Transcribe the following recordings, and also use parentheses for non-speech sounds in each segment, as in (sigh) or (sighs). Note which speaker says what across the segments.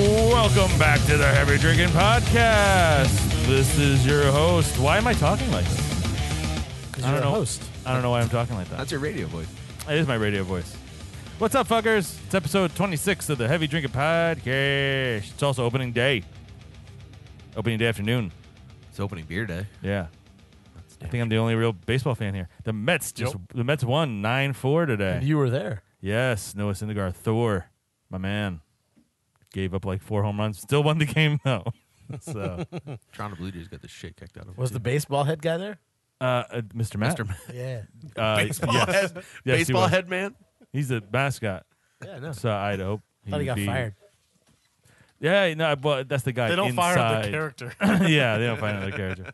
Speaker 1: Welcome back to the Heavy Drinking Podcast. This is your host. Why am I talking like this? I don't
Speaker 2: you're a
Speaker 1: know.
Speaker 2: host.
Speaker 1: I don't know why I'm talking like that.
Speaker 3: That's your radio voice.
Speaker 1: It is my radio voice. What's up, fuckers? It's episode 26 of the Heavy Drinking Podcast. It's also opening day. Opening day afternoon.
Speaker 3: It's opening beer day.
Speaker 1: Yeah. I think I'm the only real baseball fan here. The Mets just
Speaker 2: Yep.
Speaker 1: the Mets won 9-4 today.
Speaker 2: You were there.
Speaker 1: Yes, Noah Syndergaard, Thor, my man, gave up like four home runs. Still won the game (laughs) though. So,
Speaker 3: Toronto Blue Jays got the shit kicked out of them.
Speaker 2: Was the baseball head guy there?
Speaker 1: uh, uh, Mr. Matt,
Speaker 3: Mr.
Speaker 2: Yeah.
Speaker 1: uh,
Speaker 3: (laughs) baseball
Speaker 1: yes.
Speaker 3: head,
Speaker 1: he
Speaker 3: baseball
Speaker 1: was.
Speaker 3: head man?
Speaker 1: He's the mascot.
Speaker 2: Yeah, no.
Speaker 1: So I'd hope he
Speaker 2: Thought he
Speaker 1: would
Speaker 2: got
Speaker 1: be-
Speaker 2: fired.
Speaker 1: Yeah, no, but that's the guy.
Speaker 4: They don't
Speaker 1: inside.
Speaker 4: fire up the character.
Speaker 1: (laughs) yeah, they don't find another character.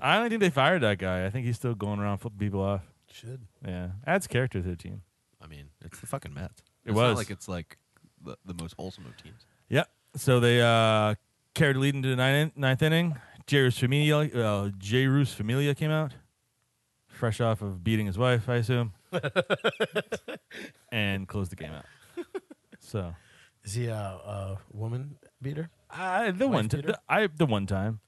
Speaker 1: I don't think they fired that guy. I think he's still going around flipping people off.
Speaker 2: Should.
Speaker 1: Yeah, adds character to the team.
Speaker 3: (laughs) I mean, it's the fucking Mets.
Speaker 1: It
Speaker 3: it's
Speaker 1: was.
Speaker 3: not like it's like the, the most wholesome of teams.
Speaker 1: Yep. So they uh, carried a lead into the ninth, ninth inning. Jairus Familia, uh, Jairus Familia came out, fresh off of beating his wife, I (laughs) assume, and closed the game out. So
Speaker 2: Is he a, a woman beater?
Speaker 1: I Uh, the one, t-
Speaker 2: beater?
Speaker 1: the, I the one time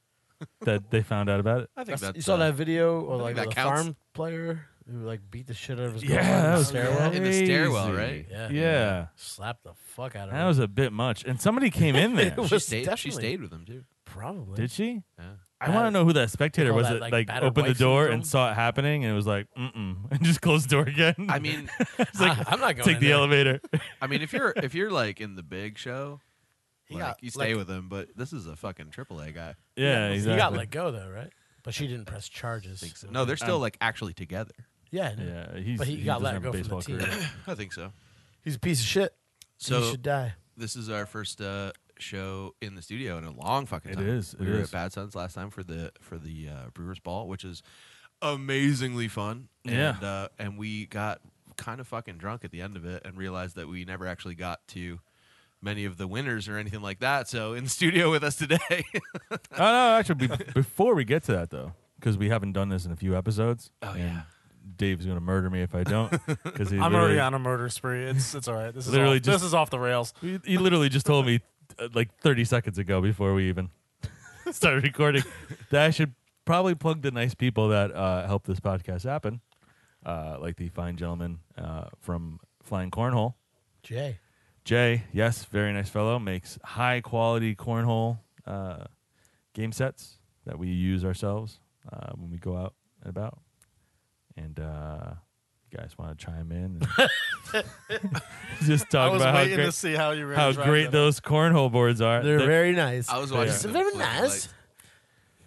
Speaker 1: that they found out (laughs) about it.
Speaker 3: I think that's
Speaker 2: you saw
Speaker 3: uh,
Speaker 2: that video or like
Speaker 3: think
Speaker 2: the
Speaker 3: that counts.
Speaker 2: farm player who like beat the shit out of his girlfriend in
Speaker 1: Yeah,
Speaker 2: the
Speaker 1: that was
Speaker 2: stairwell?
Speaker 3: In the stairwell,
Speaker 1: crazy.
Speaker 3: right?
Speaker 2: Yeah.
Speaker 1: yeah,
Speaker 2: Slapped the fuck out of
Speaker 1: that
Speaker 2: him.
Speaker 1: was a bit much. And somebody came (laughs) in there.
Speaker 2: was
Speaker 3: She stayed, she
Speaker 2: definitely-
Speaker 3: stayed with them, too.
Speaker 2: probably. (laughs)
Speaker 1: Did she?
Speaker 3: Yeah.
Speaker 1: I want to know who that spectator
Speaker 2: All
Speaker 1: was.
Speaker 2: that,
Speaker 1: That
Speaker 2: like,
Speaker 1: like,
Speaker 2: battered
Speaker 1: opened the
Speaker 2: wife
Speaker 1: door
Speaker 2: syndrome.
Speaker 1: and saw it happening, and it was like, mm mm, (laughs) and just closed the door again.
Speaker 3: I mean,
Speaker 1: it's like,
Speaker 2: I- I'm not
Speaker 1: (laughs)
Speaker 2: going
Speaker 1: take
Speaker 2: in
Speaker 1: the
Speaker 2: there.
Speaker 1: elevator. (laughs)
Speaker 3: I mean, if you're if you're like in the big show,
Speaker 2: He
Speaker 3: like,
Speaker 2: got-
Speaker 3: you stay
Speaker 2: like-
Speaker 3: with him. But this is a fucking AAA guy.
Speaker 1: yeah, exactly.
Speaker 2: He got let go though, right? But she didn't press charges.
Speaker 3: think so. No, they're still like actually together.
Speaker 2: Yeah. I know.
Speaker 1: Yeah, he's,
Speaker 2: But he got
Speaker 1: doesn't
Speaker 2: let
Speaker 1: have a
Speaker 2: go from the
Speaker 1: baseball
Speaker 2: team. (laughs)
Speaker 1: career.
Speaker 3: I think so.
Speaker 2: He's a piece of shit.
Speaker 3: So
Speaker 2: he should die.
Speaker 3: this is our first uh, show in the studio in a long fucking
Speaker 1: It
Speaker 3: time.
Speaker 1: is,
Speaker 3: We
Speaker 1: it
Speaker 3: were
Speaker 1: is.
Speaker 3: at Bad Sons last time for the for the uh, Brewers Ball, which is amazingly fun.
Speaker 1: Yeah.
Speaker 3: and, uh, and we got kind of fucking drunk at the end of it and realized that we never actually got to many of the winners or anything like that. So in the studio with us today. (laughs)
Speaker 1: oh no, actually, be, before we get to that though, because we haven't done this in a few episodes.
Speaker 3: Oh,
Speaker 1: and
Speaker 3: yeah.
Speaker 1: Dave's gonna murder me if I don't. Because
Speaker 2: (laughs)
Speaker 1: he
Speaker 4: I'm
Speaker 1: literally,
Speaker 4: already on a murder spree. It's it's all right. This is
Speaker 1: Literally
Speaker 4: off,
Speaker 1: just-
Speaker 4: this is off the rails.
Speaker 1: He, he literally just told me uh, like 30 seconds ago before we even (laughs) started recording that I should probably plug the nice people that uh, help this podcast happen, uh, like the fine gentleman uh, from Flying Cornhole.
Speaker 2: Jay.
Speaker 1: Jay, yes, very nice fellow, makes high quality cornhole uh, game sets that we use ourselves uh, when we go out and about. And uh, you guys want to chime in and
Speaker 4: (laughs)
Speaker 1: (laughs) just
Speaker 4: I
Speaker 1: talk
Speaker 4: was
Speaker 1: about how
Speaker 4: waiting to
Speaker 1: great,
Speaker 4: see how you were
Speaker 1: how great
Speaker 4: gonna drive that.
Speaker 1: those cornhole boards are.
Speaker 2: They're very nice.
Speaker 3: I was watching.
Speaker 1: Yeah.
Speaker 3: the
Speaker 2: Very
Speaker 3: Blue
Speaker 2: nice.
Speaker 3: Lights. (laughs)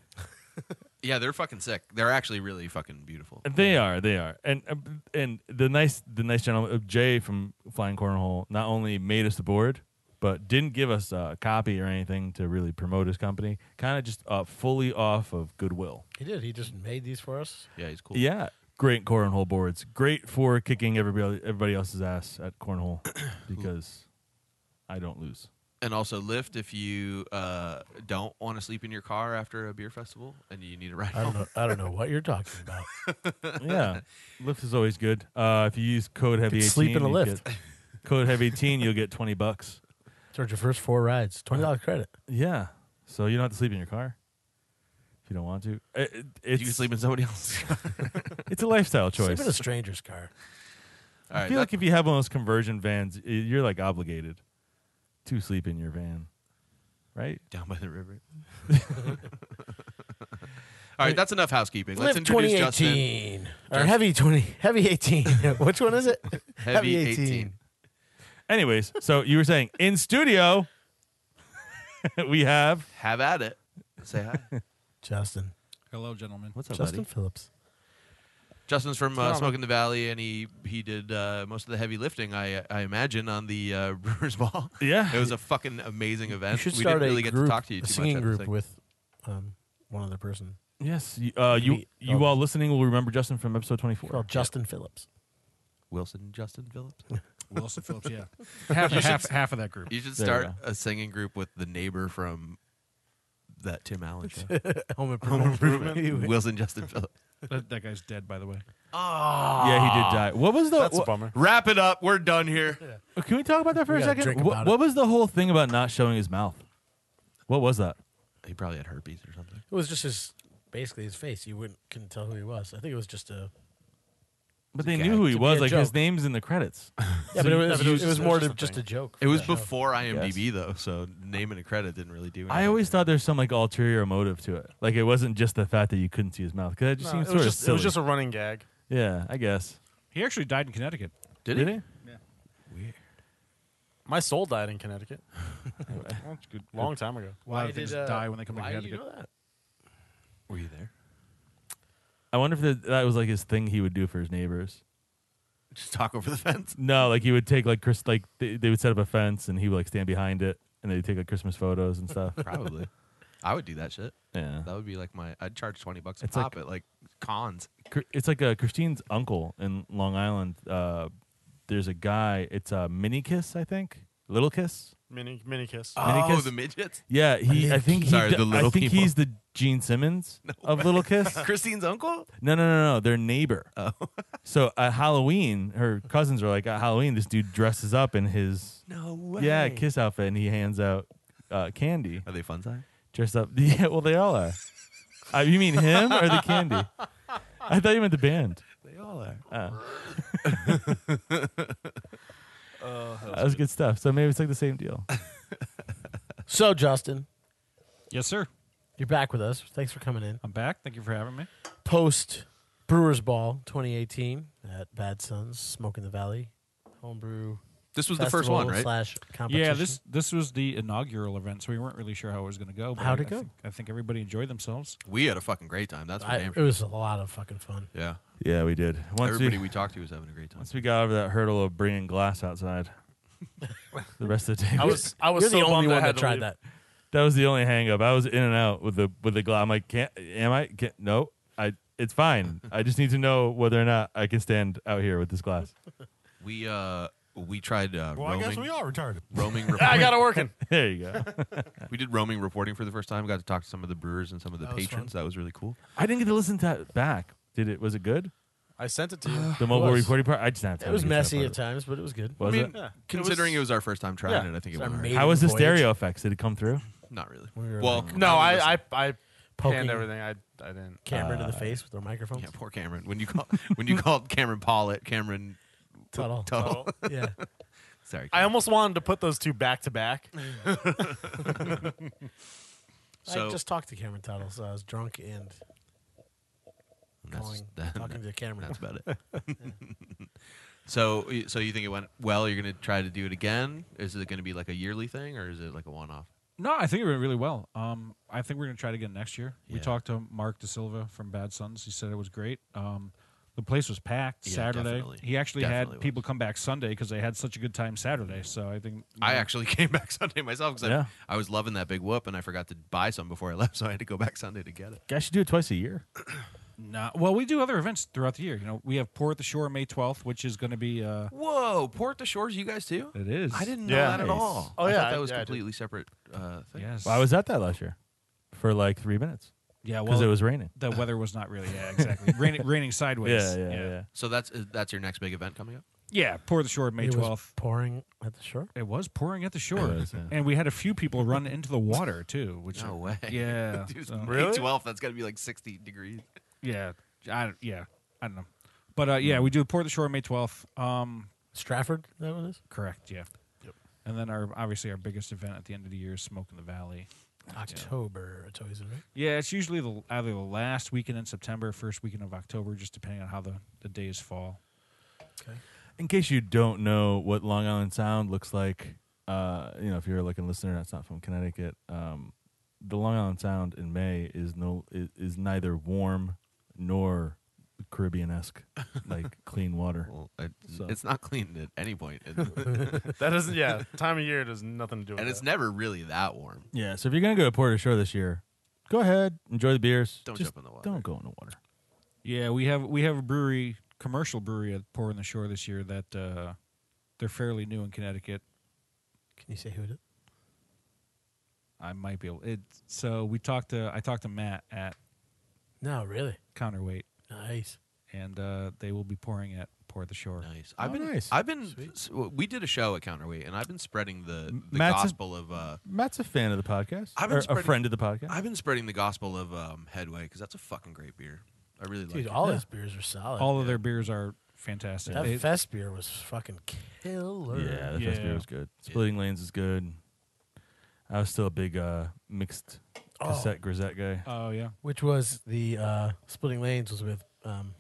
Speaker 3: Yeah, they're fucking sick. They're actually really fucking beautiful.
Speaker 1: They are, they are, and uh, and the nice, the nice gentleman uh, Jay from Flying Cornhole not only made us the board, but didn't give us a copy or anything to really promote his company. Kind of just uh, fully off of goodwill.
Speaker 2: He did. He just made these for us.
Speaker 3: Yeah, he's cool.
Speaker 1: Yeah, great cornhole boards. Great for kicking everybody everybody else's ass at
Speaker 2: (coughs)
Speaker 1: cornhole because I don't
Speaker 2: (laughs)
Speaker 1: lose.
Speaker 3: and also Lyft if you uh, don't want to sleep in your car after a beer festival and you need a ride
Speaker 2: I
Speaker 3: home.
Speaker 2: don't know. I don't know what you're talking about.
Speaker 1: Yeah, Lyft is always good. Uh, if you use code heavy eighteen,
Speaker 2: Could sleep in a
Speaker 1: you
Speaker 2: Lyft.
Speaker 1: get- code heavy eighteen, you'll get twenty bucks.
Speaker 2: Charge your first four rides, twenty dollars credit.
Speaker 1: Yeah. So you don't have to sleep in your car if you don't want to. It, it-
Speaker 3: You
Speaker 1: it's,
Speaker 3: can sleep in somebody else's. car.
Speaker 1: it's a lifestyle
Speaker 2: (laughs) Sleep
Speaker 1: choice.
Speaker 2: in a stranger's car.
Speaker 3: All
Speaker 1: I
Speaker 3: right,
Speaker 1: feel
Speaker 3: that-
Speaker 1: like if you have one of those conversion vans, y- you're like obligated to sleep in your van, right?
Speaker 3: (laughs) down by
Speaker 2: (laughs)
Speaker 3: the river. All right, that's enough housekeeping. Let's
Speaker 2: Live
Speaker 3: introduce Justin.
Speaker 2: 2018 or heavy 20, heavy 18. (laughs) Which one is it?
Speaker 3: Heavy 18.
Speaker 1: Anyways, so you were saying in studio, (laughs) we have
Speaker 3: Have at it. Say
Speaker 2: (laughs)
Speaker 3: hi.
Speaker 2: Justin.
Speaker 5: Hello, gentlemen.
Speaker 3: What's up,
Speaker 2: Justin
Speaker 3: buddy?
Speaker 2: Phillips.
Speaker 3: Justin's from uh,
Speaker 5: What's wrong?
Speaker 3: Smoke in the Valley, and he he did uh, most of the heavy lifting, I I imagine, on the uh, (laughs) Brewers Ball.
Speaker 1: Yeah.
Speaker 3: it was a fucking amazing event.
Speaker 2: You should
Speaker 3: we
Speaker 2: start
Speaker 3: didn't really
Speaker 2: a
Speaker 3: get
Speaker 2: group,
Speaker 3: to talk to you
Speaker 2: a
Speaker 3: too
Speaker 2: singing
Speaker 3: much. I
Speaker 2: group
Speaker 3: don't think.
Speaker 2: with um, one other person
Speaker 1: yes, you, uh, you
Speaker 2: Maybe-
Speaker 1: you
Speaker 2: oh.
Speaker 1: all listening will remember Justin from episode twenty four.
Speaker 2: called Justin Phillips. (laughs)
Speaker 3: Wilson, Justin Phillips.
Speaker 5: Wilson Phillips, yeah. (laughs) Half, half, half of that group.
Speaker 3: You should
Speaker 1: There
Speaker 3: start
Speaker 1: we
Speaker 3: a singing group with the neighbor from that Tim Allen show. (laughs)
Speaker 2: Home improvement.
Speaker 3: Wilson Justin Phillips.
Speaker 5: that, that guy's dead, by the way.
Speaker 3: Oh,
Speaker 1: Yeah, he did die. What was the?
Speaker 2: That's a
Speaker 1: wha-
Speaker 2: bummer.
Speaker 3: Wrap it up. We're done (laughs) here.
Speaker 1: can we talk about that for
Speaker 2: We
Speaker 1: a
Speaker 2: gotta
Speaker 1: second?
Speaker 2: drink
Speaker 1: Wha-
Speaker 2: about it.
Speaker 1: what was the whole thing about not showing his mouth? What was that?
Speaker 3: He probably had herpes or something.
Speaker 2: It was just his, basically his face. You wouldn't couldn't tell who he was. I think it was just a.
Speaker 1: But they
Speaker 3: a
Speaker 1: knew
Speaker 3: gag.
Speaker 1: who he
Speaker 2: To be
Speaker 1: was.
Speaker 2: a
Speaker 1: Like his
Speaker 2: joke.
Speaker 1: name's in the credits.
Speaker 2: Yeah, but it was,
Speaker 4: but it was
Speaker 2: it was
Speaker 4: just-
Speaker 2: more
Speaker 4: it was
Speaker 2: to
Speaker 4: just
Speaker 2: just
Speaker 4: a
Speaker 2: a
Speaker 4: thing.
Speaker 2: joke.
Speaker 3: It was
Speaker 2: Yeah.
Speaker 3: before IMDb though, so naming a credit didn't really do. Anything.
Speaker 1: I always thought there's some like ulterior motive to it. Like it wasn't just the fact that you couldn't see his mouth. Because that just
Speaker 4: No,
Speaker 1: seems
Speaker 4: it,
Speaker 1: sort
Speaker 4: was
Speaker 1: of
Speaker 4: just,
Speaker 1: silly.
Speaker 4: it was just a running gag.
Speaker 1: yeah, I guess.
Speaker 5: He actually died in Connecticut.
Speaker 3: did,
Speaker 1: Did
Speaker 3: he?
Speaker 1: he?
Speaker 4: My soul died in Connecticut
Speaker 5: That's good.
Speaker 4: long time ago.
Speaker 5: A lot of things die when they come to
Speaker 2: why do
Speaker 5: Connecticut.
Speaker 2: you know that?
Speaker 3: Were you there?
Speaker 1: I wonder if that, that was like his thing he would do for his neighbors.
Speaker 3: Just talk over the fence. (laughs)
Speaker 1: No, like he would take like Chris, like they, they would set up a fence and he would like stand behind it and they'd take like Christmas photos and stuff.
Speaker 3: Probably. I would do that shit.
Speaker 1: yeah,
Speaker 3: That would be like my. I'd charge twenty bucks a
Speaker 1: It's
Speaker 3: pop
Speaker 1: like-
Speaker 3: at like cons.
Speaker 1: Cr- it's like uh Christine's uncle in Long Island. Uh, there's a guy. It's a uh, mini kiss, I think. Little kiss.
Speaker 4: Mini mini kiss.
Speaker 1: Mini
Speaker 3: oh,
Speaker 1: kiss?
Speaker 3: the midgets.
Speaker 1: Yeah, he. I think. He,
Speaker 3: Sorry, the
Speaker 1: I
Speaker 3: little
Speaker 1: think
Speaker 3: people.
Speaker 1: he's the Gene
Speaker 3: (laughs)
Speaker 1: Simmons of Little Kiss.
Speaker 3: Christine's uncle.
Speaker 1: No, no, no, no. Their neighbor.
Speaker 3: (laughs)
Speaker 1: Oh. so at Halloween, her cousins are like, at Halloween, this dude dresses up in his
Speaker 3: No way.
Speaker 1: yeah kiss outfit and he hands out uh, candy
Speaker 3: Are they fun size?
Speaker 1: dressed up. (laughs) Yeah, well, they all are. Uh, you mean him or the
Speaker 3: (laughs)
Speaker 1: candy? I thought you meant the band.
Speaker 3: They all are. (laughs)
Speaker 1: Uh. (laughs)
Speaker 3: Oh,
Speaker 1: that was good stuff. So maybe it's like the same
Speaker 3: (laughs)
Speaker 1: deal.
Speaker 2: So Justin,
Speaker 5: Yes, sir.
Speaker 2: you're back with us. Thanks for coming in.
Speaker 5: I'm back. Thank you for having me.
Speaker 2: Post Brewers Ball 2018 at Bad Sons Smoke in the Valley Homebrew.
Speaker 3: This was the first one, right?
Speaker 2: Slash competition.
Speaker 5: Yeah, this this was the inaugural event, so we weren't really sure how it was going to go. but
Speaker 2: How'd
Speaker 5: I-
Speaker 2: it
Speaker 5: I
Speaker 2: go?
Speaker 5: think, I think everybody enjoyed themselves.
Speaker 3: We had a fucking great time. That's for
Speaker 2: I,
Speaker 3: damn
Speaker 2: it
Speaker 3: sure.
Speaker 2: was a lot of fucking fun.
Speaker 3: Yeah.
Speaker 1: Yeah, we did. Once
Speaker 3: Everybody
Speaker 1: we,
Speaker 3: we talked to was having a great time.
Speaker 1: once we got over that hurdle of bringing glass outside, the rest of the day
Speaker 4: I was I was
Speaker 2: You're
Speaker 4: so
Speaker 2: the only
Speaker 4: bummed I
Speaker 2: one
Speaker 4: had
Speaker 2: that
Speaker 4: to
Speaker 2: tried
Speaker 4: leave.
Speaker 2: that.
Speaker 1: That was the only hang up. I was in and out with the with the glass. I'm like, can't am I? Can't, no, I. It's fine. I just need to know whether or not I can stand out here with this glass. (laughs)
Speaker 3: We uh we tried uh,
Speaker 6: Well,
Speaker 3: roaming.
Speaker 6: I guess we are retarded.
Speaker 3: (laughs) Roaming.
Speaker 4: Yeah, I
Speaker 3: reporting.
Speaker 4: got it working.
Speaker 1: There you go.
Speaker 3: we did roaming reporting for the first time. Got to talk to some of the brewers and some of the
Speaker 2: That was
Speaker 3: patrons. That was really cool.
Speaker 1: I didn't get to listen to that back. Did it? Was it (sighs) good?
Speaker 4: I sent it to you.
Speaker 1: The mobile
Speaker 2: was.
Speaker 1: recording part. I just didn't have time.
Speaker 2: It was
Speaker 1: to get to that
Speaker 2: messy
Speaker 1: part.
Speaker 2: at times, but it was good.
Speaker 1: Was
Speaker 3: I mean,
Speaker 1: it?
Speaker 4: Yeah.
Speaker 3: considering it was, our first time trying
Speaker 4: Yeah.
Speaker 3: it, I think
Speaker 2: It's
Speaker 3: it went.
Speaker 2: our
Speaker 3: all right.
Speaker 2: main-
Speaker 1: How was the
Speaker 2: Voyage.
Speaker 1: stereo effects? Did it come through?
Speaker 3: Not really.
Speaker 2: We were
Speaker 3: well,
Speaker 2: like-
Speaker 4: No,
Speaker 3: mean,
Speaker 4: I I, I
Speaker 2: Poking
Speaker 4: panned everything. I I didn't.
Speaker 2: Cameron in
Speaker 1: Uh,
Speaker 2: the face with their microphones.
Speaker 3: Yeah, poor Cameron. When you call when you called Cameron Pollitt, Cameron
Speaker 2: Tuttle.
Speaker 3: Tuttle.
Speaker 4: So
Speaker 2: (laughs) yeah.
Speaker 3: Sorry.
Speaker 4: I almost wanted to put those two back to (laughs) back.
Speaker 3: So-
Speaker 2: I just talked to Cameron Tuttle, so I was drunk and
Speaker 3: That's,
Speaker 2: calling,
Speaker 3: that-
Speaker 2: talking to Cameron.
Speaker 3: that's about it. so so you think it went well? You're gonna try to do it again? Is it gonna be like a yearly thing or is it like a one off?
Speaker 5: No, I think it went really well. Um, I think we're going to try it again next year. We
Speaker 3: Yeah.
Speaker 5: talked to Mark De Silva from Bad Sons. He said it was great. Um, the place was packed
Speaker 3: Yeah,
Speaker 5: Saturday.
Speaker 3: definitely.
Speaker 5: He actually
Speaker 3: Definitely
Speaker 5: had
Speaker 3: was.
Speaker 5: people come back Sunday because they had such a good time Saturday. So I think
Speaker 3: I actually (laughs) came back Sunday myself because
Speaker 1: Yeah.
Speaker 3: I, I was loving that big whoop and I forgot to buy some before I left, (laughs) so I had to go back Sunday to get it.
Speaker 1: Guys should do it twice a year.
Speaker 5: Nah, well, we do other events throughout the year. You know, we have Pour at the Shore May twelfth, which is going to be. Uh,
Speaker 3: Whoa, Port the Shores, you guys too?
Speaker 5: it is.
Speaker 3: I didn't know
Speaker 4: Yeah.
Speaker 3: that at
Speaker 1: Nice.
Speaker 3: all.
Speaker 4: Oh,
Speaker 3: I
Speaker 4: yeah,
Speaker 3: thought
Speaker 4: I-
Speaker 3: that was
Speaker 4: yeah, I did.
Speaker 3: completely separate uh, thing.
Speaker 5: Yes.
Speaker 1: Well, I was at that last year for like three minutes
Speaker 5: Yeah.
Speaker 1: because
Speaker 5: Well,
Speaker 1: it was raining. (laughs)
Speaker 5: the weather was not really. Yeah, exactly. raining, raining sideways.
Speaker 1: Yeah, yeah, yeah.
Speaker 3: So that's uh, that's your next big event coming up.
Speaker 5: Yeah, Pour at the Shore May
Speaker 2: It was
Speaker 5: twelfth.
Speaker 2: pouring at the shore.
Speaker 5: It was pouring at the shore,
Speaker 1: was, yeah.
Speaker 5: and we had a few people run into the water too. Which
Speaker 3: No way.
Speaker 1: (laughs)
Speaker 3: (laughs)
Speaker 5: Yeah,
Speaker 3: Dude,
Speaker 5: so-
Speaker 3: May 12th, that's got to be like 60 degrees.
Speaker 5: yeah, I don't- yeah, I don't know, but uh,
Speaker 1: Hmm.
Speaker 5: yeah, we do Port of the Shore May twelfth. Um,
Speaker 2: Stratford, is that what it is?
Speaker 5: correct, yeah, yep. And then our obviously our biggest event at the end of the year is Smoke in the Valley.
Speaker 2: October. It's always in, right?
Speaker 5: Yeah, it's usually the either the last weekend in September, first weekend of October, just depending on how the the days fall.
Speaker 1: In case you don't know what Long Island Sound looks like, uh, you know, if you're like a listener that's not from Connecticut, um, the Long Island Sound in May is no is, is neither warm nor Caribbean
Speaker 3: (laughs)
Speaker 1: esque, like clean water.
Speaker 3: Well, it,
Speaker 1: So-
Speaker 3: it's not clean at any point, and,
Speaker 4: That doesn't. Yeah, time of year does nothing to do with
Speaker 3: and
Speaker 4: it.
Speaker 3: it's never really that warm.
Speaker 1: Yeah, so if you're gonna go to Port Ashore this year, go ahead, enjoy the beers.
Speaker 3: Don't
Speaker 1: Just
Speaker 3: jump in the water.
Speaker 1: Don't go in the water.
Speaker 5: Yeah, we have we have a brewery, commercial brewery at Pour in the Shore this year that uh, they're fairly new in Connecticut.
Speaker 2: Can you say who it is?
Speaker 5: I might be able. It so we talked to I talked to Matt at
Speaker 2: No, really.
Speaker 5: Counterweight.
Speaker 2: Nice.
Speaker 5: and uh, they will be pouring at Port the Shore.
Speaker 3: Nice. I've
Speaker 1: Oh,
Speaker 3: been.
Speaker 1: nice.
Speaker 3: I've been.
Speaker 2: Sweet.
Speaker 3: s- w- We did a show at Counterweight, and I've been spreading the,
Speaker 1: M-
Speaker 3: the
Speaker 1: Matt's a-
Speaker 3: gospel of. Uh,
Speaker 1: Matt's a fan of the podcast.
Speaker 3: I've been
Speaker 1: Or a
Speaker 3: spreading-
Speaker 1: friend of the podcast.
Speaker 3: I've been spreading the gospel of um, Headway because that's a fucking great beer. I really like.
Speaker 2: Dude,
Speaker 3: it.
Speaker 2: all
Speaker 1: Yeah.
Speaker 2: his beers are solid.
Speaker 5: All of their beers are fantastic.
Speaker 2: that
Speaker 5: They-
Speaker 2: Fest beer was fucking killer.
Speaker 1: yeah, the first beer
Speaker 5: Yeah.
Speaker 1: was good.
Speaker 3: Yeah.
Speaker 1: Splitting Lanes is good. I was still a big uh, mixed
Speaker 2: Oh,
Speaker 1: cassette grisette guy.
Speaker 5: oh yeah,
Speaker 2: which was the uh, Splitting Lanes was with um,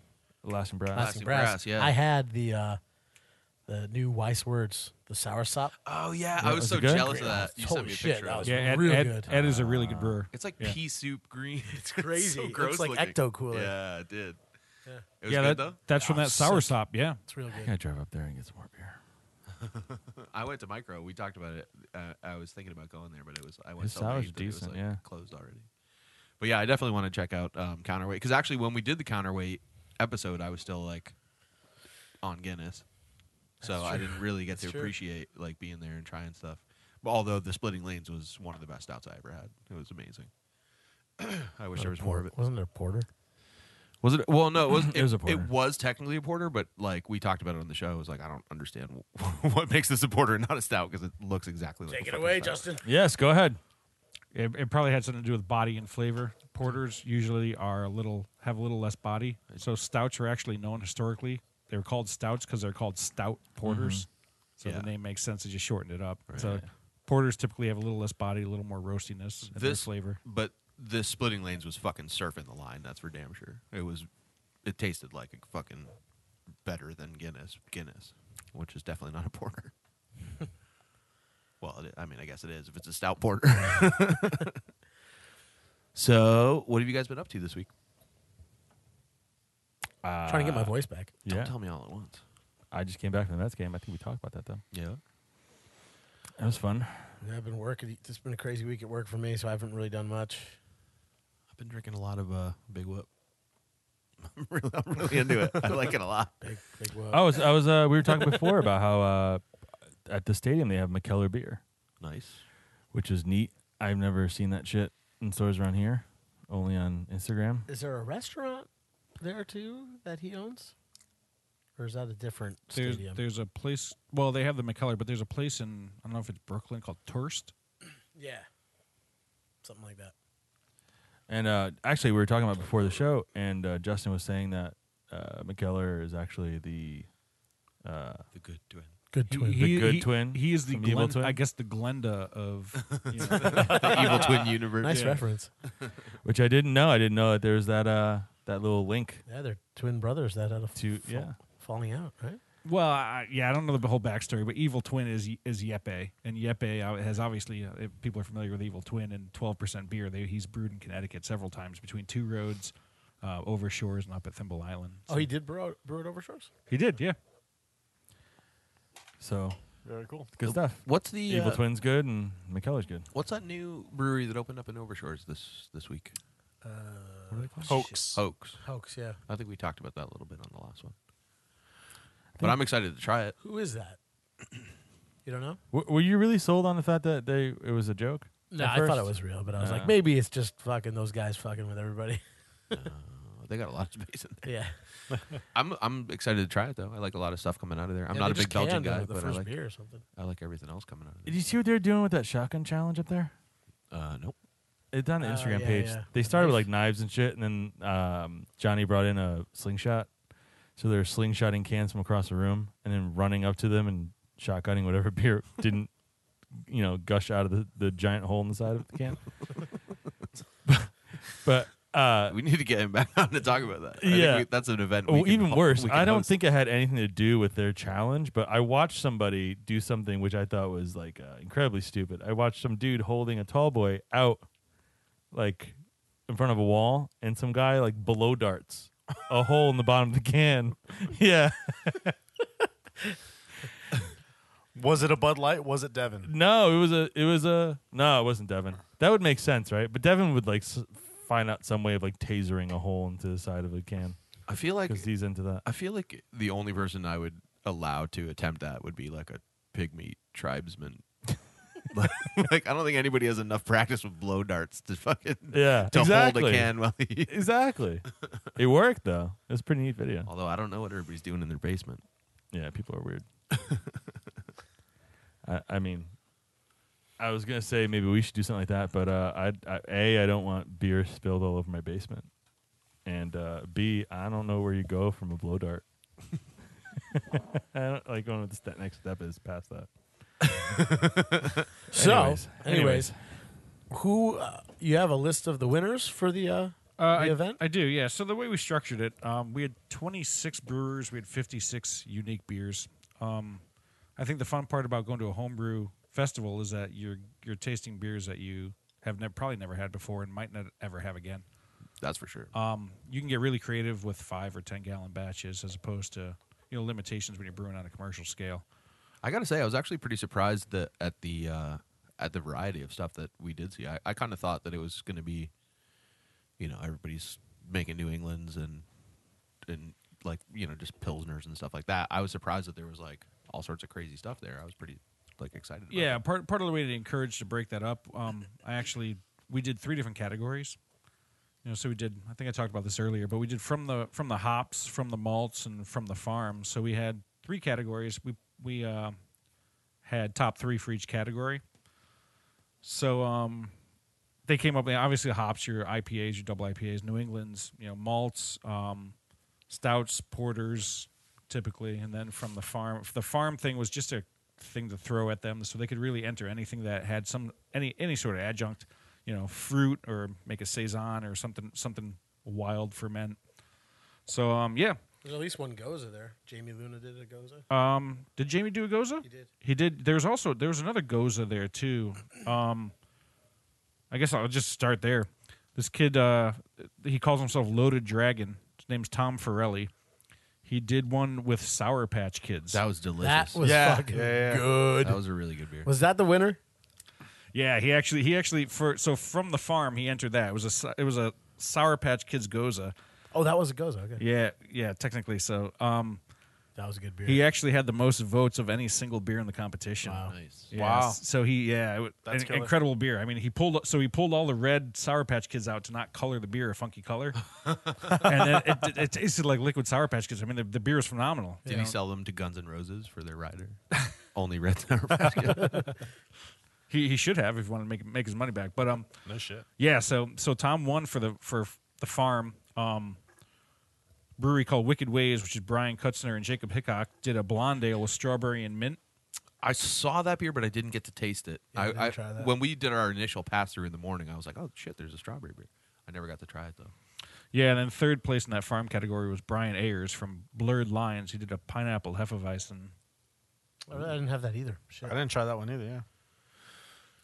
Speaker 1: Lash and Brass.
Speaker 2: Plastic
Speaker 3: Plastic
Speaker 2: Brass.
Speaker 3: Brass, yeah.
Speaker 2: I had the uh, the new Weiss words, the sour sop.
Speaker 3: Oh yeah,
Speaker 1: Yeah,
Speaker 3: I was,
Speaker 1: was
Speaker 3: so
Speaker 1: it good?
Speaker 3: jealous of
Speaker 2: Great.
Speaker 3: that. You
Speaker 2: Holy
Speaker 3: sent me a
Speaker 2: shit,
Speaker 3: picture.
Speaker 2: that
Speaker 3: of
Speaker 2: was
Speaker 3: it.
Speaker 5: yeah. Ed,
Speaker 2: really
Speaker 5: Ed,
Speaker 2: good.
Speaker 5: Ed is a really good brewer.
Speaker 3: It's like
Speaker 5: Yeah.
Speaker 3: pea soup green. (laughs) It's
Speaker 2: crazy.
Speaker 3: So
Speaker 2: It's
Speaker 3: gross
Speaker 2: like
Speaker 3: looking.
Speaker 2: Ecto Cooler.
Speaker 3: Yeah, it did.
Speaker 2: Yeah.
Speaker 3: It was
Speaker 5: yeah,
Speaker 3: good
Speaker 5: that,
Speaker 3: though.
Speaker 5: that's from
Speaker 2: Oh,
Speaker 5: that sour
Speaker 2: sick.
Speaker 5: sop. Yeah,
Speaker 2: It's real
Speaker 1: I
Speaker 2: good.
Speaker 1: gotta drive up there and get some more beer.
Speaker 3: I went to Micro. We talked about it. Uh, I was thinking about going there, but it was I went
Speaker 1: His
Speaker 3: so
Speaker 1: sour's
Speaker 3: late that it was,
Speaker 1: decent,
Speaker 3: like,
Speaker 1: yeah.
Speaker 3: closed already. But yeah, I definitely want to check out um, Counterweight because actually, when we did the Counterweight episode, I was still like on Guinness, so
Speaker 2: That's
Speaker 3: I
Speaker 2: true.
Speaker 3: didn't really get
Speaker 2: That's
Speaker 3: to
Speaker 2: true.
Speaker 3: appreciate like being there and trying stuff. But although the splitting lanes was one of the best outs I ever had, it was amazing. (clears throat) I wish there was more of it.
Speaker 2: Wasn't there porter?
Speaker 3: Was it? Well, no, it was.
Speaker 1: (clears throat) It was a porter.
Speaker 3: It was technically a porter, but like we talked about it on the show, it was like I don't understand (laughs) wh- what makes this a porter and not a stout because it looks exactly like. a fucking stout.
Speaker 1: Yes, go ahead.
Speaker 5: it, it probably had something to do with body and flavor. Porters usually are a little have a little less body. So stouts are actually known historically. They were called stouts because they're called stout porters.
Speaker 1: Mm-hmm.
Speaker 5: So
Speaker 3: Yeah.
Speaker 5: the name makes sense. They just shortened it up.
Speaker 3: Right.
Speaker 5: So porters typically have a little less body, a little more roastiness, and
Speaker 3: This-
Speaker 5: this flavor.
Speaker 3: But the splitting lanes was fucking surfing the line. That's for damn sure. It was. It tasted like a fucking better than Guinness. Guinness, which is definitely not a
Speaker 1: (laughs)
Speaker 3: porter. well, it, I mean, I guess it is if it's a stout porter. (laughs) so, what have you guys been up to this week?
Speaker 2: Trying to get my voice back.
Speaker 1: Yeah,
Speaker 3: Don't tell me all at once.
Speaker 1: I just came back from the Mets game. I think we talked about that though.
Speaker 3: Yeah.
Speaker 1: That was fun.
Speaker 2: Yeah, I've been working. It's been a crazy week at work for me, so I haven't really done much.
Speaker 3: I've been drinking a lot of uh, Big Whip. (laughs) I'm really, I'm really into it. I like it a lot.
Speaker 2: Big, big whoop.
Speaker 1: I was, I was. Uh, we were talking before about how uh, at the stadium they have McKellar beer,
Speaker 3: (laughs) Nice.
Speaker 1: which is neat. I've never seen that shit in stores around here, only on Instagram.
Speaker 2: Is there a restaurant there too that he owns, or is that a different
Speaker 5: There's,
Speaker 2: stadium?
Speaker 5: there's a place. Well, they have the McKellar, but there's a place in I don't know if it's Brooklyn called Turst.
Speaker 2: yeah, something like that.
Speaker 1: And uh, actually, we were talking about before the show, and uh, Justin was saying that uh, McKellar is actually the uh,
Speaker 3: The good twin.
Speaker 2: Good
Speaker 5: He-
Speaker 1: The
Speaker 5: he-
Speaker 1: good
Speaker 5: he-
Speaker 1: twin
Speaker 5: He is the
Speaker 1: from the evil
Speaker 5: Glen-
Speaker 1: twin?
Speaker 5: I guess the Glenda
Speaker 1: (laughs)
Speaker 5: of. You know,
Speaker 3: The evil twin universe.
Speaker 2: nice
Speaker 5: yeah.
Speaker 2: reference.
Speaker 1: which I didn't know. I didn't know that there was that uh, that little link
Speaker 2: Yeah, they're twin brothers that had a
Speaker 1: to
Speaker 2: fa-
Speaker 1: yeah.
Speaker 2: falling out, right?
Speaker 5: Well, I, yeah, I don't know the whole backstory, but Evil Twin is is Yepe, and Yepe uh, has obviously uh, if people are familiar with Evil Twin and twelve percent beer. They, he's brewed in Connecticut several times between two roads, uh, over shores, and up at Thimble Island.
Speaker 2: Oh, he did brew, brew it over shores.
Speaker 5: he did, yeah.
Speaker 1: So
Speaker 4: Very cool.
Speaker 1: good stuff.
Speaker 3: What's the
Speaker 1: Evil
Speaker 3: uh,
Speaker 1: Twin's good and McKellar's good.
Speaker 3: What's that new brewery that opened up in Overshores this this week?
Speaker 2: Uh,
Speaker 4: Hoax.
Speaker 3: Hoax.
Speaker 2: Hoax. Yeah.
Speaker 3: I think we talked about that a little bit on the last one. But
Speaker 1: think-
Speaker 3: I'm excited to try it. (laughs)
Speaker 2: Who is that? (clears throat) You don't know?
Speaker 1: W- were you really sold on the fact that they it was a joke?
Speaker 2: No,
Speaker 1: At
Speaker 2: I thought it
Speaker 1: first?
Speaker 2: was real, but I was
Speaker 1: Uh.
Speaker 2: like, maybe it's just fucking those guys fucking with everybody. (laughs)
Speaker 3: Uh, they got a lot of space in there.
Speaker 2: yeah,
Speaker 3: I'm I'm excited to try it though. I like a lot of stuff coming out of there. I'm
Speaker 2: Yeah,
Speaker 3: not
Speaker 2: they
Speaker 3: a
Speaker 2: just
Speaker 3: big Belgian
Speaker 2: canned
Speaker 3: guy,
Speaker 2: the- the
Speaker 3: but I
Speaker 2: first
Speaker 3: like
Speaker 2: beer or (laughs) something.
Speaker 3: I like everything else coming out of
Speaker 1: Did
Speaker 3: there.
Speaker 1: you see what they were doing with that shotgun challenge up there?
Speaker 3: Uh, nope. (laughs)
Speaker 1: It's on the
Speaker 2: Oh,
Speaker 1: Instagram
Speaker 2: yeah,
Speaker 1: page.
Speaker 2: yeah.
Speaker 1: They started with
Speaker 2: Nice.
Speaker 1: like knives and shit, and then um, Johnny brought in a slingshot. So they're slingshotting cans from across the room, and then running up to them and shotgunning whatever (laughs) beer didn't, you know, gush out of the, the giant hole in the side of the can. but uh,
Speaker 3: We need to get him back (laughs) on to talk about that. I think
Speaker 1: Yeah.
Speaker 3: we- that's an event. we
Speaker 1: Well,
Speaker 3: can
Speaker 1: Oh, even
Speaker 3: ho-
Speaker 1: worse,
Speaker 3: we can
Speaker 1: I don't
Speaker 3: host.
Speaker 1: think it had anything to do with their challenge, but I watched somebody do something which I thought was like uh, incredibly stupid. I watched some dude holding a tall boy out like in front of a wall and some guy like below darts a hole in the bottom of the can. (laughs) Yeah.
Speaker 4: Was it a Bud Light? Was it Devin?
Speaker 1: No, it was a it was a no, it wasn't Devin. That would make sense, right? But Devin would like s- find out some way of like tasering a hole into the side of a can
Speaker 3: I feel like
Speaker 1: cuz he's into that.
Speaker 3: I feel like the
Speaker 1: (laughs)
Speaker 3: only person I would allow to attempt that would be like a pygmy tribesman like I don't think anybody has enough practice with blow darts to fucking
Speaker 1: Yeah,
Speaker 3: to
Speaker 1: exactly.
Speaker 3: hold a can while he. (laughs)
Speaker 1: Exactly. it worked though. It was a pretty neat video.
Speaker 3: Although I don't know what everybody's doing in their basement.
Speaker 1: Yeah, people are
Speaker 3: (laughs)
Speaker 1: weird. I, I mean, I was gonna say maybe we should do something like that, but uh, I, I a I don't want beer spilled all over my basement, and uh, b I don't know where you go from a blow dart. (laughs) I don't like going with the step, next step is past that.
Speaker 2: So,
Speaker 1: Anyways.
Speaker 2: anyways,
Speaker 1: Anyways.
Speaker 2: who uh, you have a list of the winners for the uh,
Speaker 5: Uh,
Speaker 2: the
Speaker 5: I,
Speaker 2: event?
Speaker 5: I do, yeah. So the way we structured it, um, we had 26 brewers, we had 56 unique beers. Um, I think the fun part about going to a homebrew festival is that you're you're tasting beers that you have never, probably never had before and might not ever have again.
Speaker 3: That's for sure.
Speaker 5: Um, you can get really creative with five or ten gallon batches as opposed to you know limitations when you're brewing on a commercial scale.
Speaker 3: I gotta say, I was actually pretty surprised that at the uh, at the variety of stuff that we did see. I, I kind of thought that it was gonna be, you know, everybody's making New Englands and and like you know just pilsners and stuff like that. I was surprised that there was like all sorts of crazy stuff there. I was pretty like excited. About
Speaker 5: Yeah,
Speaker 3: that.
Speaker 5: part part of the way to encourage to break that up. Um, I actually we did three different categories. You know, so we did. I think I talked about this earlier, but we did from the from the hops, from the malts, and from the farm. So we had three categories. We we uh, had top three for each category. So um, they came up. Obviously, hops, your IPAs, your double IPAs, New England's, you know, malts, um, stouts, porters, typically, and then from the farm. The farm thing was just a thing to throw at them, so they could really enter anything that had some any any sort of adjunct, you know, fruit or make a saison or something something wild ferment. So um, yeah.
Speaker 2: There's at least one Goza there. Jamie Luna did a Goza.
Speaker 5: Um, did Jamie do a goza?
Speaker 2: He did.
Speaker 5: He did. There was also there was another Goza there too. Um, I guess I'll just start there. This kid, uh, he calls himself Loaded Dragon. His name's Tom Ferrelli. He did one with Sour Patch Kids.
Speaker 3: that was delicious.
Speaker 2: That was
Speaker 4: Yeah,
Speaker 2: fucking
Speaker 4: yeah, yeah.
Speaker 2: good.
Speaker 3: that was a really good beer.
Speaker 2: was that the winner?
Speaker 5: yeah, he actually he actually for so from the farm he entered that. It was a s- it was a Sour Patch Kids Goza.
Speaker 2: Oh, that was a Goza. Okay,
Speaker 5: Yeah, yeah, technically so. Um,
Speaker 2: that was a good beer.
Speaker 5: he actually had the most votes of any single beer in the competition.
Speaker 2: Wow.
Speaker 5: (laughs)
Speaker 3: nice.
Speaker 5: Yeah,
Speaker 4: Wow.
Speaker 5: s- So he, yeah, it wa-
Speaker 4: That's
Speaker 5: an
Speaker 4: killer.
Speaker 5: incredible beer. I mean, he pulled so he pulled all the red Sour Patch Kids out to not color the beer a funky
Speaker 4: (laughs)
Speaker 5: color, and then it, it, it tasted like liquid Sour Patch Kids. I mean, the, the beer is phenomenal.
Speaker 3: Did
Speaker 5: you
Speaker 3: he
Speaker 5: know?
Speaker 3: sell them to Guns N' Roses for their rider? Only Red (laughs) Sour Patch Kids.
Speaker 5: He, he should have if he wanted to make make his money back. But um,
Speaker 4: No shit.
Speaker 5: yeah. So so Tom won for the for the farm. Um, brewery called Wicked Ways, which is Brian Kutzner and Jacob Hickok, did a blonde ale with strawberry and mint.
Speaker 3: I saw that beer, but I didn't get to taste it.
Speaker 2: Yeah, I didn't
Speaker 3: I, I,
Speaker 2: try that.
Speaker 3: When we did our initial pass through in the morning, I was like, "Oh shit, there's a strawberry beer." I never got to try it though.
Speaker 5: Yeah, and then third place in that farm category was Brian Ayers from Blurred Lines. He did a pineapple hefeweizen.
Speaker 2: I didn't have that either. Shit.
Speaker 4: I didn't try that one either. Yeah.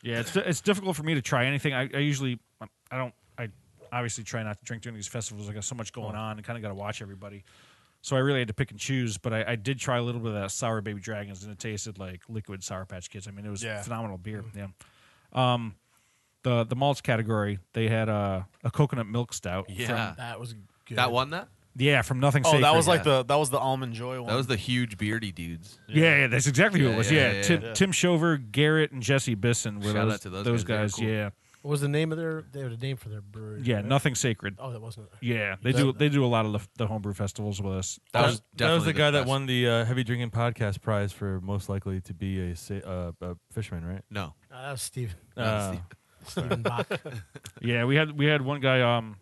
Speaker 5: Yeah, it's it's difficult for me to try anything. I, I usually I don't I obviously try not to drink during these festivals. I got so much
Speaker 3: Oh.
Speaker 5: going on and kind of got to watch everybody. So I really had to pick and choose, but I, I did try a little bit of that sour baby dragons, and it tasted like liquid sour patch kids. I mean, it was
Speaker 4: Yeah.
Speaker 5: phenomenal beer.
Speaker 3: Mm-hmm.
Speaker 5: Yeah. Um, the the malts category, they had a, a coconut milk stout.
Speaker 3: Yeah,
Speaker 5: from,
Speaker 2: That was good.
Speaker 3: that won that.
Speaker 5: yeah, from nothing.
Speaker 4: Oh, that
Speaker 5: Sacred.
Speaker 4: was like
Speaker 3: yeah.
Speaker 4: the that was the almond joy one.
Speaker 3: That was the huge beardy dudes.
Speaker 5: Yeah, yeah, that's exactly who
Speaker 3: Yeah,
Speaker 5: it was.
Speaker 3: yeah,
Speaker 5: Yeah,
Speaker 3: yeah,
Speaker 5: Tim,
Speaker 4: yeah.
Speaker 5: Tim Shover, Garrett, and Jesse Bisson
Speaker 3: Shout
Speaker 5: were those,
Speaker 3: out to those
Speaker 5: those
Speaker 3: guys.
Speaker 5: guys.
Speaker 3: They were
Speaker 5: Yeah,
Speaker 2: What was the name of their? They had a name for their brewery.
Speaker 5: yeah,
Speaker 2: right?
Speaker 5: nothing sacred.
Speaker 2: Oh, that wasn't. it.
Speaker 5: Yeah, they
Speaker 2: That-
Speaker 5: do. They do a lot of the, the homebrew festivals with us.
Speaker 3: That
Speaker 1: That
Speaker 3: was
Speaker 1: was that was
Speaker 3: definitely
Speaker 1: the
Speaker 3: the
Speaker 1: guy that
Speaker 3: best.
Speaker 1: won the uh, heavy drinking podcast prize for most likely to be a sa- uh, a fisherman, right?
Speaker 3: No,
Speaker 2: No, that was Steve.
Speaker 1: Uh,
Speaker 2: Steven
Speaker 3: (laughs)
Speaker 2: Bach.
Speaker 5: Yeah, we had we had one guy, um,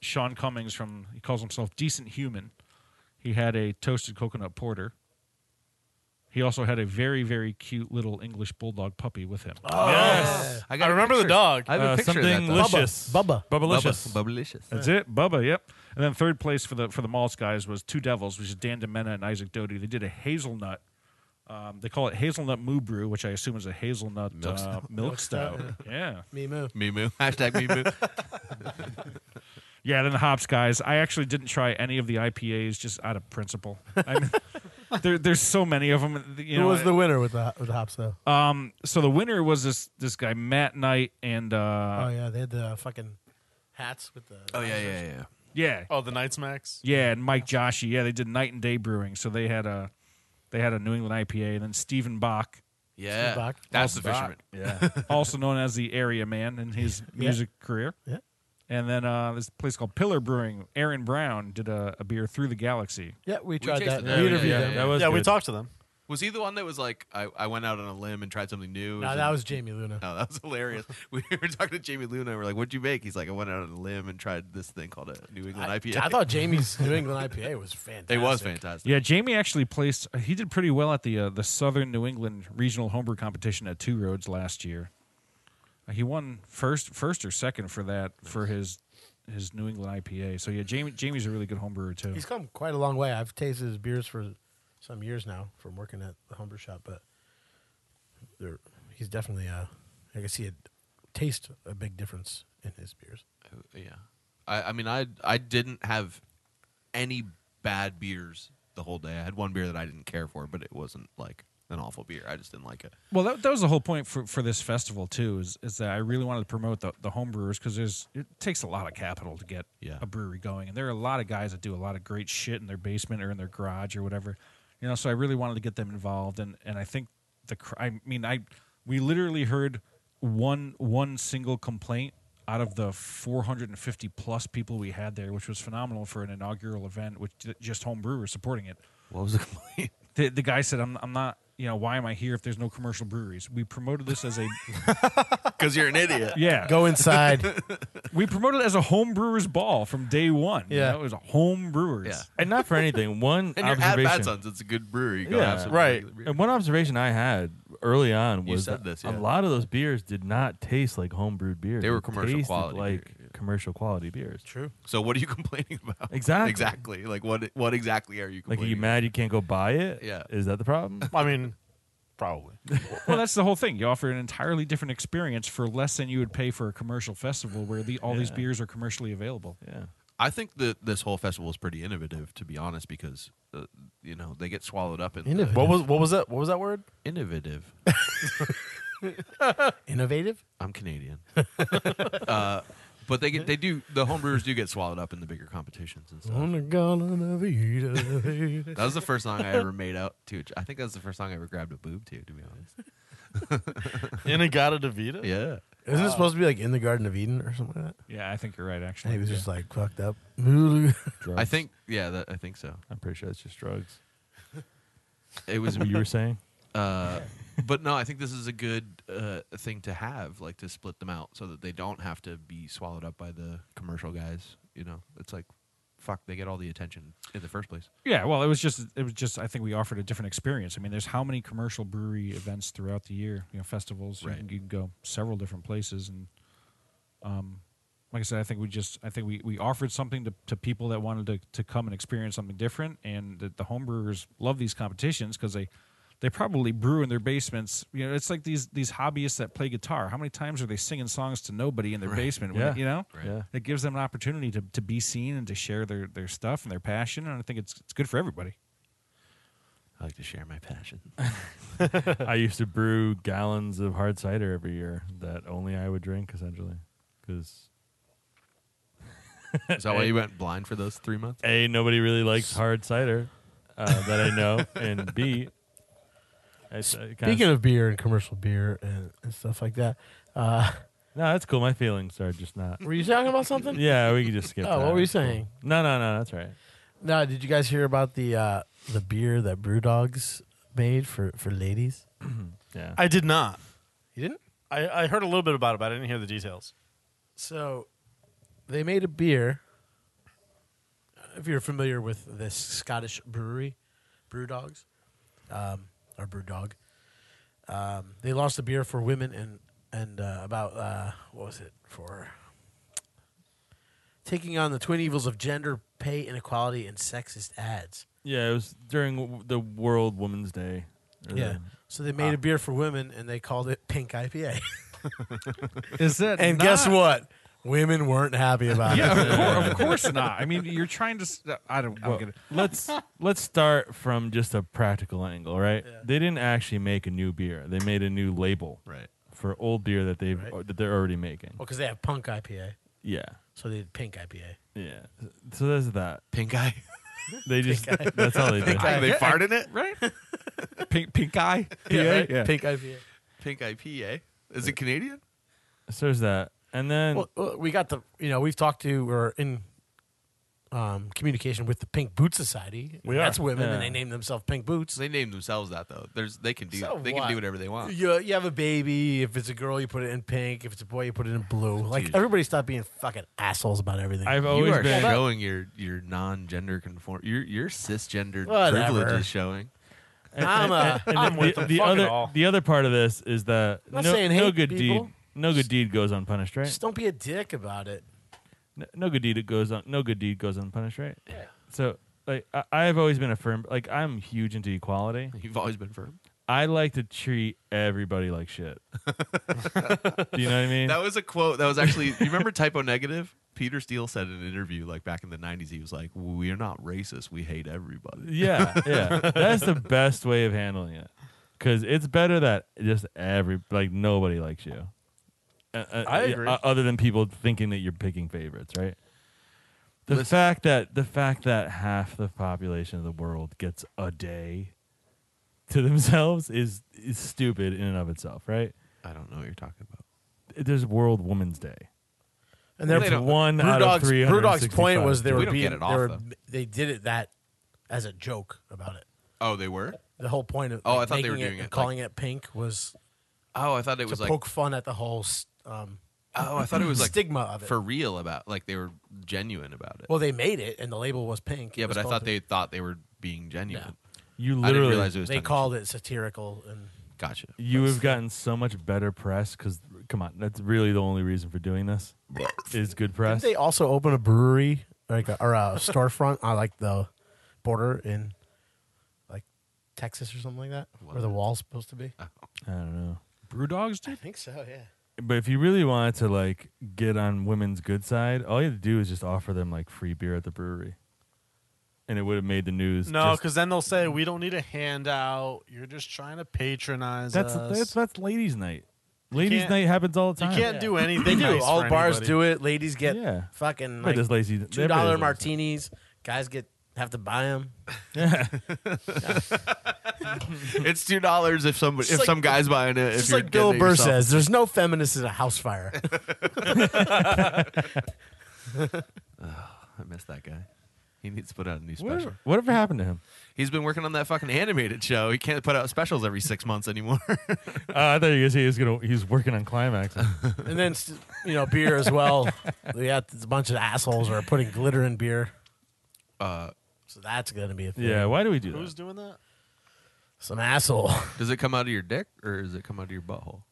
Speaker 5: Sean Cummings from he calls himself Decent Human. He had a toasted coconut porter. He also had a very very cute little English bulldog puppy with him.
Speaker 2: Ah.
Speaker 3: Oh.
Speaker 1: Yes.
Speaker 3: I,
Speaker 4: I
Speaker 3: a
Speaker 4: remember the
Speaker 3: picture.
Speaker 4: dog.
Speaker 3: I have a
Speaker 1: Uh,
Speaker 3: picture of that,
Speaker 1: something
Speaker 3: though.
Speaker 1: licious,
Speaker 2: Bubba.
Speaker 1: Bubbalicious.
Speaker 3: Bubba-
Speaker 2: (laughs)
Speaker 3: Bubbalicious.
Speaker 5: That's it, Bubba. Yep. And then third place for the for the Malls guys was Two Devils, which is Dan Demena and Isaac Doty. They did a hazelnut. Um, they call it hazelnut moo brew, which I assume is a hazelnut
Speaker 3: Milk
Speaker 5: milk, uh,
Speaker 3: stout.
Speaker 5: milk stout. (laughs) yeah.
Speaker 2: Me moo.
Speaker 3: Me moo. (laughs) Hashtag me
Speaker 2: (laughs)
Speaker 3: moo.
Speaker 5: Yeah, then the hops guys. I actually didn't try any of the IPAs just out of principle. I mean, there, there's so many of them. You
Speaker 2: Who
Speaker 5: know,
Speaker 2: was the winner with the with the hops
Speaker 3: Uh,
Speaker 2: though?
Speaker 5: um, so the winner was this this guy Matt Knight, and uh,
Speaker 2: oh yeah, they had the fucking hats with the.
Speaker 3: Oh yeah, yeah, yeah.
Speaker 5: yeah,
Speaker 4: Oh, the Knights Max.
Speaker 5: yeah, and Mike Joshi. Yeah, they did Night and Day Brewing, so they had a they had a New England IPA, and then Stephen Bach
Speaker 3: Yeah,
Speaker 2: Steve Bach.
Speaker 3: that's the
Speaker 1: Bach,
Speaker 3: fisherman.
Speaker 1: Yeah.
Speaker 5: also known as the Area Man in his music career.
Speaker 2: Yeah.
Speaker 5: And then uh, this place called Pillar Brewing. Aaron Brown did a, a beer through the galaxy.
Speaker 2: Yeah, we tried
Speaker 3: tasted
Speaker 2: that.
Speaker 3: that.
Speaker 2: We
Speaker 3: Yeah,
Speaker 2: interviewed
Speaker 3: yeah,
Speaker 2: them.
Speaker 1: that was
Speaker 4: yeah, we
Speaker 1: good.
Speaker 4: talked to them.
Speaker 3: Was he the one that was like, I, I went out on a limb and tried something new?
Speaker 2: No,
Speaker 3: Is
Speaker 2: that
Speaker 3: it-
Speaker 2: was Jamie
Speaker 3: (laughs)
Speaker 2: Luna.
Speaker 3: No, Oh, that was hilarious. We were talking to Jamie Luna. and We're like, "What'd you make?" He's like, "I went out on a limb and tried this thing called a New England
Speaker 2: I,
Speaker 3: IPA."
Speaker 2: I thought Jamie's New England IPA
Speaker 3: (laughs)
Speaker 2: was fantastic.
Speaker 3: it was fantastic.
Speaker 5: Yeah, Jamie actually placed. He did pretty well at the uh, the Southern New England Regional Homebrew Competition at Two Roads last year. Uh, he won first, first or second for that for his his New England IPA. So yeah, Jamie Jamie's a really good homebrewer too.
Speaker 2: He's come quite a long way. I've tasted his beers for some years now from working at the homebrew shop, but they're, he's definitely, uh, I can see a taste a big difference in his
Speaker 3: (laughs)
Speaker 2: beers.
Speaker 3: yeah. I, I mean, I I didn't have any bad beers the whole day. I had one beer that I didn't care for, but it wasn't like an awful beer. I just didn't like it.
Speaker 5: Well, that, that was the whole point for, for this festival too. Is is that I really wanted to promote the the homebrewers because there's it takes a lot of capital to get
Speaker 3: Yeah.
Speaker 5: a brewery going, and there are a lot of guys that do a lot of great shit in their basement or in their garage or whatever, you know. So I really wanted to get them involved, and and I think the cr- I mean I we literally heard one one single complaint out of the 450 plus people we had there, which was phenomenal for an inaugural event, which just home brewers supporting it
Speaker 3: What was the complaint?
Speaker 5: the, the guy said, I'm, I'm not, you know, why am I here if there's no commercial breweries? We promoted
Speaker 2: (laughs)
Speaker 5: this as a,
Speaker 3: Because you're an idiot.
Speaker 5: yeah,
Speaker 2: Go inside.
Speaker 3: (laughs)
Speaker 5: we promoted it as a home brewers ball from day one. you
Speaker 2: Yeah.
Speaker 5: know? it was a home brewers.
Speaker 3: Yeah.
Speaker 1: and not for
Speaker 3: (laughs)
Speaker 1: anything. One
Speaker 3: And you're at Bad
Speaker 1: observation.
Speaker 3: Sons. It's a good brewery. Go
Speaker 1: Yeah,
Speaker 3: have some
Speaker 4: right.
Speaker 3: regular beer.
Speaker 1: And one observation I had early on
Speaker 3: You
Speaker 1: was that
Speaker 3: said this,
Speaker 1: a
Speaker 3: yeah.
Speaker 1: lot of those beers did not taste like homebrewed beers.
Speaker 3: They were
Speaker 1: It
Speaker 3: commercial
Speaker 1: tasted
Speaker 3: quality
Speaker 1: like
Speaker 3: beer, yeah.
Speaker 1: commercial quality beers.
Speaker 2: True.
Speaker 3: So what are you (laughs) complaining about?
Speaker 1: Exactly.
Speaker 3: Exactly. Like what? What exactly are you
Speaker 1: Like, are
Speaker 3: complaining?
Speaker 1: you
Speaker 3: about?
Speaker 1: mad you can't go buy it?
Speaker 3: Yeah.
Speaker 1: Is that the problem?
Speaker 3: (laughs)
Speaker 4: I mean, probably.
Speaker 5: Well, that's the whole thing. You offer an entirely different experience for less than you would pay for a commercial festival where the, all these
Speaker 1: Yeah.
Speaker 5: beers are commercially available.
Speaker 1: yeah.
Speaker 3: I think that this whole festival is pretty innovative, to be honest, because uh, you know they get swallowed up in the-
Speaker 2: Innovative.
Speaker 4: What was what was that? What was
Speaker 3: (laughs)
Speaker 4: that word?
Speaker 3: innovative.
Speaker 2: Innovative?
Speaker 3: I'm (laughs) Canadian, uh, but they get they do the homebrewers do get swallowed up in the bigger competitions and stuff.
Speaker 2: Wanna go (laughs) on a (laughs) vida.
Speaker 3: That was the first song I (laughs) ever made out to. I think that's the first song I ever grabbed a boob to, to be honest.
Speaker 4: Inagata Davida.
Speaker 3: (laughs) Yeah,
Speaker 2: Isn't it supposed to be like in the Garden of Eden or something like that?
Speaker 5: Yeah, I think you're right,
Speaker 2: And
Speaker 5: actually.
Speaker 2: he was just
Speaker 5: Yeah.
Speaker 2: like fucked up. (laughs)
Speaker 1: Drugs.
Speaker 3: I think yeah, that, I think so.
Speaker 1: I'm pretty sure it's just
Speaker 3: (laughs)
Speaker 1: drugs.
Speaker 3: It was (laughs)
Speaker 1: Is what you were saying?
Speaker 3: Uh, but no, I think this is a good uh, thing to have, like to split them out so that they don't have to be swallowed up by the commercial guys. You know, it's like, fuck, they get all the attention in the first place.
Speaker 5: Yeah, well, it was just it was just I think we offered a different experience. I mean, there's how many commercial brewery events throughout the year, you know, festivals. You,
Speaker 3: Right.
Speaker 5: can, you can go several different places, and um, like I said, I think we just I think we, we offered something to, to people that wanted to, to come and experience something different, and the, the home brewers love these competitions because they they probably brew in their basements. You know, it's like these these hobbyists that play guitar. How many times are they singing songs to nobody in their
Speaker 3: Right.
Speaker 5: basement? when-
Speaker 1: Yeah.
Speaker 5: you know
Speaker 3: Right.
Speaker 1: Yeah.
Speaker 5: it gives them an opportunity to, to be seen and to share their, their stuff and their passion and i think it's, it's good for everybody
Speaker 3: I like to share my passion. (laughs)
Speaker 1: I used to brew gallons of hard cider every year that only I would drink, essentially, because
Speaker 3: Is that (laughs) why you went blind for those three months?
Speaker 1: a nobody really likes
Speaker 3: (laughs)
Speaker 1: hard cider uh, that I know, and b it's, uh, kinda-
Speaker 2: Speaking of beer and commercial beer and, and stuff like that, uh, (laughs)
Speaker 1: no, that's cool. My feelings are just not.
Speaker 2: were you talking about something?
Speaker 1: Yeah, we can just skip.
Speaker 2: (laughs) Oh,
Speaker 1: that.
Speaker 2: what were you saying?
Speaker 1: No, no, no. That's right.
Speaker 2: No, did you guys hear about the uh, the beer that Brew Dogs made for, for ladies?
Speaker 1: Yeah.
Speaker 4: I did not.
Speaker 2: You didn't?
Speaker 4: I, I heard a little bit about it, but I didn't hear the details.
Speaker 2: So they made a beer. If you're familiar with this Scottish brewery, Brew Dogs, um, or Brew Dog, um, they launched a beer for women and and uh, about uh, what was it for taking on the twin evils of gender pay inequality and sexist ads.
Speaker 1: yeah, it was during w- the World Women's Day. or
Speaker 2: Yeah. Ah.
Speaker 1: the-
Speaker 2: So they made a beer for women and they called it Pink IPA.
Speaker 5: Is (laughs)
Speaker 2: (laughs)
Speaker 5: that
Speaker 2: and guess what? Women weren't happy about
Speaker 5: Yeah,
Speaker 2: it. (laughs)
Speaker 5: of (laughs) course, of course not. I mean, you're trying to. s- uh, I don't. I
Speaker 1: Well,
Speaker 5: don't get it.
Speaker 2: (laughs)
Speaker 1: let's let's start from just a practical angle, right?
Speaker 2: Yeah.
Speaker 1: They didn't actually make a new beer; they made a new label
Speaker 3: Right.
Speaker 1: for old beer that they've
Speaker 2: Right.
Speaker 1: or that they're already making.
Speaker 2: Well, because they have Punk IPA,
Speaker 1: Yeah,
Speaker 2: so they did Pink IPA.
Speaker 1: yeah. So there's that.
Speaker 3: Pink eye.
Speaker 2: (laughs)
Speaker 1: They just that's all they do.
Speaker 3: Like they fart in it, right?
Speaker 5: (laughs) Pink pink eye.
Speaker 2: Yeah,
Speaker 5: PA?
Speaker 2: right?
Speaker 5: Yeah.
Speaker 2: Pink IPA.
Speaker 3: Pink IPA. Is it Canadian?
Speaker 1: So there's that. And then
Speaker 2: Well, well, we got the you know we've talked to we're in um, communication with the Pink Boot Society.
Speaker 4: We
Speaker 2: That's
Speaker 4: are.
Speaker 2: women, and
Speaker 1: Yeah.
Speaker 2: they name themselves Pink Boots.
Speaker 3: They name themselves that though. There's they can do
Speaker 2: So
Speaker 3: they can
Speaker 2: what?
Speaker 3: do whatever they want.
Speaker 2: You, you have a baby. If it's a girl, you put it in pink. If it's a boy, you put it in blue. Like everybody, stop being fucking assholes about everything.
Speaker 1: I've
Speaker 3: You
Speaker 1: always
Speaker 3: are
Speaker 1: been
Speaker 3: showing your your non gender conform your your cisgender
Speaker 2: Whatever.
Speaker 3: privilege is showing.
Speaker 2: I'm a-
Speaker 1: and
Speaker 4: I'm
Speaker 1: the,
Speaker 4: with
Speaker 1: the,
Speaker 4: them.
Speaker 1: the
Speaker 4: Fuck it
Speaker 1: other
Speaker 4: all.
Speaker 1: the other part of this is that
Speaker 2: I'm not
Speaker 1: no,
Speaker 2: saying
Speaker 1: no
Speaker 2: hate
Speaker 1: good
Speaker 2: people.
Speaker 1: deed no good deed goes unpunished, right?
Speaker 2: Just don't be a dick about it.
Speaker 1: N- no good deed goes on no good deed goes unpunished right so like I, i've always been a firm like i'm huge into equality
Speaker 3: You've always been firm.
Speaker 1: i like to treat everybody like
Speaker 2: (laughs)
Speaker 1: shit do you know what i mean
Speaker 3: That was a quote that was actually you remember typo negative? Peter Steele said in an interview like back in the nineties, he was like, We're not racist, we hate everybody.
Speaker 1: yeah yeah that's
Speaker 2: (laughs)
Speaker 1: the best way of handling it because it's better that just every like nobody likes you Uh, uh,
Speaker 4: I
Speaker 1: yeah,
Speaker 4: agree.
Speaker 1: o- other than people thinking that you're picking favorites right the
Speaker 3: Listen-
Speaker 1: fact that the fact that half the population of the world gets a day to themselves is is stupid in and of itself right
Speaker 3: I don't know what you're talking about.
Speaker 1: there's world women's day
Speaker 2: And
Speaker 3: They
Speaker 2: their
Speaker 3: don't-
Speaker 1: one out of
Speaker 2: Brewdog's,
Speaker 1: 365
Speaker 2: Brewdog's point was they
Speaker 1: days.
Speaker 2: were
Speaker 3: We don't
Speaker 2: being
Speaker 3: get it off,
Speaker 2: they, were,
Speaker 3: though.
Speaker 2: they did it that as a joke about it.
Speaker 3: Oh, they were?
Speaker 2: The whole point of
Speaker 3: Oh, I
Speaker 2: like,
Speaker 3: thought they were
Speaker 2: making
Speaker 3: doing
Speaker 2: and
Speaker 3: it,
Speaker 2: calling it pink was
Speaker 3: Oh, I thought it
Speaker 2: to
Speaker 3: was like
Speaker 2: poke fun at the whole s- um,
Speaker 3: Oh, I thought it was like
Speaker 2: stigma of it.
Speaker 3: for real about like they were genuine about it.
Speaker 2: well, they made it, and the label was pink. It
Speaker 3: yeah, but
Speaker 2: was
Speaker 3: I
Speaker 2: called
Speaker 3: thought
Speaker 2: pink.
Speaker 3: they thought they were being genuine.
Speaker 2: No.
Speaker 1: you
Speaker 3: I didn't
Speaker 1: literally
Speaker 3: realize it was
Speaker 2: they
Speaker 3: tongue-in-cheek.
Speaker 2: called it satirical and
Speaker 3: (laughs) Gotcha.
Speaker 1: you have gotten so much better press because come on that's really the only reason for doing this is good press
Speaker 2: Didn't they also open a brewery like a, or (laughs) a storefront on like the border in like Texas or something like that, where the wall's supposed to be?
Speaker 3: Uh.
Speaker 1: i don't know
Speaker 5: Brew dogs, dude.
Speaker 2: think so. Yeah.
Speaker 1: But if you really wanted to like get on women's good side, all you had to do is just offer them like free beer at the brewery, and it would have made the news.
Speaker 4: No,
Speaker 1: just-
Speaker 4: because then they'll say we don't need a handout. You're just trying to patronize
Speaker 1: that's,
Speaker 4: us.
Speaker 1: that's that's ladies' night. Ladies'
Speaker 4: can't-
Speaker 1: night happens all the
Speaker 4: you
Speaker 1: time.
Speaker 4: can't do anything.
Speaker 2: They do.
Speaker 4: nice
Speaker 2: All
Speaker 4: for
Speaker 2: bars
Speaker 4: anybody.
Speaker 2: do it. Ladies get
Speaker 1: Yeah.
Speaker 2: fucking
Speaker 1: Everybody
Speaker 2: like,
Speaker 1: does lazy.
Speaker 2: two
Speaker 1: everybody
Speaker 2: dollar
Speaker 1: does lazy-
Speaker 2: martinis. Guys get have to buy them.
Speaker 3: It's two dollars if somebody
Speaker 2: Just
Speaker 3: if
Speaker 2: like-
Speaker 3: some guy's buying it.
Speaker 2: It's
Speaker 3: if
Speaker 2: just
Speaker 3: you're
Speaker 2: like Bill
Speaker 3: getting it
Speaker 2: Burr
Speaker 3: yourself.
Speaker 2: says, "There's no feminists at a house fire."
Speaker 3: I miss that guy. He needs to put out a new special.
Speaker 1: Whatever, whatever happened to him?
Speaker 3: He's been working on that fucking animated show. He can't put out specials every six months anymore. (laughs)
Speaker 1: Uh, I thought you guys he was gonna. He was working on climax.
Speaker 2: and then st- you know beer as well. yeah, it's a bunch of assholes are putting glitter in beer.
Speaker 3: Uh,
Speaker 2: So that's gonna be a thing.
Speaker 1: yeah. Why do we do
Speaker 4: Who's
Speaker 1: that?
Speaker 4: doing that?
Speaker 2: some asshole.
Speaker 3: does it come out of your dick or does it come out of your butthole?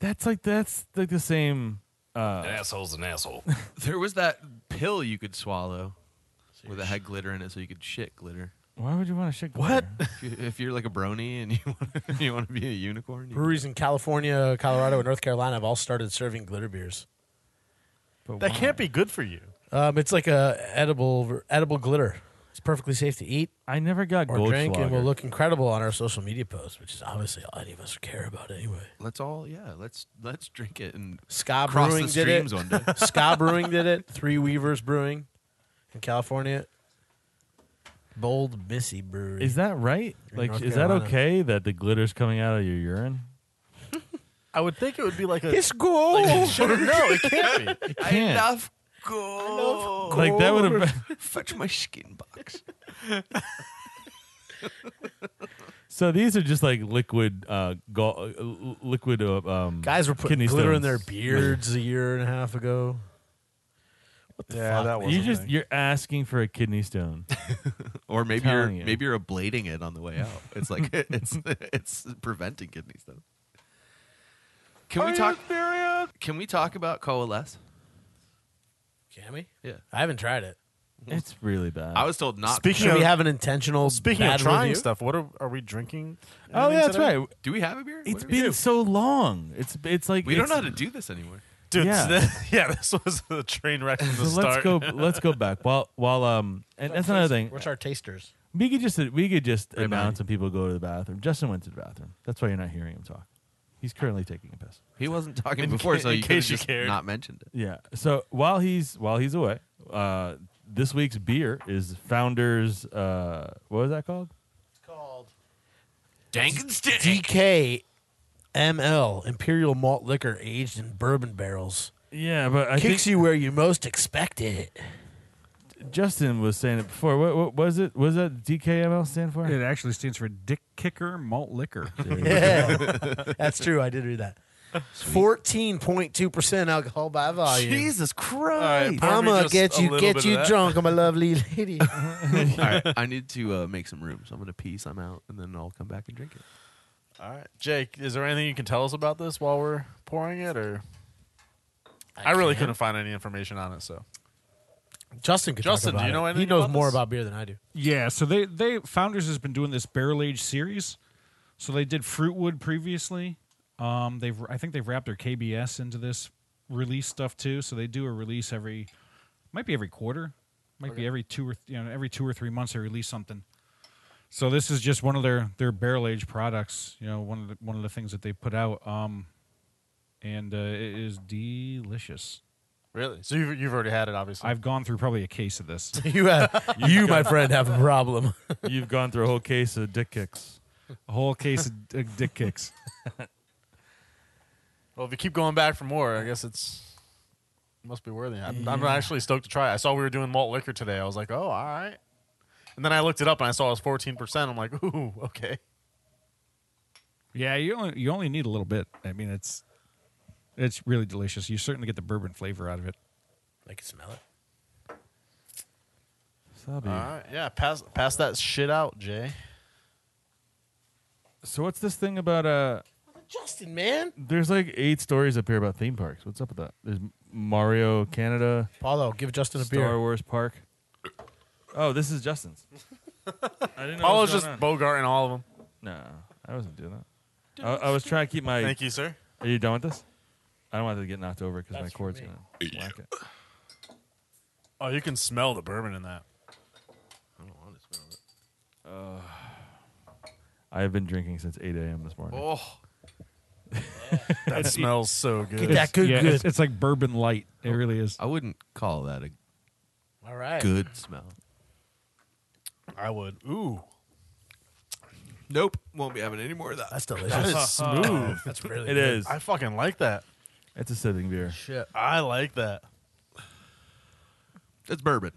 Speaker 1: That's like that's like the same. Uh,
Speaker 4: (laughs) asshole's an asshole.
Speaker 3: There was that pill you could swallow with that had glitter in it, so you could shit glitter.
Speaker 1: why would you want to shit? What?
Speaker 3: If, you, if you're like a brony and you (laughs) want you want to be a unicorn, you
Speaker 2: Breweries in California, Colorado, and North Carolina have all started serving glitter beers.
Speaker 4: That can't be good for you.
Speaker 2: Um, it's like a edible ver- edible glitter. It's perfectly safe to eat
Speaker 1: I never got
Speaker 2: or
Speaker 1: gold
Speaker 2: drink, and will look incredible on our social media posts, which is obviously all any of us care about anyway.
Speaker 3: let's all yeah, let's let's drink it and
Speaker 2: Ska
Speaker 3: cross
Speaker 2: Brewing
Speaker 3: the
Speaker 2: did it.
Speaker 3: streams one day.
Speaker 2: (laughs) Ska Brewing did it. Three Weavers Brewing in California. Bold Missy Brewery.
Speaker 1: Is that right?
Speaker 2: In
Speaker 1: like,
Speaker 2: North
Speaker 1: is that
Speaker 2: Carolina.
Speaker 1: okay that the glitter's coming out of your urine?
Speaker 4: I would think it would be like
Speaker 2: (laughs)
Speaker 4: a.
Speaker 2: it's gold?
Speaker 4: It shouldn't- no, it can't be.
Speaker 1: It can't.
Speaker 3: Enough gold.
Speaker 1: Like
Speaker 2: Oh,
Speaker 1: that would have.
Speaker 3: (laughs) Fetch my skin box.
Speaker 1: (laughs) So these are just like liquid, uh, gall, uh, l- liquid. Uh, um,
Speaker 2: Guys were putting
Speaker 1: kidney
Speaker 2: glitter in
Speaker 1: stones.
Speaker 2: their beards a year and a half ago. What the
Speaker 4: Yeah,
Speaker 2: fuck?
Speaker 4: that was.
Speaker 1: You just you're asking for a kidney
Speaker 3: (laughs)
Speaker 1: stone.
Speaker 3: (laughs) Or maybe
Speaker 1: Telling
Speaker 3: you're
Speaker 1: you.
Speaker 3: maybe you're ablating it on the way out. It's (laughs) like it's it's preventing kidney stones. Can we talk? Can we talk about coalesce?
Speaker 2: Can we?
Speaker 3: Yeah,
Speaker 2: I haven't tried it.
Speaker 1: it's really bad.
Speaker 3: I was told not.
Speaker 4: Speaking
Speaker 2: Should
Speaker 4: of
Speaker 2: we have an intentional
Speaker 4: speaking of
Speaker 2: bad
Speaker 4: trying
Speaker 2: review?
Speaker 4: stuff, what are, are we drinking?
Speaker 1: oh
Speaker 4: anything
Speaker 1: yeah, that's
Speaker 4: today?
Speaker 1: right.
Speaker 3: do we have a beer?
Speaker 1: It's
Speaker 3: What do we
Speaker 1: been
Speaker 3: do?
Speaker 1: so long. It's it's like
Speaker 3: We don't know
Speaker 1: it's-
Speaker 3: how to do this anymore.
Speaker 4: dude.
Speaker 1: Yeah.
Speaker 4: This, (laughs) yeah, this was a train wreck from the
Speaker 1: So let's
Speaker 3: (laughs)
Speaker 4: start.
Speaker 1: go. Let's go back. While while um, and that's another thing.
Speaker 2: What's our tasters?
Speaker 1: We could just we could just
Speaker 3: Right behind
Speaker 1: announce
Speaker 3: you.
Speaker 1: when people go to the bathroom. Justin went to the bathroom. That's why you're not hearing him talk. He's currently taking a piss.
Speaker 3: He wasn't talking
Speaker 4: In
Speaker 3: before,
Speaker 4: ca-
Speaker 3: so
Speaker 4: in
Speaker 3: you could
Speaker 4: case you
Speaker 3: just
Speaker 4: cared.
Speaker 3: not mentioned it.
Speaker 1: Yeah. So while he's while he's away, uh, this week's beer is Founders. Uh, what was that called?
Speaker 4: called.
Speaker 3: Dank and stink.
Speaker 2: DK ML Imperial Malt Liquor aged in bourbon barrels.
Speaker 1: Yeah, but I
Speaker 2: Kicks
Speaker 1: think
Speaker 2: you where you most expect it.
Speaker 1: Justin was saying it before. What, what was it? Was that DKML stand for?
Speaker 5: It actually stands for Dick Kicker Malt Liquor.
Speaker 2: Yeah. That's true. I did read that. 14.2% alcohol by volume.
Speaker 3: Jesus
Speaker 4: right,
Speaker 3: Christ!
Speaker 4: pour
Speaker 2: I'm
Speaker 4: me
Speaker 2: gonna
Speaker 4: just
Speaker 2: get
Speaker 4: a
Speaker 2: you
Speaker 4: little
Speaker 2: get
Speaker 4: bit of
Speaker 2: you
Speaker 4: that.
Speaker 2: drunk. I'm a lovely lady.
Speaker 3: All right, I need to uh, make some room, so I'm gonna pee some out, and then I'll come back and drink it.
Speaker 4: All right, Jake. Is there anything you can tell us about this while we're pouring it, or I, really couldn't find any information on it. So
Speaker 2: (laughs) Justin could talk
Speaker 4: Justin, do
Speaker 2: about
Speaker 4: you know
Speaker 2: it. He
Speaker 4: anything
Speaker 2: knows
Speaker 4: about
Speaker 2: more
Speaker 4: this?
Speaker 2: about beer than I do.
Speaker 5: yeah, so they they Founders has been doing this barrel age series. So they did Fruitwood previously. Um, they've I think they've wrapped their KBS into this release stuff too. So they do a release every might be every quarter, might be every two or th- you know every two or three months they release something. So this is just one of their their barrel aged products. You know one of the, one of the things that they put out. Um, and uh, it is delicious.
Speaker 4: really, so you've you've already had it, obviously.
Speaker 5: I've gone through probably a case of this.
Speaker 2: (laughs) You
Speaker 4: (laughs)
Speaker 2: have you, my friend, have a (laughs) problem.
Speaker 1: (laughs) You've gone through a whole case of dick kicks.
Speaker 5: A whole case of d- dick kicks.
Speaker 4: well, if you keep going back for more, I guess it's it must be worthy. I'm, I'm actually stoked to try. it. I saw we were doing malt liquor today. I was like, oh, all right. And then I looked it up and I saw it was 14. percent I'm like, ooh, okay.
Speaker 5: Yeah, you only you only need a little bit. I mean, it's it's really delicious. You certainly get the bourbon flavor out of it.
Speaker 2: I can smell it.
Speaker 1: So, that'll be-
Speaker 4: All right, yeah. Pass pass that shit out, Jay.
Speaker 1: so what's this thing about? Uh,
Speaker 2: Justin, man.
Speaker 1: there's like eight stories up here about theme parks. What's up with that? There's Mario Canada,
Speaker 2: Paulo, give Justin a
Speaker 1: Star
Speaker 2: beer.
Speaker 1: Wars Park. Oh, this is (laughs) Justin's. I didn't know. what was
Speaker 4: Paulo's just
Speaker 1: going on.
Speaker 4: Bogart and all of them.
Speaker 1: No, I wasn't doing that. I, I was trying to keep my.
Speaker 4: Thank you, sir.
Speaker 1: Are you done with this? I don't want it to get knocked over because my
Speaker 2: That's for
Speaker 1: cord's
Speaker 2: me.
Speaker 1: gonna whack it.
Speaker 4: Oh, you can smell the bourbon in that.
Speaker 3: I don't want to smell it.
Speaker 1: I have been drinking since 8 a.m. this morning.
Speaker 4: Oh, (laughs) that smells so good.
Speaker 2: That good,
Speaker 5: yeah,
Speaker 2: good.
Speaker 5: It's, it's like bourbon light. It really is.
Speaker 3: I wouldn't call that a
Speaker 2: All right.
Speaker 3: good smell.
Speaker 4: I would. Ooh,
Speaker 3: Nope, won't be having any more of
Speaker 2: (laughs)
Speaker 3: that.
Speaker 2: That's delicious.
Speaker 4: that (laughs) is smooth.
Speaker 2: That's really
Speaker 1: It
Speaker 2: good.
Speaker 1: is.
Speaker 4: I fucking like that.
Speaker 1: It's a sipping beer.
Speaker 2: Shit.
Speaker 4: I like that.
Speaker 3: It's bourbon.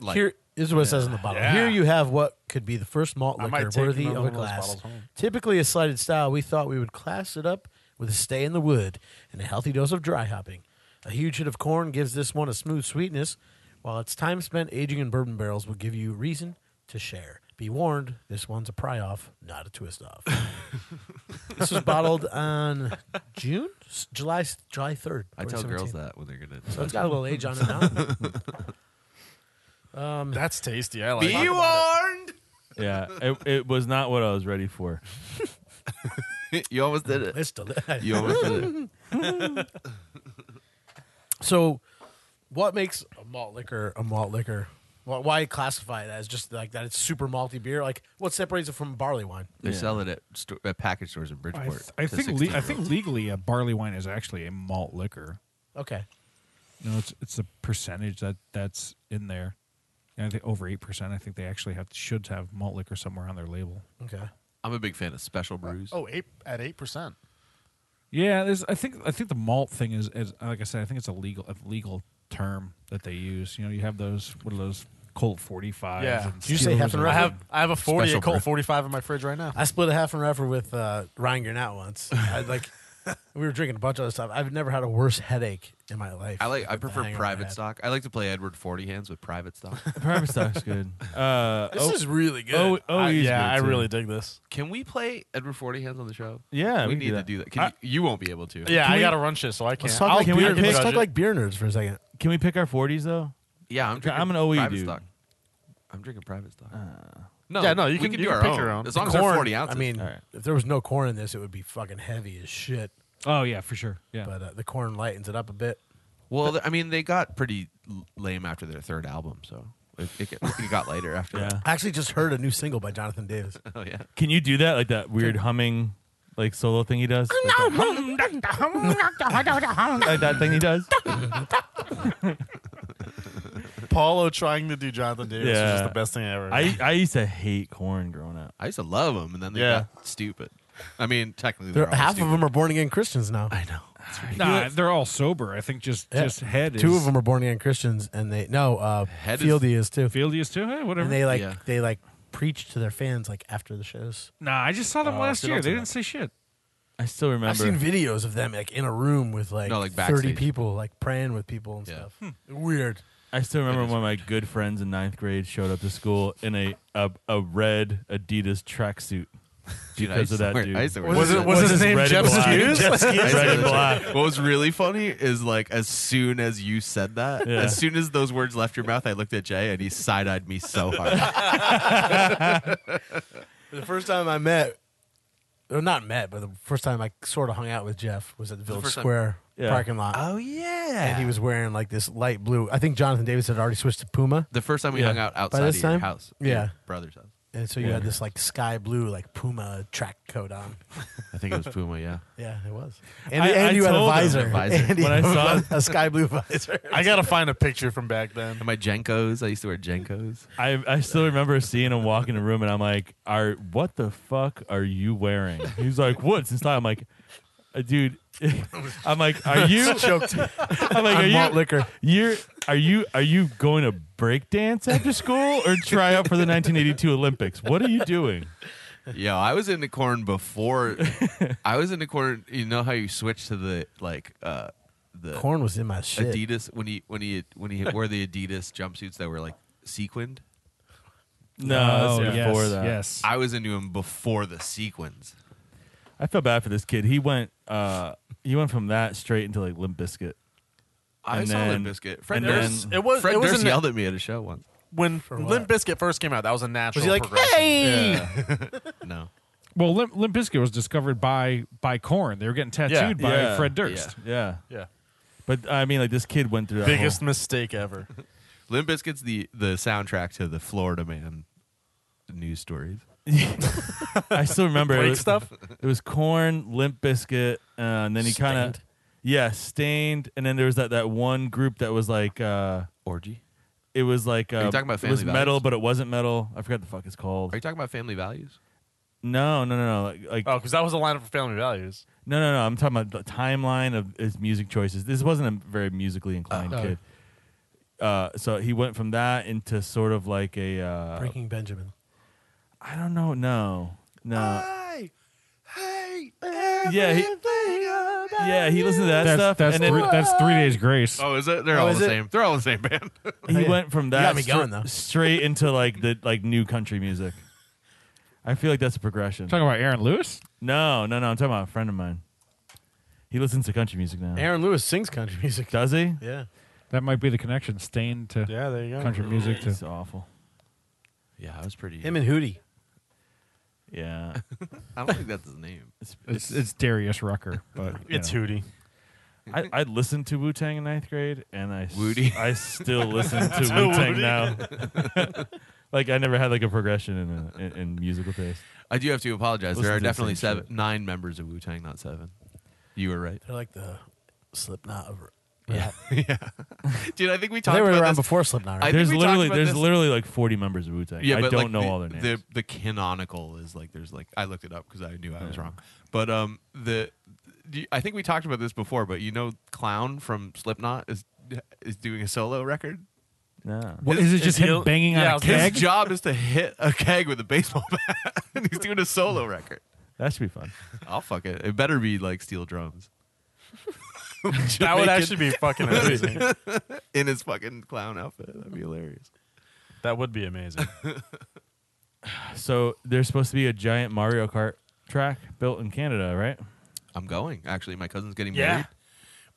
Speaker 3: Like
Speaker 2: Here is what it says on the bottle.
Speaker 4: Yeah.
Speaker 2: Here you have what could be the first malt
Speaker 4: I might
Speaker 2: liquor
Speaker 4: take
Speaker 2: worthy
Speaker 4: another
Speaker 2: of
Speaker 4: one
Speaker 2: a
Speaker 4: of those
Speaker 2: glass.
Speaker 4: bottles home.
Speaker 2: Typically a slighted style, we thought we would class it up with a stay in the wood and a healthy dose of dry hopping. A huge hit of corn gives this one a smooth sweetness, while its time spent aging in bourbon barrels will give you reason to share. Be warned, this one's a pry off, not a twist
Speaker 4: (laughs)
Speaker 2: off. this was bottled on June, S- July, s- July third.
Speaker 3: I tell girls
Speaker 2: 2017.
Speaker 3: that when they're gonna.
Speaker 2: So it's got a little age on it now.
Speaker 3: (laughs)
Speaker 4: That's tasty. I like. it.
Speaker 3: warned. (laughs)
Speaker 1: Yeah, it, it was not what I was ready for.
Speaker 3: you almost did it.
Speaker 2: It's delicious.
Speaker 3: You almost did it.
Speaker 2: So, what makes a malt liquor a malt liquor? Why- Why classify it as just like that? It's super malty beer. Like, what separates it from barley wine?
Speaker 3: They sell it at, sto- at package stores in
Speaker 5: I,
Speaker 3: Bridgeport.
Speaker 5: I
Speaker 3: to
Speaker 5: think
Speaker 3: 16
Speaker 5: le- I think legally a barley wine is actually a malt liquor.
Speaker 2: Okay,
Speaker 5: You know, it's it's a percentage that that's in there. And I think over eight percent. I think they actually have should have malt liquor somewhere on their label.
Speaker 2: okay.
Speaker 3: I'm a big fan of special brews.
Speaker 4: Oh, eight at eight percent.
Speaker 5: Yeah, there's, I think I think the malt thing is, is like I said, I think it's a legal a legal term that they use. You know, you have those what are those Colt forty five?
Speaker 4: Yeah.
Speaker 5: and
Speaker 2: Did you say
Speaker 5: Steelers
Speaker 2: half and
Speaker 5: and-
Speaker 4: I
Speaker 2: half?
Speaker 4: have I have a forty
Speaker 3: Special
Speaker 4: a Colt
Speaker 3: brew.
Speaker 4: forty five in my fridge right now.
Speaker 2: I split a half and half with uh, Ryan Gurnett once. I like. we were drinking a bunch of other stuff. I've never had a worse headache in my life.
Speaker 3: I like. I
Speaker 2: with the
Speaker 3: prefer
Speaker 2: hangover
Speaker 3: private
Speaker 2: had.
Speaker 3: stock. I like to play Edward Forty Hands with private stock.
Speaker 1: Private stock's good. Uh,
Speaker 2: This
Speaker 1: oh,
Speaker 2: is really good.
Speaker 1: oh, oh,
Speaker 4: I-
Speaker 1: he's
Speaker 4: yeah,
Speaker 1: good,
Speaker 4: I
Speaker 1: too.
Speaker 4: really dig this.
Speaker 3: Can we play Edward Forty Hands on the show?
Speaker 1: Yeah, we
Speaker 3: we,
Speaker 1: can
Speaker 3: need
Speaker 1: do
Speaker 3: to
Speaker 1: that.
Speaker 3: do that. Can you, you won't be able to.
Speaker 4: Yeah, I
Speaker 1: we-
Speaker 4: got to run shit, so I can't.
Speaker 2: Let's talk,
Speaker 4: I'll
Speaker 2: like,
Speaker 1: can we
Speaker 2: beer,
Speaker 1: pick-
Speaker 2: let's
Speaker 4: judge
Speaker 2: talk
Speaker 4: it.
Speaker 2: like beer nerds for a second.
Speaker 1: Can we pick our 40s though?
Speaker 3: yeah. I'm. Drinking
Speaker 1: I'm an OE
Speaker 3: private
Speaker 1: dude.
Speaker 3: stock. I'm drinking private stock. no,
Speaker 4: yeah, no, you
Speaker 3: we
Speaker 4: can-
Speaker 3: can
Speaker 4: you
Speaker 3: do
Speaker 4: can
Speaker 3: our
Speaker 4: pick
Speaker 3: own,
Speaker 4: your own.
Speaker 3: As long as
Speaker 2: Corn,
Speaker 3: they're forty ounces.
Speaker 2: I mean,
Speaker 1: All right.
Speaker 2: if there was no corn in this, it would be fucking heavy as shit.
Speaker 5: Oh yeah, for sure. Yeah,
Speaker 2: But uh, the corn lightens it up a bit.
Speaker 3: Well, th- I mean, they got pretty l- lame after their third album, so it, it, get- it got lighter after
Speaker 1: Yeah.
Speaker 3: that. (laughs)
Speaker 2: I actually just heard a new single by Jonathan Davis.
Speaker 3: Oh yeah,
Speaker 1: Can you do that like that weird humming like solo thing he does? Like that, like that thing he does?
Speaker 4: Paulo trying to do Jonathan Davis was
Speaker 1: Yeah.
Speaker 4: just the best thing ever.
Speaker 1: I, I used to hate corn growing up.
Speaker 3: I used to love them, and then they
Speaker 4: Yeah.
Speaker 3: got stupid. I mean, technically,
Speaker 2: They're-
Speaker 3: they're all
Speaker 2: half of
Speaker 3: stupid.
Speaker 2: them are born again Christians now.
Speaker 3: I know.
Speaker 5: Nah, they're all sober. I think just
Speaker 2: Yeah.
Speaker 5: just head.
Speaker 2: Two
Speaker 5: is,
Speaker 2: of them are born again Christians, and they no uh,
Speaker 3: Head is-
Speaker 2: Fieldy is, too.
Speaker 5: Fieldy is too. Hey, whatever.
Speaker 2: And they like
Speaker 3: Yeah.
Speaker 2: they like preach to their fans like after the shows.
Speaker 5: nah, I just saw them
Speaker 1: Oh,
Speaker 5: last
Speaker 1: sit
Speaker 5: year.
Speaker 1: on to
Speaker 5: They
Speaker 1: that.
Speaker 5: didn't say shit.
Speaker 1: I still remember.
Speaker 2: I've seen videos of them like in a room with like,
Speaker 3: No, like
Speaker 2: thirty
Speaker 3: backstage.
Speaker 2: people, like praying with people and
Speaker 3: Yeah.
Speaker 2: stuff. Weird.
Speaker 1: I still remember
Speaker 3: is
Speaker 1: when my good friends in ninth grade showed up to school in a a, a red Adidas tracksuit
Speaker 3: (laughs) Dude, I
Speaker 1: because of
Speaker 3: used to
Speaker 1: that
Speaker 3: wear-
Speaker 1: dude.
Speaker 3: I used to wear
Speaker 4: Was it-
Speaker 3: that.
Speaker 4: was
Speaker 1: It
Speaker 4: his name
Speaker 1: red and
Speaker 4: Jeff
Speaker 1: black.
Speaker 4: Hughes?
Speaker 1: Jeff
Speaker 3: I
Speaker 1: Hughes,
Speaker 3: used to
Speaker 1: red and
Speaker 3: wear
Speaker 1: black.
Speaker 3: that. What was really funny is like as soon as you said that,
Speaker 1: Yeah.
Speaker 3: as soon as those words left your mouth, I looked at Jay and he side eyed me
Speaker 1: (laughs)
Speaker 3: so hard. Oh,
Speaker 2: The first time I met, or not met, but the first time I sort of hung out with Jeff was at the Village
Speaker 3: first time- Oh,
Speaker 2: Square
Speaker 1: Yeah.
Speaker 2: parking lot,
Speaker 3: yeah.
Speaker 2: and he was wearing like this light blue. I think Jonathan Davis had already switched to Puma,
Speaker 3: the first time we
Speaker 1: Yeah.
Speaker 3: hung out outside
Speaker 2: this
Speaker 3: of your
Speaker 2: time?
Speaker 3: house.
Speaker 2: Yeah.
Speaker 3: your brother's house.
Speaker 2: and so you
Speaker 1: Yeah.
Speaker 2: had this like sky blue like Puma track coat on.
Speaker 3: I think it was Puma, yeah.
Speaker 2: Yeah, it was. And,
Speaker 1: I-
Speaker 2: and
Speaker 1: I
Speaker 2: you had a
Speaker 1: told him.
Speaker 2: visor.
Speaker 3: Visor.
Speaker 2: And you (laughs)
Speaker 1: When I
Speaker 2: had
Speaker 1: saw
Speaker 2: a sky blue visor.
Speaker 4: I gotta find a picture from back then.
Speaker 3: And my Jenkos, I used to wear Jenkos.
Speaker 1: I I still remember seeing him walk in the room, and I'm like, "Are what the fuck are you wearing?" He's like, "What?" Since I'm like, "Uh, "Dude," (laughs) I'm like, "Are you?"
Speaker 2: Choked
Speaker 1: I'm like, "Are
Speaker 2: on malt
Speaker 1: you?"
Speaker 2: liquor.
Speaker 1: You're are you are you going to break dance after school or try out for the 1982 Olympics? What are you doing?
Speaker 3: Yo, I was into corn before. I was into corn. You know how you switch to the like uh the
Speaker 2: Corn was in my shit.
Speaker 3: Adidas when he when he when he wore the Adidas jumpsuits that were like sequined.
Speaker 1: (laughs) No, that's
Speaker 5: Oh, yes,
Speaker 1: before that.
Speaker 5: Yes.
Speaker 3: I was into him before the sequins.
Speaker 1: I feel bad for this kid. He went uh he went from that straight into like Limp Biscuit.
Speaker 3: I
Speaker 1: And
Speaker 3: saw
Speaker 1: then-
Speaker 3: Limp Bizkit. Fred
Speaker 1: and then-
Speaker 3: Durst,
Speaker 4: It was
Speaker 3: Fred
Speaker 4: it was
Speaker 3: Durst
Speaker 4: a-
Speaker 3: yelled at me at a show once.
Speaker 4: when
Speaker 2: what?
Speaker 4: Limp Biscuit first came out. That was a natural.
Speaker 2: was he like,
Speaker 4: progression.
Speaker 2: hey?
Speaker 3: No,
Speaker 5: well, Limp, Limp Bizkit was discovered by by Corn. They were getting tattooed
Speaker 4: Yeah.
Speaker 5: by
Speaker 1: Yeah.
Speaker 5: Fred Durst.
Speaker 1: Yeah.
Speaker 4: Yeah,
Speaker 1: But I mean like this kid went through that
Speaker 4: biggest
Speaker 1: whole-
Speaker 4: mistake (laughs) ever.
Speaker 3: Limp Bizkit's the the soundtrack to the Florida Man news stories.
Speaker 1: I still remember it
Speaker 4: Break
Speaker 1: was,
Speaker 4: stuff.
Speaker 1: It was corn, limp biscuit, uh, and then he kind of
Speaker 2: Stained.
Speaker 1: Yeah, stained and then there was that that one group that was like uh
Speaker 3: Orgy.
Speaker 1: it was like uh,
Speaker 3: you talking about
Speaker 1: it was
Speaker 3: Family
Speaker 1: metal
Speaker 3: Values?
Speaker 1: but it wasn't metal. I forgot the fuck it's called.
Speaker 3: Are you talking about Family Values?
Speaker 1: No, no, no, no. Like, like
Speaker 4: Oh, because that was a lineup for Family Values.
Speaker 1: no, no, no. I'm talking about the timeline of his music choices. This wasn't a very musically inclined
Speaker 2: Oh.
Speaker 1: kid. Uh, so he went from that into sort of like a uh,
Speaker 2: Breaking Benjamin.
Speaker 1: I don't know, no, no.
Speaker 3: Hey, hey,
Speaker 1: Yeah, he- yeah, he listened to that
Speaker 5: That's
Speaker 1: stuff,
Speaker 5: that's
Speaker 1: and then
Speaker 5: three, that's three days grace.
Speaker 3: Oh, is it? They're
Speaker 2: Oh,
Speaker 3: all
Speaker 2: is
Speaker 3: the
Speaker 2: it?
Speaker 3: same. They're all the same band. (laughs)
Speaker 1: he
Speaker 2: yeah.
Speaker 1: went from
Speaker 2: got
Speaker 1: that
Speaker 2: me
Speaker 1: stra-
Speaker 2: going, though.
Speaker 1: straight into like the like new country music. I feel like that's a progression.
Speaker 5: Talking about Aaron Lewis.
Speaker 1: No, no, no. I'm talking about a friend of mine. He listens to country music now.
Speaker 2: Aaron Lewis sings country music.
Speaker 1: Does he?
Speaker 2: Yeah.
Speaker 5: That might be the connection. Stained to
Speaker 4: Yeah, there you go.
Speaker 5: country music to
Speaker 1: It's awful.
Speaker 3: Yeah, I was pretty.
Speaker 2: Him and Hootie. (laughs)
Speaker 1: Yeah,
Speaker 3: I don't think that's his name.
Speaker 1: it's
Speaker 5: it's, it's Darius Rucker, but you
Speaker 4: It's
Speaker 5: know.
Speaker 4: (laughs) Hootie.
Speaker 1: I, I listened to Wu Tang in ninth grade, and I s-
Speaker 3: Woody.
Speaker 1: I
Speaker 3: (laughs)
Speaker 1: still listen to Wu Tang
Speaker 4: Woody.
Speaker 1: now. (laughs) like I never had like a progression in a, in, in musical taste.
Speaker 3: I do have to apologize.
Speaker 1: Listen
Speaker 3: there
Speaker 1: to
Speaker 3: are
Speaker 1: the
Speaker 3: definitely
Speaker 1: same
Speaker 3: seven,
Speaker 1: shit.
Speaker 3: nine members of Wu Tang, not seven. You were right.
Speaker 2: They're like the Slipknot of
Speaker 3: Yeah, yeah. (laughs) Dude, I think we talked
Speaker 2: They were
Speaker 3: about
Speaker 2: around
Speaker 3: this.
Speaker 2: before Slipknot.
Speaker 3: I
Speaker 2: Right?
Speaker 3: think
Speaker 1: There's
Speaker 3: we talked
Speaker 1: literally
Speaker 3: about
Speaker 1: there's
Speaker 3: this-
Speaker 1: literally like 40 members of Wu Tang.
Speaker 3: Yeah,
Speaker 1: I
Speaker 3: but
Speaker 1: don't
Speaker 3: like
Speaker 1: know
Speaker 3: the,
Speaker 1: all their names.
Speaker 3: The the canonical is like there's like I looked it up because I knew I was wrong. But um the do you- I think we talked about this before, but you know, Clown from Slipknot is is doing a solo record.
Speaker 1: no.
Speaker 5: What, is it just him
Speaker 4: he'll-
Speaker 5: banging
Speaker 4: yeah, I
Speaker 5: on a
Speaker 4: was gonna
Speaker 5: keg?
Speaker 3: His job is to hit a keg with a baseball bat, (laughs) and he's doing a solo record.
Speaker 1: That should be fun.
Speaker 3: I'll fuck it. It better be like steel drums.
Speaker 4: That would actually be (laughs) fucking amazing.
Speaker 3: in his fucking clown outfit. That'd be hilarious.
Speaker 4: that would be amazing.
Speaker 1: So there's supposed to be a giant Mario Kart track built in Canada, right?
Speaker 3: I'm going. Actually, my cousin's getting
Speaker 4: Yeah.
Speaker 3: married.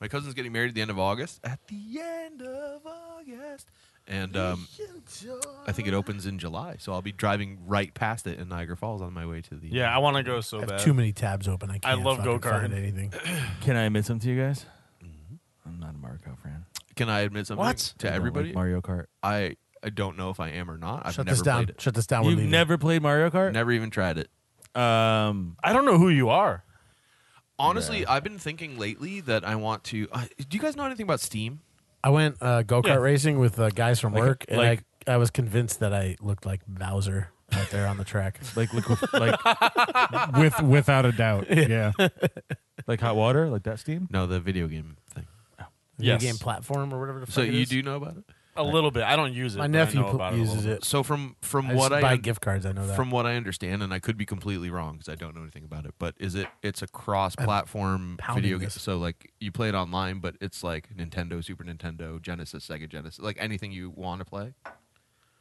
Speaker 3: My cousin's getting married at the end of August. At the end of August. And um, I think it opens in July, so I'll be driving right past it in Niagara Falls on my way to the.
Speaker 4: Yeah, I want to go so
Speaker 2: I have
Speaker 4: bad.
Speaker 2: too many tabs open. I can't
Speaker 4: love
Speaker 2: fucking
Speaker 4: go-karting.
Speaker 2: find anything.
Speaker 1: Can I admit something to you guys? I'm not a Mario Kart fan.
Speaker 3: Can I admit something
Speaker 1: I
Speaker 4: What?
Speaker 3: to
Speaker 1: don't like
Speaker 3: Mm-hmm. everybody?
Speaker 1: Mario Kart.
Speaker 3: I I don't know if I am or not. I've
Speaker 2: Shut
Speaker 3: never
Speaker 2: this down.
Speaker 3: played it.
Speaker 2: Shut this down. We're
Speaker 1: You've
Speaker 2: leaving.
Speaker 1: never played Mario Kart?
Speaker 3: Never even tried it.
Speaker 1: Um,
Speaker 4: I don't know who you are.
Speaker 3: Honestly, I've been thinking lately that I want to. Uh, do you guys know anything about Steam?
Speaker 2: I went uh, go kart
Speaker 5: Yeah.
Speaker 2: racing with uh, guys from
Speaker 1: Like-
Speaker 2: work, and
Speaker 1: like-
Speaker 2: I, I was convinced that I looked like Bowser out there on the track.
Speaker 1: like liquid,
Speaker 3: (laughs)
Speaker 1: like
Speaker 5: with without a doubt. Yeah,
Speaker 1: like hot water, like that steam.
Speaker 3: No, the video game thing.
Speaker 2: Video
Speaker 4: Yes.
Speaker 2: game platform or whatever. The
Speaker 3: So
Speaker 2: fuck it
Speaker 3: you
Speaker 2: is.
Speaker 3: do know about it?
Speaker 4: A little bit. I don't use it.
Speaker 2: My
Speaker 4: but I
Speaker 2: nephew
Speaker 4: know
Speaker 2: pl-
Speaker 4: about it a little
Speaker 2: uses
Speaker 4: bit.
Speaker 2: it.
Speaker 3: So from from
Speaker 2: I
Speaker 3: what
Speaker 2: just
Speaker 3: I
Speaker 2: buy
Speaker 3: un-
Speaker 2: gift cards. I know that.
Speaker 3: from what I understand, and I could be completely wrong because I don't know anything about it. But is it? It's a cross-platform
Speaker 2: pounding
Speaker 3: video game.
Speaker 2: this.
Speaker 3: So like you play it online, but it's like Nintendo, Super Nintendo, Genesis, Sega Genesis, like anything you want to play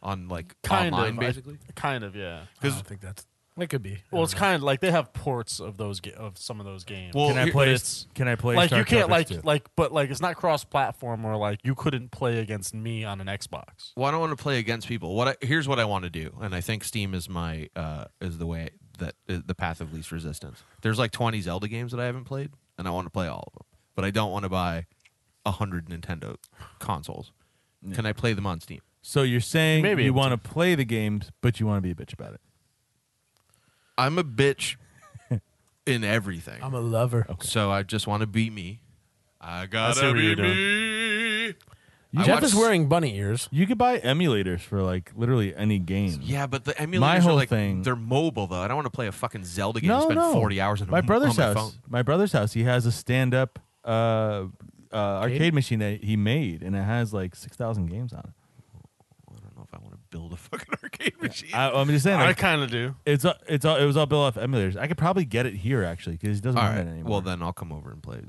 Speaker 3: on like
Speaker 4: Kind
Speaker 3: online,
Speaker 4: of, I-
Speaker 3: basically.
Speaker 4: Kind of, yeah.
Speaker 2: I
Speaker 3: 'cause-
Speaker 2: don't think that's. It could be.
Speaker 4: Well, it's kind of like they have ports of those ga- of some of those games.
Speaker 3: Well,
Speaker 1: Can I
Speaker 3: here-
Speaker 1: play?
Speaker 4: it's-
Speaker 1: Can I play?
Speaker 4: like you
Speaker 1: StarCraft
Speaker 4: can't like
Speaker 1: too?
Speaker 4: like but like it's not cross platform or like you couldn't play against me on an Xbox.
Speaker 3: Well, I don't want to play against people. What I, here's what I want to do, and I think Steam is my uh, is the way that is the path of least resistance. There's like 20 Zelda games that I haven't played, and I want to play all of them, but I don't want to buy hundred Nintendo consoles. Can I play them on Steam?
Speaker 1: So you're saying
Speaker 4: Maybe
Speaker 1: you
Speaker 4: it's-
Speaker 1: want to play the games, but you want to be a bitch about it.
Speaker 3: I'm a bitch
Speaker 1: (laughs)
Speaker 3: in everything,
Speaker 2: I'm a lover.
Speaker 3: so I just want to be me. I
Speaker 1: see
Speaker 3: gotta
Speaker 1: what
Speaker 3: be
Speaker 1: you're doing.
Speaker 3: me. I
Speaker 2: Jeff
Speaker 3: watched-
Speaker 2: is wearing bunny ears.
Speaker 1: You could buy emulators for like literally any game.
Speaker 3: Yeah, but the emulators
Speaker 1: My whole
Speaker 3: are like
Speaker 1: thing-
Speaker 3: they're mobile though. I don't want to play a fucking Zelda game
Speaker 1: no,
Speaker 3: and spend
Speaker 1: no.
Speaker 3: 40 hours on
Speaker 1: my
Speaker 3: a-
Speaker 1: brother's
Speaker 3: on my
Speaker 1: house.
Speaker 3: phone.
Speaker 1: My brother's house. He has a stand-up uh, uh, arcade machine that he made, and it has like six thousand games on it.
Speaker 3: I don't know if I want to build a fucking (laughs) arcade machine.
Speaker 1: I, I'm just saying,
Speaker 4: I
Speaker 1: like,
Speaker 4: kind of do.
Speaker 1: it's all- it's all it was all built off emulators. I could probably get it here actually because he doesn't
Speaker 3: All
Speaker 1: want
Speaker 3: right.
Speaker 1: it anymore.
Speaker 3: Well, then I'll come over and play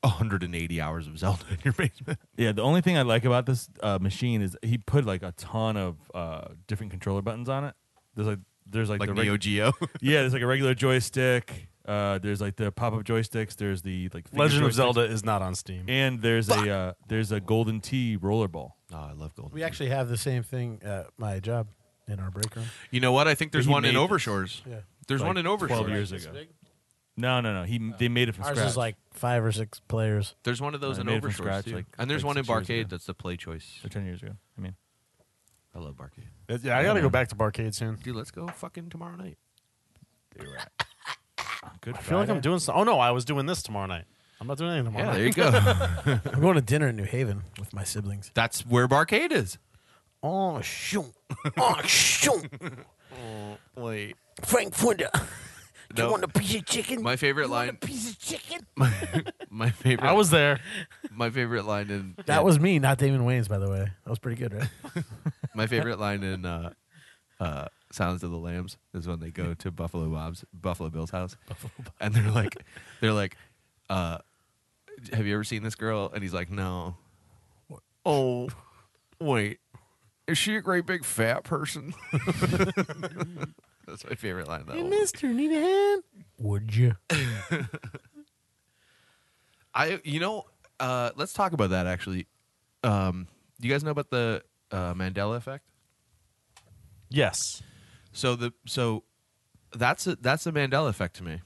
Speaker 3: 180 hours of Zelda in your basement.
Speaker 1: Yeah, the only thing I like about this uh, machine is he put like a ton of uh, different controller buttons on it. There's like there's like,
Speaker 3: Like
Speaker 1: the
Speaker 3: Neo
Speaker 1: reg-
Speaker 3: Geo.
Speaker 1: (laughs) yeah, there's like a regular joystick. Uh, there's like the pop-up joysticks. There's the like finger
Speaker 4: Legend of
Speaker 1: joysticks,
Speaker 4: Zelda is not on Steam.
Speaker 1: and there's a uh, there's a golden Tee rollerball.
Speaker 3: oh, I love Golden.
Speaker 2: We
Speaker 3: Tee.
Speaker 2: actually have the same thing at my job in our break room.
Speaker 3: You know what? I think there's
Speaker 1: He
Speaker 3: one in
Speaker 1: made this.
Speaker 3: Overshores.
Speaker 2: Yeah.
Speaker 3: There's
Speaker 1: Like
Speaker 3: one in
Speaker 1: 12
Speaker 3: Overshores.
Speaker 1: years ago. No, no, no. He they made it from
Speaker 2: Ours
Speaker 1: scratch.
Speaker 2: is like five or six players.
Speaker 3: There's one of those
Speaker 1: I
Speaker 3: in
Speaker 1: Uh, made it from
Speaker 3: Overshores
Speaker 1: scratch,
Speaker 3: too.
Speaker 1: like-
Speaker 3: and there's
Speaker 1: like
Speaker 3: one in
Speaker 1: six years
Speaker 3: Barcade.
Speaker 1: ago.
Speaker 3: That's the play choice.
Speaker 1: So ten years ago. I mean,
Speaker 3: I love Barcade.
Speaker 4: Yeah, I gotta go back to Barcade soon.
Speaker 3: Dude, let's go fucking tomorrow night.
Speaker 1: good.
Speaker 4: I feel like I'm doing some. Oh no, I was doing this tomorrow night. I'm not doing anything tomorrow.
Speaker 3: Yeah,
Speaker 4: night.
Speaker 3: there you
Speaker 1: (laughs)
Speaker 3: go.
Speaker 2: (laughs) I'm going to dinner in New Haven with my siblings.
Speaker 3: that's where Barcade is.
Speaker 2: Oh shoot! (laughs) Oh shoot!
Speaker 3: Wait.
Speaker 2: Frank Funder.
Speaker 3: No. want a
Speaker 2: piece of chicken?
Speaker 3: My favorite line.
Speaker 2: piece of chicken?
Speaker 3: My, my favorite.
Speaker 4: I was there.
Speaker 3: my favorite line in
Speaker 2: That
Speaker 3: in-
Speaker 2: was me, not Damon Wayans, by the way. That was pretty good, (laughs) right?
Speaker 3: My favorite line in uh, uh, Silence of the Lambs is when they go to Buffalo Bob's Buffalo Bill's house, and they're like, they're like, uh, "Have you ever seen this girl?" And he's like, "No." Oh, wait, is she a great big fat person? (laughs) That's my favorite line. of That whole-
Speaker 2: Mister, need a hand? Would you?
Speaker 3: I, you know, uh, let's talk about that actually. Um, you guys know about the uh, Mandela effect?
Speaker 4: (laughs) Yes.
Speaker 3: So the so that's a, that's the Mandela effect to me.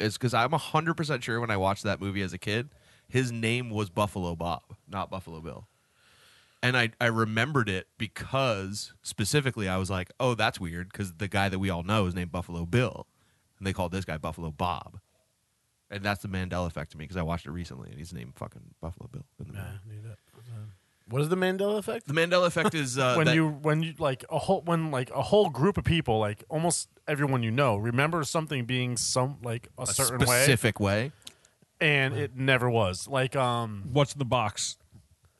Speaker 3: It's because I'm hundred percent sure when I watched that movie as a kid, his name was Buffalo Bob, not Buffalo Bill. And I, I remembered it because specifically I was like, oh, that's weird because the guy that we all know is named Buffalo Bill, and they called this guy Buffalo Bob, and that's the Mandela effect to me because I watched it recently and he's named fucking Buffalo Bill. In the, movie.
Speaker 2: What is the Mandela effect?
Speaker 3: the Mandela effect is uh,
Speaker 4: when
Speaker 3: that-
Speaker 4: you when you like a whole when like a whole group of people like almost everyone you know remember something being some like a,
Speaker 3: a
Speaker 4: certain way
Speaker 3: specific way.
Speaker 4: and it never was like um
Speaker 5: what's in the box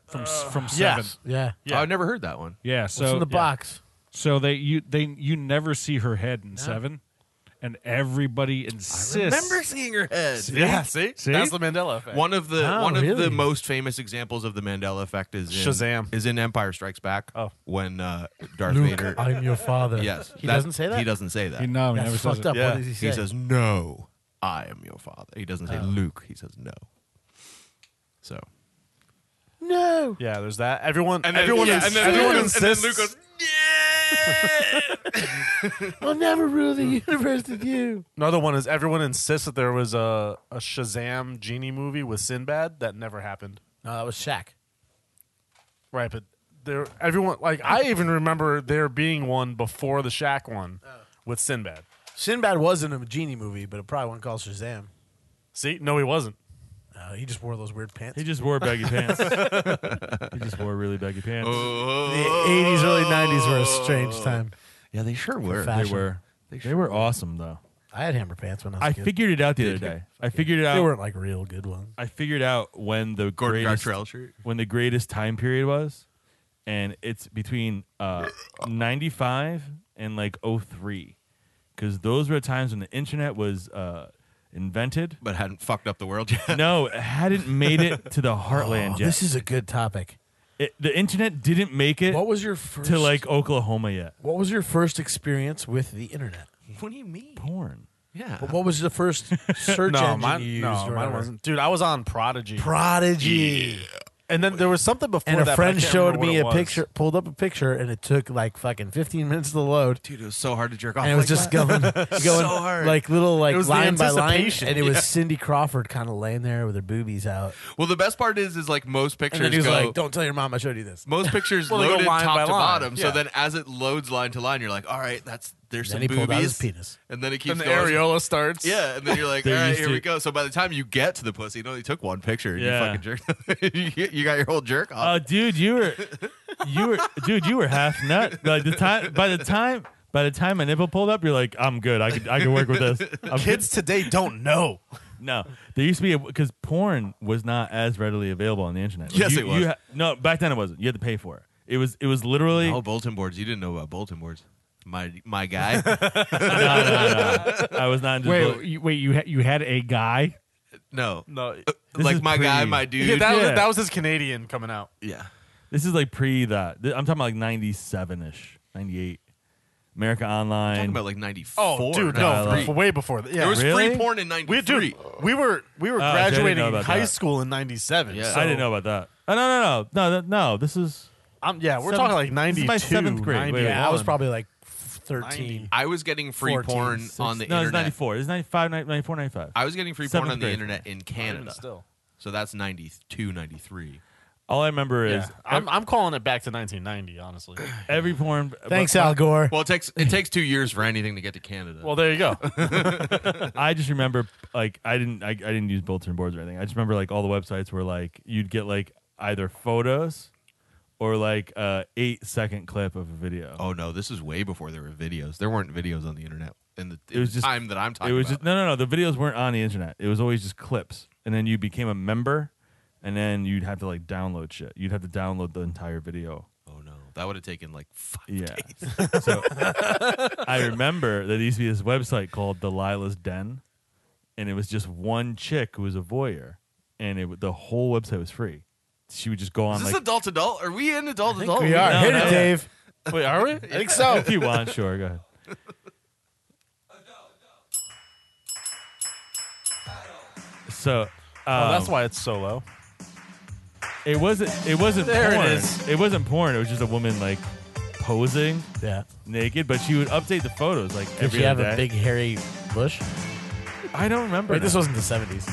Speaker 5: from s from
Speaker 4: yeah.
Speaker 5: seven?
Speaker 2: Yeah.
Speaker 4: yeah
Speaker 3: I've Oh, never heard that one.
Speaker 5: Yeah,
Speaker 2: What's
Speaker 5: so
Speaker 2: in the
Speaker 5: yeah.
Speaker 2: box?
Speaker 5: So they you they you never see her head in seven, and everybody insists.
Speaker 3: Remember seeing her head.
Speaker 4: yeah see?
Speaker 5: See?
Speaker 4: that's the Mandela effect
Speaker 3: One of the
Speaker 2: Oh,
Speaker 3: one of
Speaker 2: really?
Speaker 3: the most famous examples of the Mandela effect is in,
Speaker 4: Shazam.
Speaker 3: is in Empire Strikes Back.
Speaker 4: Oh.
Speaker 3: when uh, Darth Vader.
Speaker 2: I'm your father.
Speaker 3: yes,
Speaker 2: He doesn't say that?
Speaker 3: He doesn't say that.
Speaker 5: He, no, he
Speaker 2: That's
Speaker 5: never says
Speaker 2: fucked
Speaker 5: it.
Speaker 2: up.
Speaker 4: Yeah.
Speaker 2: What does he say? Oh.
Speaker 3: He says no. I am your father. He doesn't say Luke. He says no. So
Speaker 2: no.
Speaker 4: yeah there's that everyone everyone is, everyone insists
Speaker 2: I'll never rule the universe with you.
Speaker 4: another one is everyone insists that there was a a Shazam genie movie with Sinbad that never happened
Speaker 2: No, that was Shaq.
Speaker 4: right but there everyone like I even remember there being one before the Shaq one with Sinbad
Speaker 2: Sinbad was in a genie movie, but it probably wasn't called Shazam.
Speaker 4: see no he wasn't
Speaker 2: Uh, he just wore those weird pants.
Speaker 1: He just wore baggy pants. he just wore really baggy pants.
Speaker 2: the 80s, early 90s were a strange time.
Speaker 3: (laughs) Yeah, they sure were.
Speaker 2: fact-
Speaker 1: they
Speaker 2: fashion.
Speaker 1: were.
Speaker 3: They
Speaker 1: They,
Speaker 3: sure
Speaker 1: were awesome though.
Speaker 2: I had hammer pants when I was
Speaker 1: I
Speaker 2: a kid.
Speaker 1: figured it out the other
Speaker 3: Did you?
Speaker 1: day. I figured it
Speaker 2: they
Speaker 1: out.
Speaker 2: weren't like real good ones.
Speaker 1: I figured out when the
Speaker 3: Gordon
Speaker 1: greatest
Speaker 3: Gartrell shirt.
Speaker 1: when the greatest time period was, and it's between uh, ninety five and like 03. because those were times when the internet was uh,
Speaker 2: (laughs)
Speaker 1: invented.
Speaker 3: But hadn't fucked up the world yet.
Speaker 1: No, it hadn't made it to the heartland
Speaker 2: Oh,
Speaker 1: yet.
Speaker 2: This is a good topic.
Speaker 1: It- the internet didn't make it
Speaker 2: What was your first
Speaker 1: to like Oklahoma yet.
Speaker 2: What was your first experience with the internet?
Speaker 3: what do you mean?
Speaker 1: Porn.
Speaker 3: Yeah.
Speaker 2: But what was the (laughs) first search
Speaker 4: no,
Speaker 2: engine
Speaker 4: mine,
Speaker 2: you used?
Speaker 4: no,
Speaker 2: or
Speaker 4: mine
Speaker 2: whatever?
Speaker 4: wasn't. Dude, I was on Prodigy.
Speaker 2: Prodigy.
Speaker 4: and then there was something before
Speaker 2: And a
Speaker 4: that, but I
Speaker 2: friend
Speaker 4: can't
Speaker 2: showed
Speaker 4: remember what
Speaker 2: me
Speaker 4: it
Speaker 2: a
Speaker 4: was.
Speaker 2: picture, pulled up a picture, and it took like fucking 15 minutes to load.
Speaker 3: Dude, it was so hard to jerk off.
Speaker 2: And it was just
Speaker 3: like that.
Speaker 2: going,
Speaker 4: (laughs)
Speaker 2: going
Speaker 3: hard.
Speaker 2: like little like
Speaker 4: It was the
Speaker 2: line by line,
Speaker 4: anticipation.
Speaker 2: and it was Cindy Crawford kind of laying there with her boobies out.
Speaker 3: Well, the best part is, is like most
Speaker 2: And
Speaker 3: pictures
Speaker 2: then he was
Speaker 3: go.
Speaker 2: like, "Don't tell your mom I showed you this."
Speaker 3: most pictures
Speaker 4: Well, they go
Speaker 3: loaded
Speaker 4: line
Speaker 3: top
Speaker 4: by
Speaker 3: to
Speaker 4: line.
Speaker 3: bottom. So
Speaker 4: Yeah.
Speaker 3: then, as it loads line to line, you're like, "All right, that's there's
Speaker 2: Then
Speaker 3: some
Speaker 2: he pulled out his
Speaker 3: boobies."
Speaker 2: penis.
Speaker 3: And then it keeps
Speaker 4: Then the
Speaker 3: going.
Speaker 4: areola starts.
Speaker 3: Yeah, and then you're like, "All
Speaker 1: They're
Speaker 3: right,
Speaker 1: used
Speaker 3: here
Speaker 1: to-
Speaker 3: we go." So by the time you get to the pussy, it only took one picture. And
Speaker 1: Yeah.
Speaker 3: You fucking jerk. (laughs) you you got your whole jerk
Speaker 1: Oh,
Speaker 3: off.
Speaker 1: dude, you were, you were, dude, you were half nut. Like the time, by the time, by the time my nipple pulled up, you're like, I'm good. I could, I could work with this. I'm
Speaker 4: Kids today don't know.
Speaker 1: good. No, there used to be because porn was not as readily available on the internet. Like,
Speaker 3: Yes,
Speaker 1: you-
Speaker 3: it was.
Speaker 1: you ha- no, back then it wasn't. You had to pay for it. It was, it was literally.
Speaker 3: oh, bulletin boards. You didn't know about bulletin boards. My my guy.
Speaker 1: No, no,
Speaker 3: uh,
Speaker 1: no, no. (laughs) I was not. Into
Speaker 5: Wait,
Speaker 1: bull-
Speaker 5: you, wait, you ha- you had a guy?
Speaker 3: no.
Speaker 4: No.
Speaker 1: This
Speaker 3: like
Speaker 1: is
Speaker 3: my guy,
Speaker 1: pre-
Speaker 3: my dude. Yeah.
Speaker 4: that, Was,
Speaker 1: yeah.
Speaker 4: that was his Canadian coming out.
Speaker 1: This is like pre that. Th- I'm talking about like 97 ish, 98. America Online.
Speaker 3: Talking about like 94.
Speaker 4: Oh, dude,
Speaker 1: nah,
Speaker 4: no,
Speaker 1: like-
Speaker 4: way before that. Yeah,
Speaker 3: There was free
Speaker 1: Really?
Speaker 3: porn in
Speaker 4: we
Speaker 3: 93.
Speaker 4: dude, we were we were
Speaker 1: Oh, I didn't know
Speaker 4: graduating
Speaker 1: about
Speaker 4: high
Speaker 1: that.
Speaker 4: school in '97.
Speaker 3: Yeah.
Speaker 4: so
Speaker 1: I didn't know about that. Oh, no, no, no, no, no, no. This is.
Speaker 4: I'm, yeah, we're
Speaker 1: Seventh-
Speaker 4: talking like
Speaker 1: this
Speaker 4: '92.
Speaker 1: is my seventh grade. Wait, wait,
Speaker 2: Yeah, I was
Speaker 4: 91.
Speaker 2: probably like 13.
Speaker 3: I was getting free
Speaker 2: 14,
Speaker 3: porn on the
Speaker 1: no, it's
Speaker 3: internet.
Speaker 1: 94. It's 95, 94, 95.
Speaker 3: I was getting free porn
Speaker 1: Seventh
Speaker 3: on the
Speaker 1: grade.
Speaker 3: internet in
Speaker 4: Even
Speaker 3: Canada.
Speaker 4: Still,
Speaker 3: So that's 92, 93.
Speaker 1: All I remember is
Speaker 4: yeah. I'm, I'm calling it back to
Speaker 1: (coughs)
Speaker 4: 1990. Honestly,
Speaker 1: every porn.
Speaker 2: Thanks,
Speaker 1: but-
Speaker 2: Al Gore.
Speaker 3: Well, it takes it takes two years for anything to get to Canada.
Speaker 4: well, there you go.
Speaker 1: I just remember like I didn't I, I didn't use bulletin boards or anything. I just remember like all the websites were like you'd get like either photos or like a eight second clip of a video.
Speaker 3: oh no, this is way before there were videos. There weren't videos on the internet in the, in
Speaker 1: was
Speaker 3: the
Speaker 1: just-
Speaker 3: time that I'm
Speaker 1: it
Speaker 3: talking
Speaker 1: was
Speaker 3: about.
Speaker 1: just no no no. The videos weren't on the internet. It was always just clips, and then you became a member, and then you'd have to like download shit. You'd have to download the entire video.
Speaker 3: oh no, that would have taken like five
Speaker 4: (laughs)
Speaker 1: Yeah.
Speaker 3: days.
Speaker 1: so I remember that there used to be this website called Delilah's Den, and it was just one chick who was a voyeur, and it w- the whole website was free. She would just go on
Speaker 3: Is this
Speaker 1: like
Speaker 3: adult adult? Are we in adult adult?
Speaker 2: we are.
Speaker 1: No,
Speaker 2: Hit
Speaker 1: no.
Speaker 2: it, Dave.
Speaker 4: Wait, are we? I think so.
Speaker 1: if you want, sure, go ahead. So um,
Speaker 4: Oh, that's why it's so low.
Speaker 1: it wasn't it wasn't
Speaker 4: There it
Speaker 1: porn.
Speaker 4: is.
Speaker 1: it wasn't porn. It was just a woman like posing
Speaker 2: Yeah.
Speaker 1: naked, but she would update the photos like
Speaker 2: Did
Speaker 1: every
Speaker 2: you have
Speaker 1: other
Speaker 2: a
Speaker 1: day.
Speaker 2: big hairy bush?
Speaker 1: I don't remember.
Speaker 2: Wait, this
Speaker 1: now.
Speaker 2: wasn't the 70s.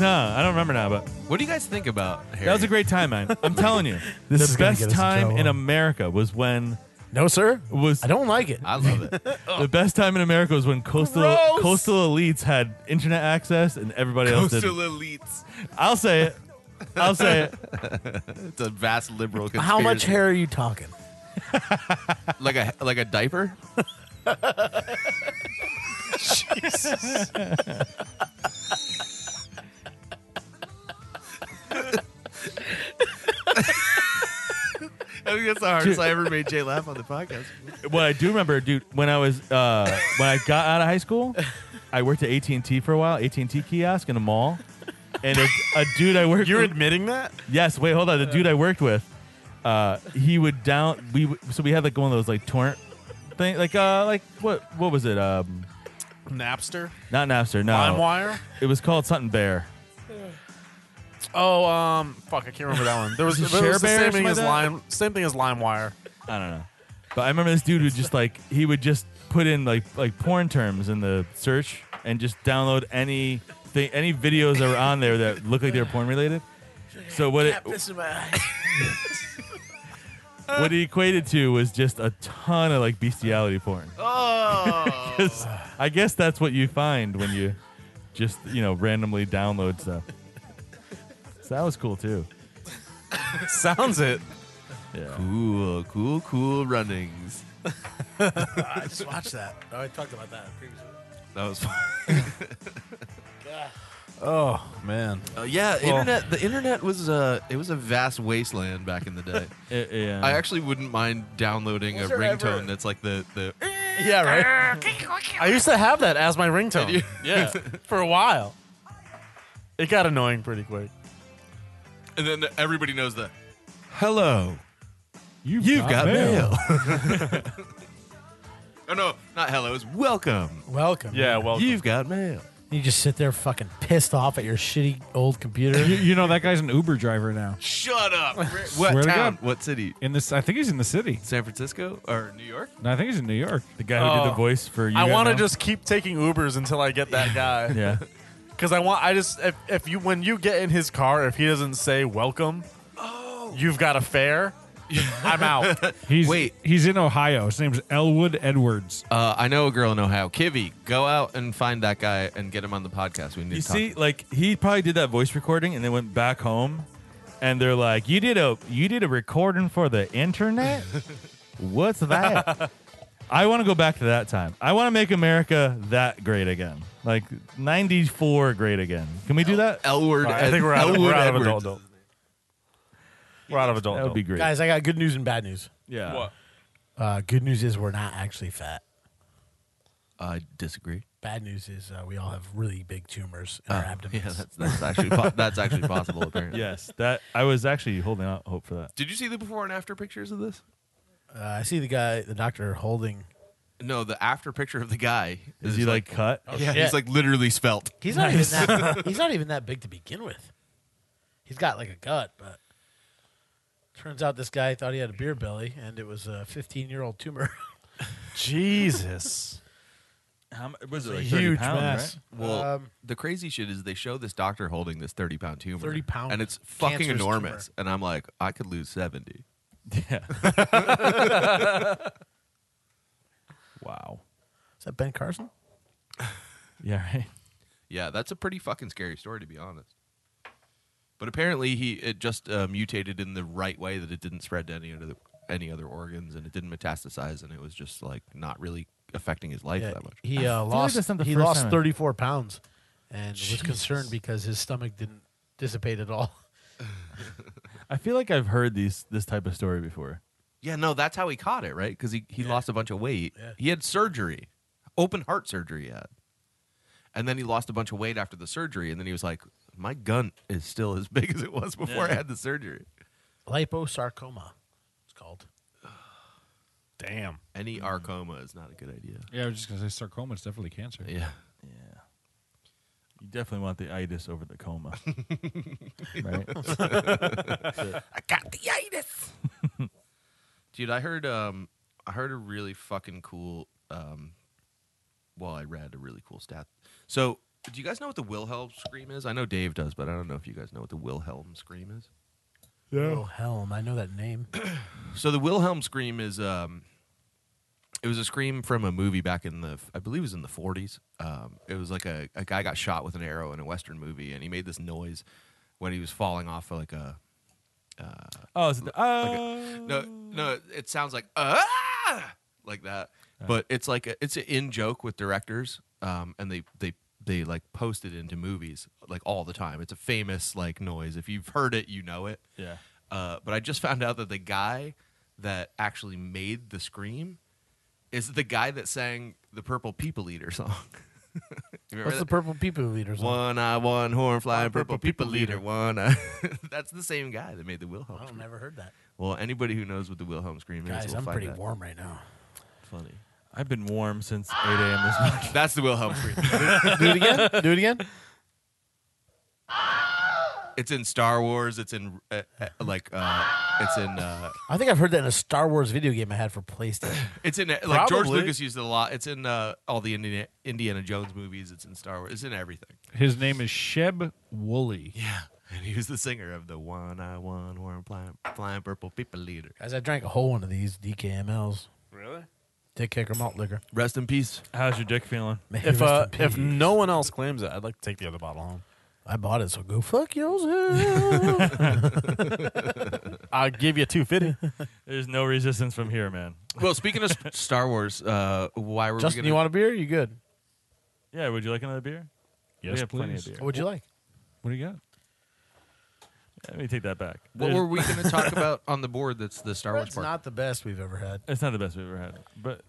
Speaker 1: no, I don't remember now, but
Speaker 3: What do you guys think about Harry?
Speaker 1: That was a great time, man.
Speaker 2: (laughs)
Speaker 1: I'm telling you,
Speaker 2: This
Speaker 1: the
Speaker 2: is gonna
Speaker 1: best
Speaker 2: get us in
Speaker 1: time in
Speaker 2: trouble.
Speaker 1: America was when
Speaker 2: No, sir.
Speaker 1: was
Speaker 2: I don't like it.
Speaker 1: (laughs)
Speaker 3: I love it.
Speaker 1: the best time in America was when coastal
Speaker 4: Gross.
Speaker 1: coastal elites had internet access and everybody else
Speaker 3: Coastal
Speaker 1: did.
Speaker 3: elites.
Speaker 1: I'll say it. I'll say it.
Speaker 4: (laughs)
Speaker 3: It's a vast liberal. Conspiracy.
Speaker 2: How much hair are you talking?
Speaker 3: Like a like a diaper. I think that's the hardest I ever made Jay laugh on the podcast.
Speaker 1: What I do remember, dude, when I was uh, when I got out of high school, I worked at AT and T for a while, AT and T kiosk in a mall, and a, a dude I worked
Speaker 4: You're
Speaker 1: with,
Speaker 4: admitting that?
Speaker 1: Yes. Wait. Hold on. The dude I worked with, uh, he would down. We w- so we had like one of those like torrent thing. Like uh, like what what was it? Um,
Speaker 4: Napster,
Speaker 1: not Napster. No,
Speaker 4: LimeWire.
Speaker 1: it was called something Bear.
Speaker 4: Oh, um, fuck, I can't remember that one. There was,
Speaker 1: Was it
Speaker 4: there was the
Speaker 1: Share Bear or
Speaker 4: same thing as
Speaker 1: something like
Speaker 4: Lime, same thing as LimeWire.
Speaker 1: I don't know. But I remember this dude would just like he would just put in like like porn terms in the search and just download any thing any videos that were on there that looked like they were porn related. So what it what it equated to was just a ton of like bestiality porn.
Speaker 3: Oh,
Speaker 1: (laughs) 'Cause I guess that's what you find when you just you know randomly download stuff. So that was cool too.
Speaker 4: Sounds it.
Speaker 1: Yeah.
Speaker 3: Cool, cool, cool runnings.
Speaker 2: I just watched that. Oh, I talked about that previously.
Speaker 3: That was fun.
Speaker 4: (laughs) Oh man.
Speaker 3: Uh, yeah, internet. The internet was a it was a vast wasteland back in the day.
Speaker 1: It- yeah.
Speaker 3: I actually wouldn't mind downloading
Speaker 2: Was
Speaker 3: a
Speaker 2: there
Speaker 3: ringtone
Speaker 2: ever-
Speaker 3: that's like the the.
Speaker 4: Yeah, right. I used to have that as my
Speaker 1: (laughs)
Speaker 2: Eh.
Speaker 4: ringtone.
Speaker 3: Yeah,
Speaker 4: for a while. It got annoying pretty quick.
Speaker 3: (laughs) and then everybody knows the. Hello,
Speaker 5: You've,
Speaker 3: you've got, mail. (laughs) oh no, not hello. It's welcome.
Speaker 2: Welcome.
Speaker 1: yeah. Well.
Speaker 3: You've got mail.
Speaker 2: You just sit there fucking pissed off at your shitty old
Speaker 3: (laughs)
Speaker 5: You,
Speaker 2: computer.
Speaker 5: you know that guy's an Uber driver now.
Speaker 2: (laughs)
Speaker 3: Shut up. Where-
Speaker 5: Swear
Speaker 3: what
Speaker 5: to
Speaker 3: town?
Speaker 5: God.
Speaker 3: What city?
Speaker 5: In this, I think he's in the city.
Speaker 3: San Francisco or New York?
Speaker 5: No, I think he's in New York.
Speaker 1: the guy who did
Speaker 4: Oh.
Speaker 1: the voice for you.
Speaker 4: I
Speaker 1: want to
Speaker 4: just keep taking Ubers until I get that guy.
Speaker 1: Yeah.
Speaker 4: Because I want, I just, if, if you, when you get in his car, if he doesn't say welcome, you've got a fare, I'm out.
Speaker 5: He's
Speaker 3: Wait.
Speaker 5: He's in Ohio. His name's Elwood Edwards.
Speaker 3: Uh, I know a girl in Ohio. Kivy, go out and find that guy and get him on the podcast. We need
Speaker 1: You
Speaker 3: to talk.
Speaker 1: see, like he probably did that voice recording and then went back home, and they're like, "You did a you did a recording for the (laughs) internet? What's that?" I want to go back to that time. I want to make America that great again, like '94 great again. Can we do that?
Speaker 3: Elwood.
Speaker 4: I think we're out, of, we're out of adult. adult. We're out of adult.
Speaker 1: That would be
Speaker 4: adult.
Speaker 1: great.
Speaker 2: Guys, I got good news and bad news.
Speaker 1: yeah.
Speaker 2: Uh, good news is we're not actually fat.
Speaker 3: I disagree.
Speaker 2: Bad news is uh, we all have really big tumors in our abdomens.
Speaker 3: (laughs) Oh, Yeah, that's, that's actually po- that's actually possible. (laughs) Apparently.
Speaker 1: Yes, that I was actually holding out hope for that.
Speaker 3: Did you see the before and after pictures of this?
Speaker 2: uh, I see the guy, the doctor, holding.
Speaker 3: No, the after picture of the guy.
Speaker 1: Is he like uh, cut?
Speaker 3: yeah,
Speaker 2: Oh, shit.
Speaker 3: he's like literally spelt.
Speaker 2: He's not even that. (laughs) he's not even that big to begin with. He's got like a gut, but turns out this guy thought he had a beer belly, and it was a 15-year-old tumor. (laughs)
Speaker 4: Jesus.
Speaker 1: How m- was it
Speaker 2: a
Speaker 1: like
Speaker 2: huge
Speaker 1: 30 pounds,
Speaker 2: mess.
Speaker 1: right?
Speaker 3: Well,
Speaker 2: Um,
Speaker 3: the crazy shit is they show this doctor holding this thirty pound tumor,
Speaker 2: 30 pound
Speaker 3: and it's fucking
Speaker 2: cancerous
Speaker 3: enormous. And I'm like, I could lose seventy.
Speaker 1: (laughs) Yeah. wow.
Speaker 2: Is that Ben Carson?
Speaker 1: Yeah. Right.
Speaker 3: Yeah, that's a pretty fucking scary story to be honest. But apparently, he it just uh, mutated in the right way that it didn't spread to any other any other organs, and it didn't metastasize, and it was just like not really affecting his life that much.
Speaker 2: He uh,
Speaker 1: like
Speaker 2: lost.
Speaker 1: that's not the
Speaker 2: he
Speaker 1: first
Speaker 2: lost
Speaker 1: time I-
Speaker 2: 34 pounds, and was
Speaker 1: Jesus.
Speaker 2: concerned because his stomach didn't dissipate at all. (laughs)
Speaker 1: I feel like I've heard these this type of story before.
Speaker 3: Yeah, no, that's how he caught it, right? Because he, he lost a bunch of weight.
Speaker 2: Yeah.
Speaker 3: He had surgery, open heart surgery, he had. And then he lost a bunch of weight after the surgery. And then he was like, my gun is still as (laughs) big as it was before I had the surgery.
Speaker 2: Liposarcoma, it's called.
Speaker 4: Damn.
Speaker 3: Any arcoma is not a good idea.
Speaker 5: Yeah, I was just gonna say sarcoma is definitely cancer.
Speaker 3: Yeah.
Speaker 1: Yeah. You definitely want the itis over the coma. (laughs) right?
Speaker 3: I got the itis. Dude, I heard um I heard a really fucking cool um well, I read a really cool stat. So, do you guys know what the Wilhelm scream is? I know Dave does, but I don't know if you guys know what the Wilhelm scream is.
Speaker 2: Oh Helm, I know that name.
Speaker 3: So the Wilhelm scream is um, it was a scream from a movie back in the I believe it was in the 40s. Um, it was like a, a guy got shot with an arrow in a western movie, and he made this noise when he was falling off of like a
Speaker 1: Oh, so the, oh.
Speaker 3: no no. It sounds like ah like that, but it's like a, it's an in joke with directors, um, and they they they like post it into movies like all the time. It's a famous like noise. If you've heard it, you know it.
Speaker 1: Yeah.
Speaker 3: Uh, but I just (laughs) found out that the guy that actually made the scream is the guy that sang the Purple People Eater song. (laughs) You
Speaker 2: (coughs)
Speaker 3: remember
Speaker 2: What's the
Speaker 3: that?
Speaker 2: Purple People Leaders?
Speaker 3: one eye, one horn, flying
Speaker 4: Purple
Speaker 3: purple, people,
Speaker 4: People
Speaker 3: eater. One eye. (laughs) That's the same guy that made the Wilhelm.
Speaker 2: I've
Speaker 3: scream.
Speaker 2: never heard that.
Speaker 3: Well, anybody who knows what the Wilhelm scream is
Speaker 2: Oh. Guys,
Speaker 3: will
Speaker 2: I'm
Speaker 3: find
Speaker 2: pretty
Speaker 3: that
Speaker 2: warm right now.
Speaker 3: funny.
Speaker 1: I've been warm since 8 a.m. this morning. (laughs)
Speaker 3: That's
Speaker 2: (laughs)
Speaker 3: the Wilhelm
Speaker 2: (laughs)
Speaker 3: scream.
Speaker 2: Do it again. Do it again.
Speaker 3: it's in Star Wars. It's in uh, uh, like uh, it's in uh,
Speaker 2: I think I've heard that in a Star Wars video game I had for (coughs) PlayStation.
Speaker 3: It's in uh, like George
Speaker 4: Probably.
Speaker 3: Lucas used it a lot. It's in uh, all the Indiana, Indiana Jones movies. It's in Star Wars. It's in everything.
Speaker 5: His name is Sheb Woolley.
Speaker 3: Yeah, and he was the singer of the one I one horn flying flying purple people leader.
Speaker 2: Guys, I drank a whole one of these DKMLs,
Speaker 4: Really?
Speaker 2: dick kicker malt liquor.
Speaker 3: Rest in peace.
Speaker 1: How's your dick feeling?
Speaker 2: May it
Speaker 4: If,
Speaker 2: rest
Speaker 4: uh,
Speaker 2: in
Speaker 4: if
Speaker 2: peace.
Speaker 4: no one else claims it, I'd like to take the other bottle home.
Speaker 2: I bought it, so go fuck (laughs) yourself.
Speaker 4: I'll give you two fifty.
Speaker 1: There's no resistance from here, man.
Speaker 3: Well, speaking of S- Star Wars, uh, why were
Speaker 2: Justin,
Speaker 3: we
Speaker 2: you
Speaker 3: gonna,
Speaker 2: want a beer? You good?
Speaker 1: Yeah, would you like another beer?
Speaker 5: Yes,
Speaker 1: we have plenty of
Speaker 5: please.
Speaker 1: beer.
Speaker 2: What would you like?
Speaker 5: What do you got?
Speaker 1: Let me take that back.
Speaker 3: What
Speaker 1: There's-
Speaker 3: were we going to talk about on the board? That's the Star Wars
Speaker 2: That's
Speaker 3: part.
Speaker 2: not the best we've ever had.
Speaker 1: It's not the best we've ever had, but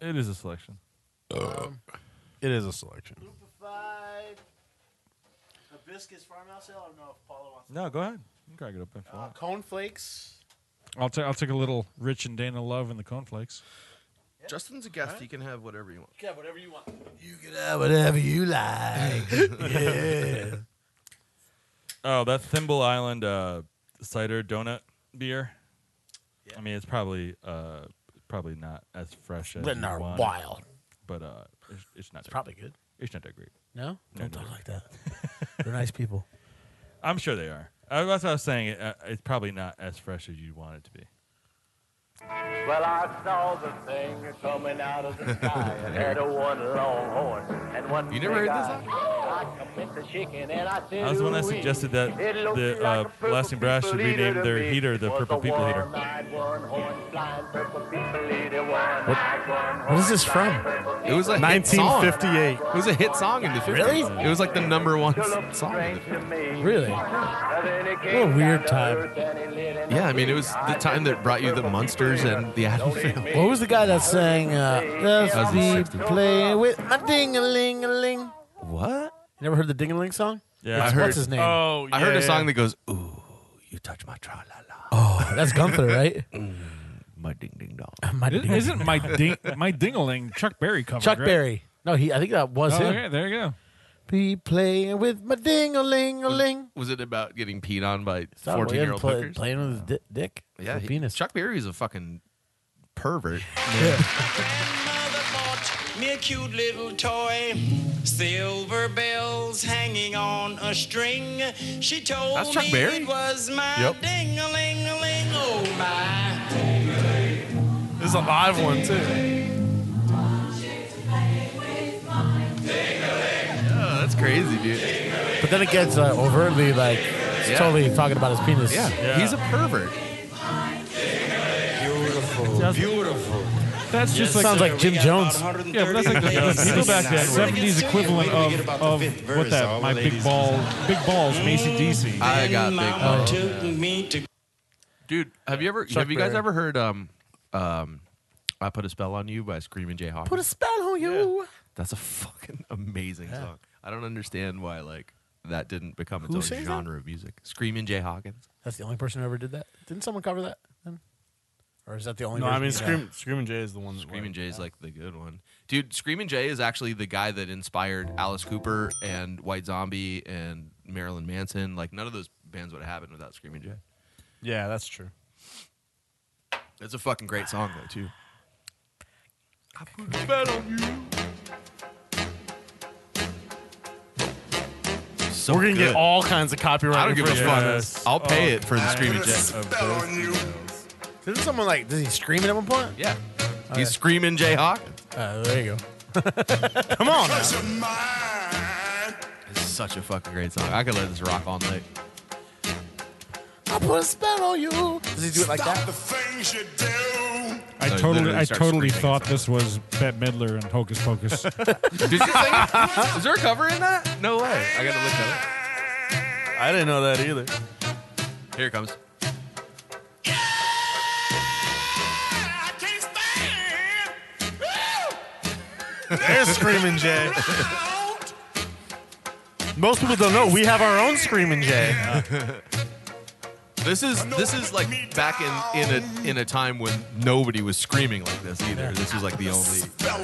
Speaker 1: it is a selection.
Speaker 4: It is a selection.
Speaker 2: Hibiscus farmhouse ale. I don't know if Paula wants.
Speaker 1: No, go ahead. You can crack it open. if you
Speaker 5: Uh,
Speaker 1: want.
Speaker 2: cone flakes.
Speaker 5: I'll take I'll take a little Rich and Dana love and the cornflakes.
Speaker 3: Justin's a guest; he can have whatever you want.
Speaker 2: Yeah, whatever you want. You can have whatever you like. yeah.
Speaker 1: Oh, that Thimble Island uh, cider donut beer. I mean, it's probably uh, probably not as fresh as
Speaker 2: Written
Speaker 1: you
Speaker 2: our
Speaker 1: want,
Speaker 2: wild.
Speaker 1: but uh, it's, it's not.
Speaker 2: It's
Speaker 1: that-
Speaker 2: probably good.
Speaker 1: it's not that great.
Speaker 2: No,
Speaker 1: No,
Speaker 2: don't
Speaker 1: no.
Speaker 2: talk like that. They're nice people.
Speaker 1: I'm sure they are. Uh, that's what I was saying. It, uh, it's probably not as fresh as you want it to be.
Speaker 6: Well, I saw the thing coming out of the sky and had a one long horn and one
Speaker 3: You never
Speaker 6: big
Speaker 3: heard this
Speaker 6: eye.
Speaker 3: song?
Speaker 6: I commit the chicken and I said,
Speaker 1: I was the one that
Speaker 6: "Ooh-wee."
Speaker 1: suggested that
Speaker 6: It looked
Speaker 1: the,
Speaker 6: like a
Speaker 1: uh,
Speaker 6: purple
Speaker 1: Blasting Brass
Speaker 6: people
Speaker 1: should
Speaker 6: eater
Speaker 1: rename
Speaker 6: to
Speaker 1: their
Speaker 6: me.
Speaker 1: heater the
Speaker 6: Was
Speaker 1: Purple
Speaker 6: a
Speaker 1: People Eater.
Speaker 6: one-eyed, one-horned, flying purple people eater, one-eyed, one-horned,
Speaker 2: What is this from?
Speaker 6: flying purple
Speaker 3: It was a hit
Speaker 4: Nineteen
Speaker 3: song.
Speaker 4: fifty eight.
Speaker 3: It was a hit song in the 50s.
Speaker 2: Really?
Speaker 3: It was like the number one
Speaker 6: people
Speaker 3: s-
Speaker 6: looked
Speaker 3: song. in the 50s.
Speaker 6: strange to me.
Speaker 2: Really?
Speaker 6: Well, then it
Speaker 2: a
Speaker 6: came
Speaker 2: weird
Speaker 6: down to
Speaker 2: time.
Speaker 6: earth and it lit in
Speaker 3: Yeah,
Speaker 6: a
Speaker 3: I mean, it
Speaker 6: big
Speaker 3: was
Speaker 6: eye
Speaker 3: the time that brought you the monsters and the Adam Family.
Speaker 2: What was the guy that sang? Uh, Let's
Speaker 3: That was in
Speaker 2: be
Speaker 3: 60.
Speaker 2: playing with my ding a ling a ling. You
Speaker 3: What?
Speaker 2: never heard the ding a ling song?
Speaker 1: Yeah,
Speaker 2: What's,
Speaker 3: I heard-
Speaker 2: what's his name?
Speaker 4: Oh,
Speaker 3: I heard
Speaker 4: yeah,
Speaker 3: a song
Speaker 4: yeah.
Speaker 3: that goes, "Ooh, you touch my tra la la,
Speaker 2: Oh, that's Gunther, right? (laughs)
Speaker 3: my ding ding dong."
Speaker 2: My
Speaker 5: It,
Speaker 2: ding-
Speaker 5: isn't my ding my dingaling Chuck Berry covered?
Speaker 2: Chuck
Speaker 5: right?
Speaker 2: Berry. No, he. I think that was
Speaker 5: Oh,
Speaker 2: him.
Speaker 5: okay, there you go.
Speaker 2: Be playing with my ding a ling a ling.
Speaker 3: Was it about getting peed on by fourteen year old hookers?
Speaker 2: playing with his di- dick.
Speaker 3: yeah,
Speaker 2: his
Speaker 3: he-
Speaker 2: penis.
Speaker 3: Chuck Berry's a fucking pervert. (laughs)
Speaker 7: Grandmother bought me a cute little toy. Silver bells hanging on a string. She told
Speaker 3: That's Chuck
Speaker 7: me
Speaker 3: Berry?
Speaker 7: it was my
Speaker 3: Yep.
Speaker 7: ding-a-ling-a-ling. Oh my.
Speaker 4: This is a live one too.
Speaker 3: Oh, that's crazy, dude.
Speaker 2: But then it gets uh, overtly like it's
Speaker 3: Yeah.
Speaker 2: totally talking about his penis.
Speaker 3: Yeah,
Speaker 1: Yeah.
Speaker 3: he's a pervert.
Speaker 5: That's just like
Speaker 2: Sounds
Speaker 5: the-
Speaker 2: like Jim Jones.
Speaker 5: yeah, but that's like the uh, people back then seventies equivalent of, of what that my big ball big balls Macy DC.
Speaker 3: I got big balls.
Speaker 7: took me to
Speaker 3: dude. Have you ever?
Speaker 2: Chuck
Speaker 3: have you guys
Speaker 2: Berry.
Speaker 3: ever heard? Um, um, I put a spell on you by Screaming Jay Hawkins.
Speaker 2: Put a spell on you.
Speaker 3: That's a fucking (laughs) amazing song. I don't understand why like that didn't become its
Speaker 2: Who
Speaker 3: own
Speaker 2: sings that?
Speaker 3: genre of music. Screaming Jay Hawkins.
Speaker 2: That's the only person who ever did that. Didn't someone cover that? Then? Or is that the only?
Speaker 4: No,
Speaker 2: version
Speaker 4: I mean
Speaker 2: you
Speaker 4: Scream, Screaming Jay is the one. that
Speaker 3: Screaming
Speaker 4: went.
Speaker 3: Jay's like the good one. Dude, Screaming Jay is actually the guy that inspired Alice Cooper and White Zombie and Marilyn Manson. Like none of those bands would have happened without Screaming Jay.
Speaker 4: Yeah, that's true.
Speaker 3: It's a fucking great song though, too. So
Speaker 4: We're gonna
Speaker 3: good.
Speaker 4: get all kinds of copyright.
Speaker 3: I don't give a
Speaker 4: infringement on this.
Speaker 3: fuck. I'll pay it for the Screaming Jay.
Speaker 2: got? Isn't someone like? Does he scream it at one point?
Speaker 3: Yeah. He's Screaming Jay Hawkins.
Speaker 2: Uh, there you go.
Speaker 4: Come on. now.
Speaker 3: It's such a fucking great song. I could let this rock all night.
Speaker 2: I put a spell on you. Does he do it like that?
Speaker 5: I
Speaker 3: So it
Speaker 5: totally
Speaker 3: literally
Speaker 5: I
Speaker 3: starts
Speaker 5: totally
Speaker 3: screaming
Speaker 5: thought
Speaker 3: at
Speaker 5: this was Bette Midler and Hocus Pocus.
Speaker 3: Did you
Speaker 2: (laughs)
Speaker 3: sing it? Is there a cover in that? No way. I gotta look that
Speaker 4: I didn't know that either.
Speaker 3: up. Here it comes.
Speaker 7: I
Speaker 4: They're
Speaker 7: can't stand
Speaker 4: Screaming Jay.
Speaker 7: (laughs) out.
Speaker 4: Most people don't know we have our own Screaming Jay.
Speaker 3: This is this is like back in in a in a time when nobody was screaming like this either. This is like the only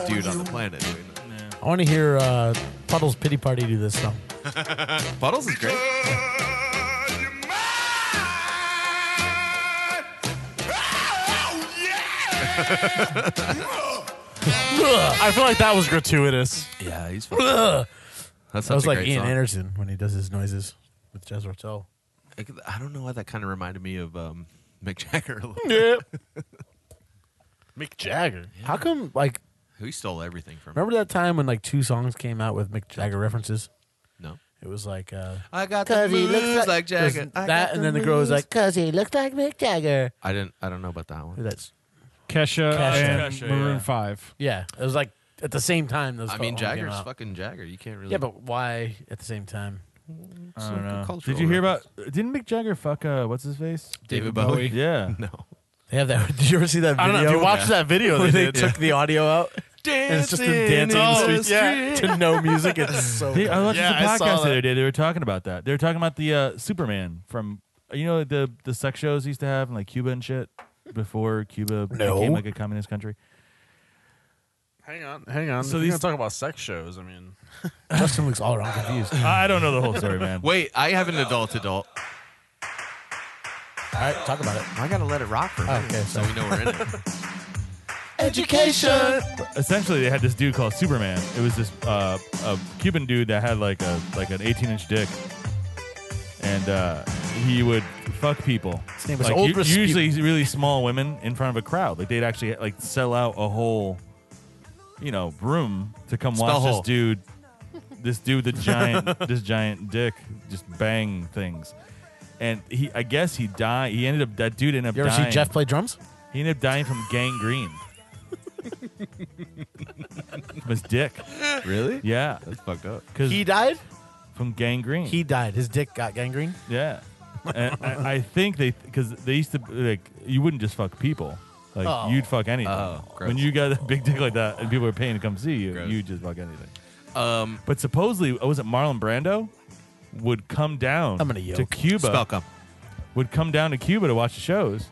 Speaker 3: dude on the planet doing that.
Speaker 2: I want to hear uh, Puddle's pity party do this song.
Speaker 3: Puddles is great.
Speaker 4: I feel like that was gratuitous.
Speaker 3: Yeah, he's.
Speaker 2: Ugh.
Speaker 3: That's
Speaker 2: That
Speaker 3: such
Speaker 2: was
Speaker 3: a
Speaker 2: like
Speaker 3: great
Speaker 2: Ian
Speaker 3: song.
Speaker 2: Anderson when he does his noises with Jez Rotel.
Speaker 3: Like, I don't know why that kind of reminded me of um, Mick Jagger. a little.
Speaker 4: Yep. Mick Jagger.
Speaker 2: (laughs) How come like
Speaker 3: Who stole everything from?
Speaker 2: remember that time when like two songs came out with Mick Jagger references?
Speaker 3: No.
Speaker 2: It was like uh,
Speaker 3: I got
Speaker 2: Cause he looks like, it was that, and then the girl was like, "Cause he looked like Mick Jagger."
Speaker 3: I didn't. I don't know about that one.
Speaker 2: That's
Speaker 5: Kesha,
Speaker 2: Kesha.
Speaker 5: and
Speaker 1: Kesha,
Speaker 5: Maroon
Speaker 1: yeah.
Speaker 5: Five.
Speaker 2: yeah. It was like at the same time. Those
Speaker 3: I mean,
Speaker 2: all came
Speaker 3: Jagger's
Speaker 2: out.
Speaker 3: fucking Jagger. You can't really.
Speaker 2: Yeah, but why at the same time?
Speaker 1: I don't
Speaker 3: like a
Speaker 1: know.
Speaker 3: cultural
Speaker 1: Uh, Did you hear about?
Speaker 3: reference.
Speaker 1: Didn't Mick Jagger fuck? Uh, what's his face? Oh,
Speaker 3: David
Speaker 5: Bowie.
Speaker 3: Bowie.
Speaker 4: (laughs)
Speaker 1: Yeah.
Speaker 3: (laughs) No.
Speaker 2: They have that. (laughs) Did you ever see that video?
Speaker 4: I don't know if
Speaker 2: (laughs)
Speaker 4: you watched that video
Speaker 2: where
Speaker 4: they
Speaker 2: they
Speaker 4: did.
Speaker 2: took the audio out and it's just them dancing in
Speaker 4: the
Speaker 2: the streets
Speaker 4: street.
Speaker 2: to no music. It's so.
Speaker 1: They, I watched
Speaker 4: Yeah, I
Speaker 1: the
Speaker 4: saw
Speaker 1: podcast the
Speaker 4: that.
Speaker 1: other day. They were talking about that. They were talking about the uh, Superman from you know the the sex shows he used to have in like Cuba and shit before Cuba
Speaker 2: No.
Speaker 1: became like a communist country.
Speaker 4: Hang on, hang on.
Speaker 1: So
Speaker 4: So you
Speaker 1: these-
Speaker 4: gonna talk about sex shows. I mean,
Speaker 2: Justin looks all around confused. all
Speaker 1: I don't know the whole story, man.
Speaker 3: Wait, I have an adult adult.
Speaker 2: right, talk about it.
Speaker 3: I gotta let it rock for a minute
Speaker 2: okay,
Speaker 3: so we know we're in it.
Speaker 2: Education.
Speaker 1: Essentially, they had this dude called Superman. It was this uh, a Cuban dude that had like a like an 18 inch dick, and uh, he would fuck people.
Speaker 2: His name was
Speaker 1: like,
Speaker 2: Old
Speaker 1: u-
Speaker 2: Rasputin.
Speaker 1: usually really small women in front of a crowd. Like they'd actually like sell out a whole, you know, room to come
Speaker 3: Spell
Speaker 1: watch
Speaker 3: hole.
Speaker 1: this dude, this dude with the giant, this giant dick, just bang things. And he, I guess he died. He ended up that dude ended up
Speaker 2: You ever
Speaker 1: dying.
Speaker 2: see Jeff play drums?
Speaker 1: He ended up dying from gangrene. from his dick.
Speaker 3: (laughs) Really?
Speaker 1: Yeah.
Speaker 3: That's fucked up.
Speaker 1: 'cause
Speaker 2: He died.
Speaker 1: from gangrene.
Speaker 2: He died. His dick got gangrene.
Speaker 1: yeah. and I, I think they, because they used to, like, you wouldn't just fuck people. Like,
Speaker 2: Oh.
Speaker 1: you'd fuck anything.
Speaker 3: Oh, gross.
Speaker 1: when you got a big dick like that and people are paying to come see you,
Speaker 3: Gross.
Speaker 1: you just fuck anything.
Speaker 3: Um,
Speaker 1: But supposedly, oh, was it Marlon Brando? Would come down
Speaker 2: I'm
Speaker 1: to
Speaker 2: gonna yoke.
Speaker 1: Cuba.
Speaker 3: spell come.
Speaker 1: would come down to Cuba to watch the shows,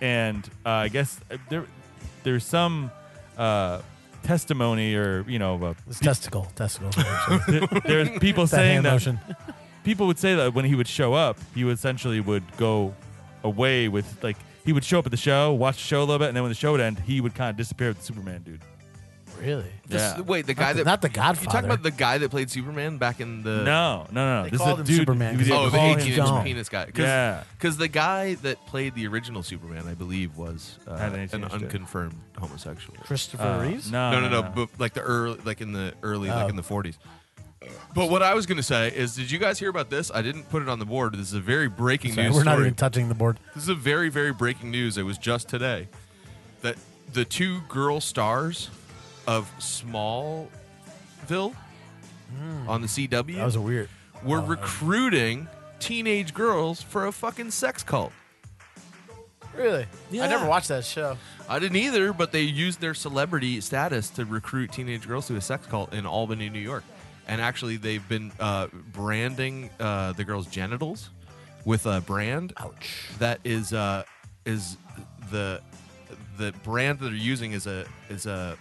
Speaker 1: and uh, I guess uh, there there's some uh, testimony or you know uh,
Speaker 2: His testicle. Testicle. that (laughs)
Speaker 1: th- there's people saying
Speaker 2: hand
Speaker 1: that
Speaker 2: motion.
Speaker 1: people would say that when he would show up, he would essentially would go away with like he would show up at the show, watch the show a little bit, and then when the show would end, he would kind of disappear with the Superman dude.
Speaker 2: Really?
Speaker 3: This-
Speaker 1: Yeah.
Speaker 3: Wait, the guy
Speaker 2: Not the-
Speaker 3: that
Speaker 2: not the
Speaker 3: You talking
Speaker 2: Godfather.
Speaker 3: about the guy that played Superman back in the
Speaker 1: No, no, no, no.
Speaker 2: They
Speaker 1: this is a
Speaker 2: called him
Speaker 1: dude.
Speaker 2: Superman 'cause
Speaker 1: they
Speaker 2: he
Speaker 3: Oh, the
Speaker 1: call
Speaker 2: called
Speaker 1: him
Speaker 3: 18
Speaker 2: John.
Speaker 3: inch penis guy. Cause,
Speaker 1: Yeah.
Speaker 3: Because the guy that played the original Superman, I believe, was uh,
Speaker 1: Had an
Speaker 3: an,
Speaker 1: 18 inch dick.
Speaker 3: unconfirmed homosexual.
Speaker 2: Christopher
Speaker 1: Uh,
Speaker 2: Reeves.
Speaker 1: No,
Speaker 3: no, no, no, But like the early, like in the early,
Speaker 2: Oh.
Speaker 3: like in the forties. But what I was gonna say is, did you guys hear about this? I didn't put it on the board. This is a very breaking
Speaker 2: Sorry,
Speaker 3: news
Speaker 2: we're not
Speaker 3: story.
Speaker 2: even touching the board.
Speaker 3: this is a very, very breaking news. It was just today that the two girl stars of Smallville on the CW
Speaker 2: That was a weird.
Speaker 3: we're recruiting teenage girls for a fucking sex cult.
Speaker 2: Really?
Speaker 3: Yeah.
Speaker 2: I never watched that show.
Speaker 3: I didn't either, but they used their celebrity status to recruit teenage girls to a sex cult in Albany, New York. And actually, they've been uh, branding uh, the girls' genitals with a brand
Speaker 2: Ouch.
Speaker 3: that is uh, is the the brand that they're using is a is a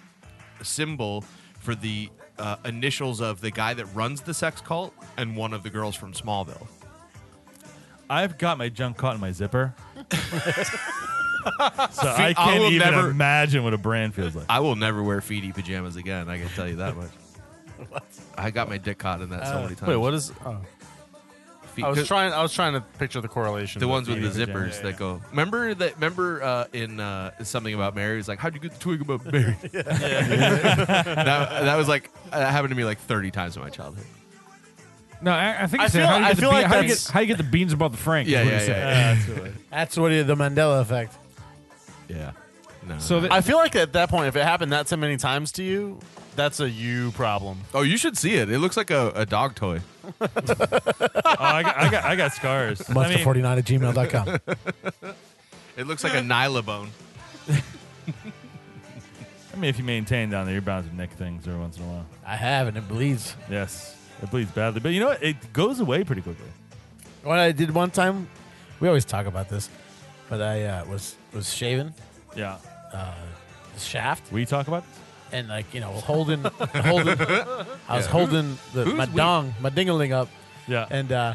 Speaker 3: symbol for the uh, initials of the guy that runs the sex cult and one of the girls from Smallville.
Speaker 1: I've got my junk caught in my zipper. so I
Speaker 3: I
Speaker 1: can't
Speaker 3: will
Speaker 1: even
Speaker 3: never-
Speaker 1: imagine what a brand feels like.
Speaker 3: I will never wear feety pajamas again. I can tell you that much. I got my dick caught in that so many times.
Speaker 4: wait, what is?
Speaker 3: Fe-
Speaker 4: I was
Speaker 3: 'cause
Speaker 4: Oh. trying. I was trying to picture the correlation.
Speaker 3: the ones with the
Speaker 1: Feety
Speaker 3: zippers
Speaker 1: pajamas.
Speaker 3: that go. Remember that? Remember uh, in uh, something about Mary? It was like, how'd you get the twig about Mary? (laughs) that, that was like that happened to me like thirty times in my childhood.
Speaker 5: No, I, I think
Speaker 4: I
Speaker 5: it's said,
Speaker 4: feel-
Speaker 5: how do you
Speaker 4: I
Speaker 5: get the
Speaker 4: feel
Speaker 5: be-
Speaker 4: like
Speaker 5: how do you get-
Speaker 4: that's-
Speaker 5: how you get the beans above the frank? is
Speaker 3: Yeah,
Speaker 5: what he
Speaker 3: yeah,
Speaker 5: said.
Speaker 3: yeah,
Speaker 2: That's what he, the Mandela effect.
Speaker 3: yeah. No.
Speaker 5: So
Speaker 3: no.
Speaker 5: the-
Speaker 4: I feel like at that point, if it happened that so many times to you, that's a you problem.
Speaker 3: oh, you should see it. It looks like a, a dog toy.
Speaker 1: Oh, I, got, I, got, I got scars. I mean,
Speaker 2: Monster49 at
Speaker 3: (laughs)
Speaker 2: gmail.com.
Speaker 3: It looks (laughs) like a Nyla bone.
Speaker 1: I mean, if you maintain down there, you're bound to nick things every once in a while.
Speaker 2: I have, and it bleeds.
Speaker 1: Yes, it bleeds badly, but you know what? It goes away pretty quickly.
Speaker 2: What I did one time, we always talk about this, but I uh, was was shaving
Speaker 1: Yeah,
Speaker 2: the shaft
Speaker 1: we talk about this?
Speaker 2: and like you know holding holding. I was holding the, my
Speaker 3: who's we?
Speaker 2: dong, my dingaling up,
Speaker 1: Yeah,
Speaker 2: and uh,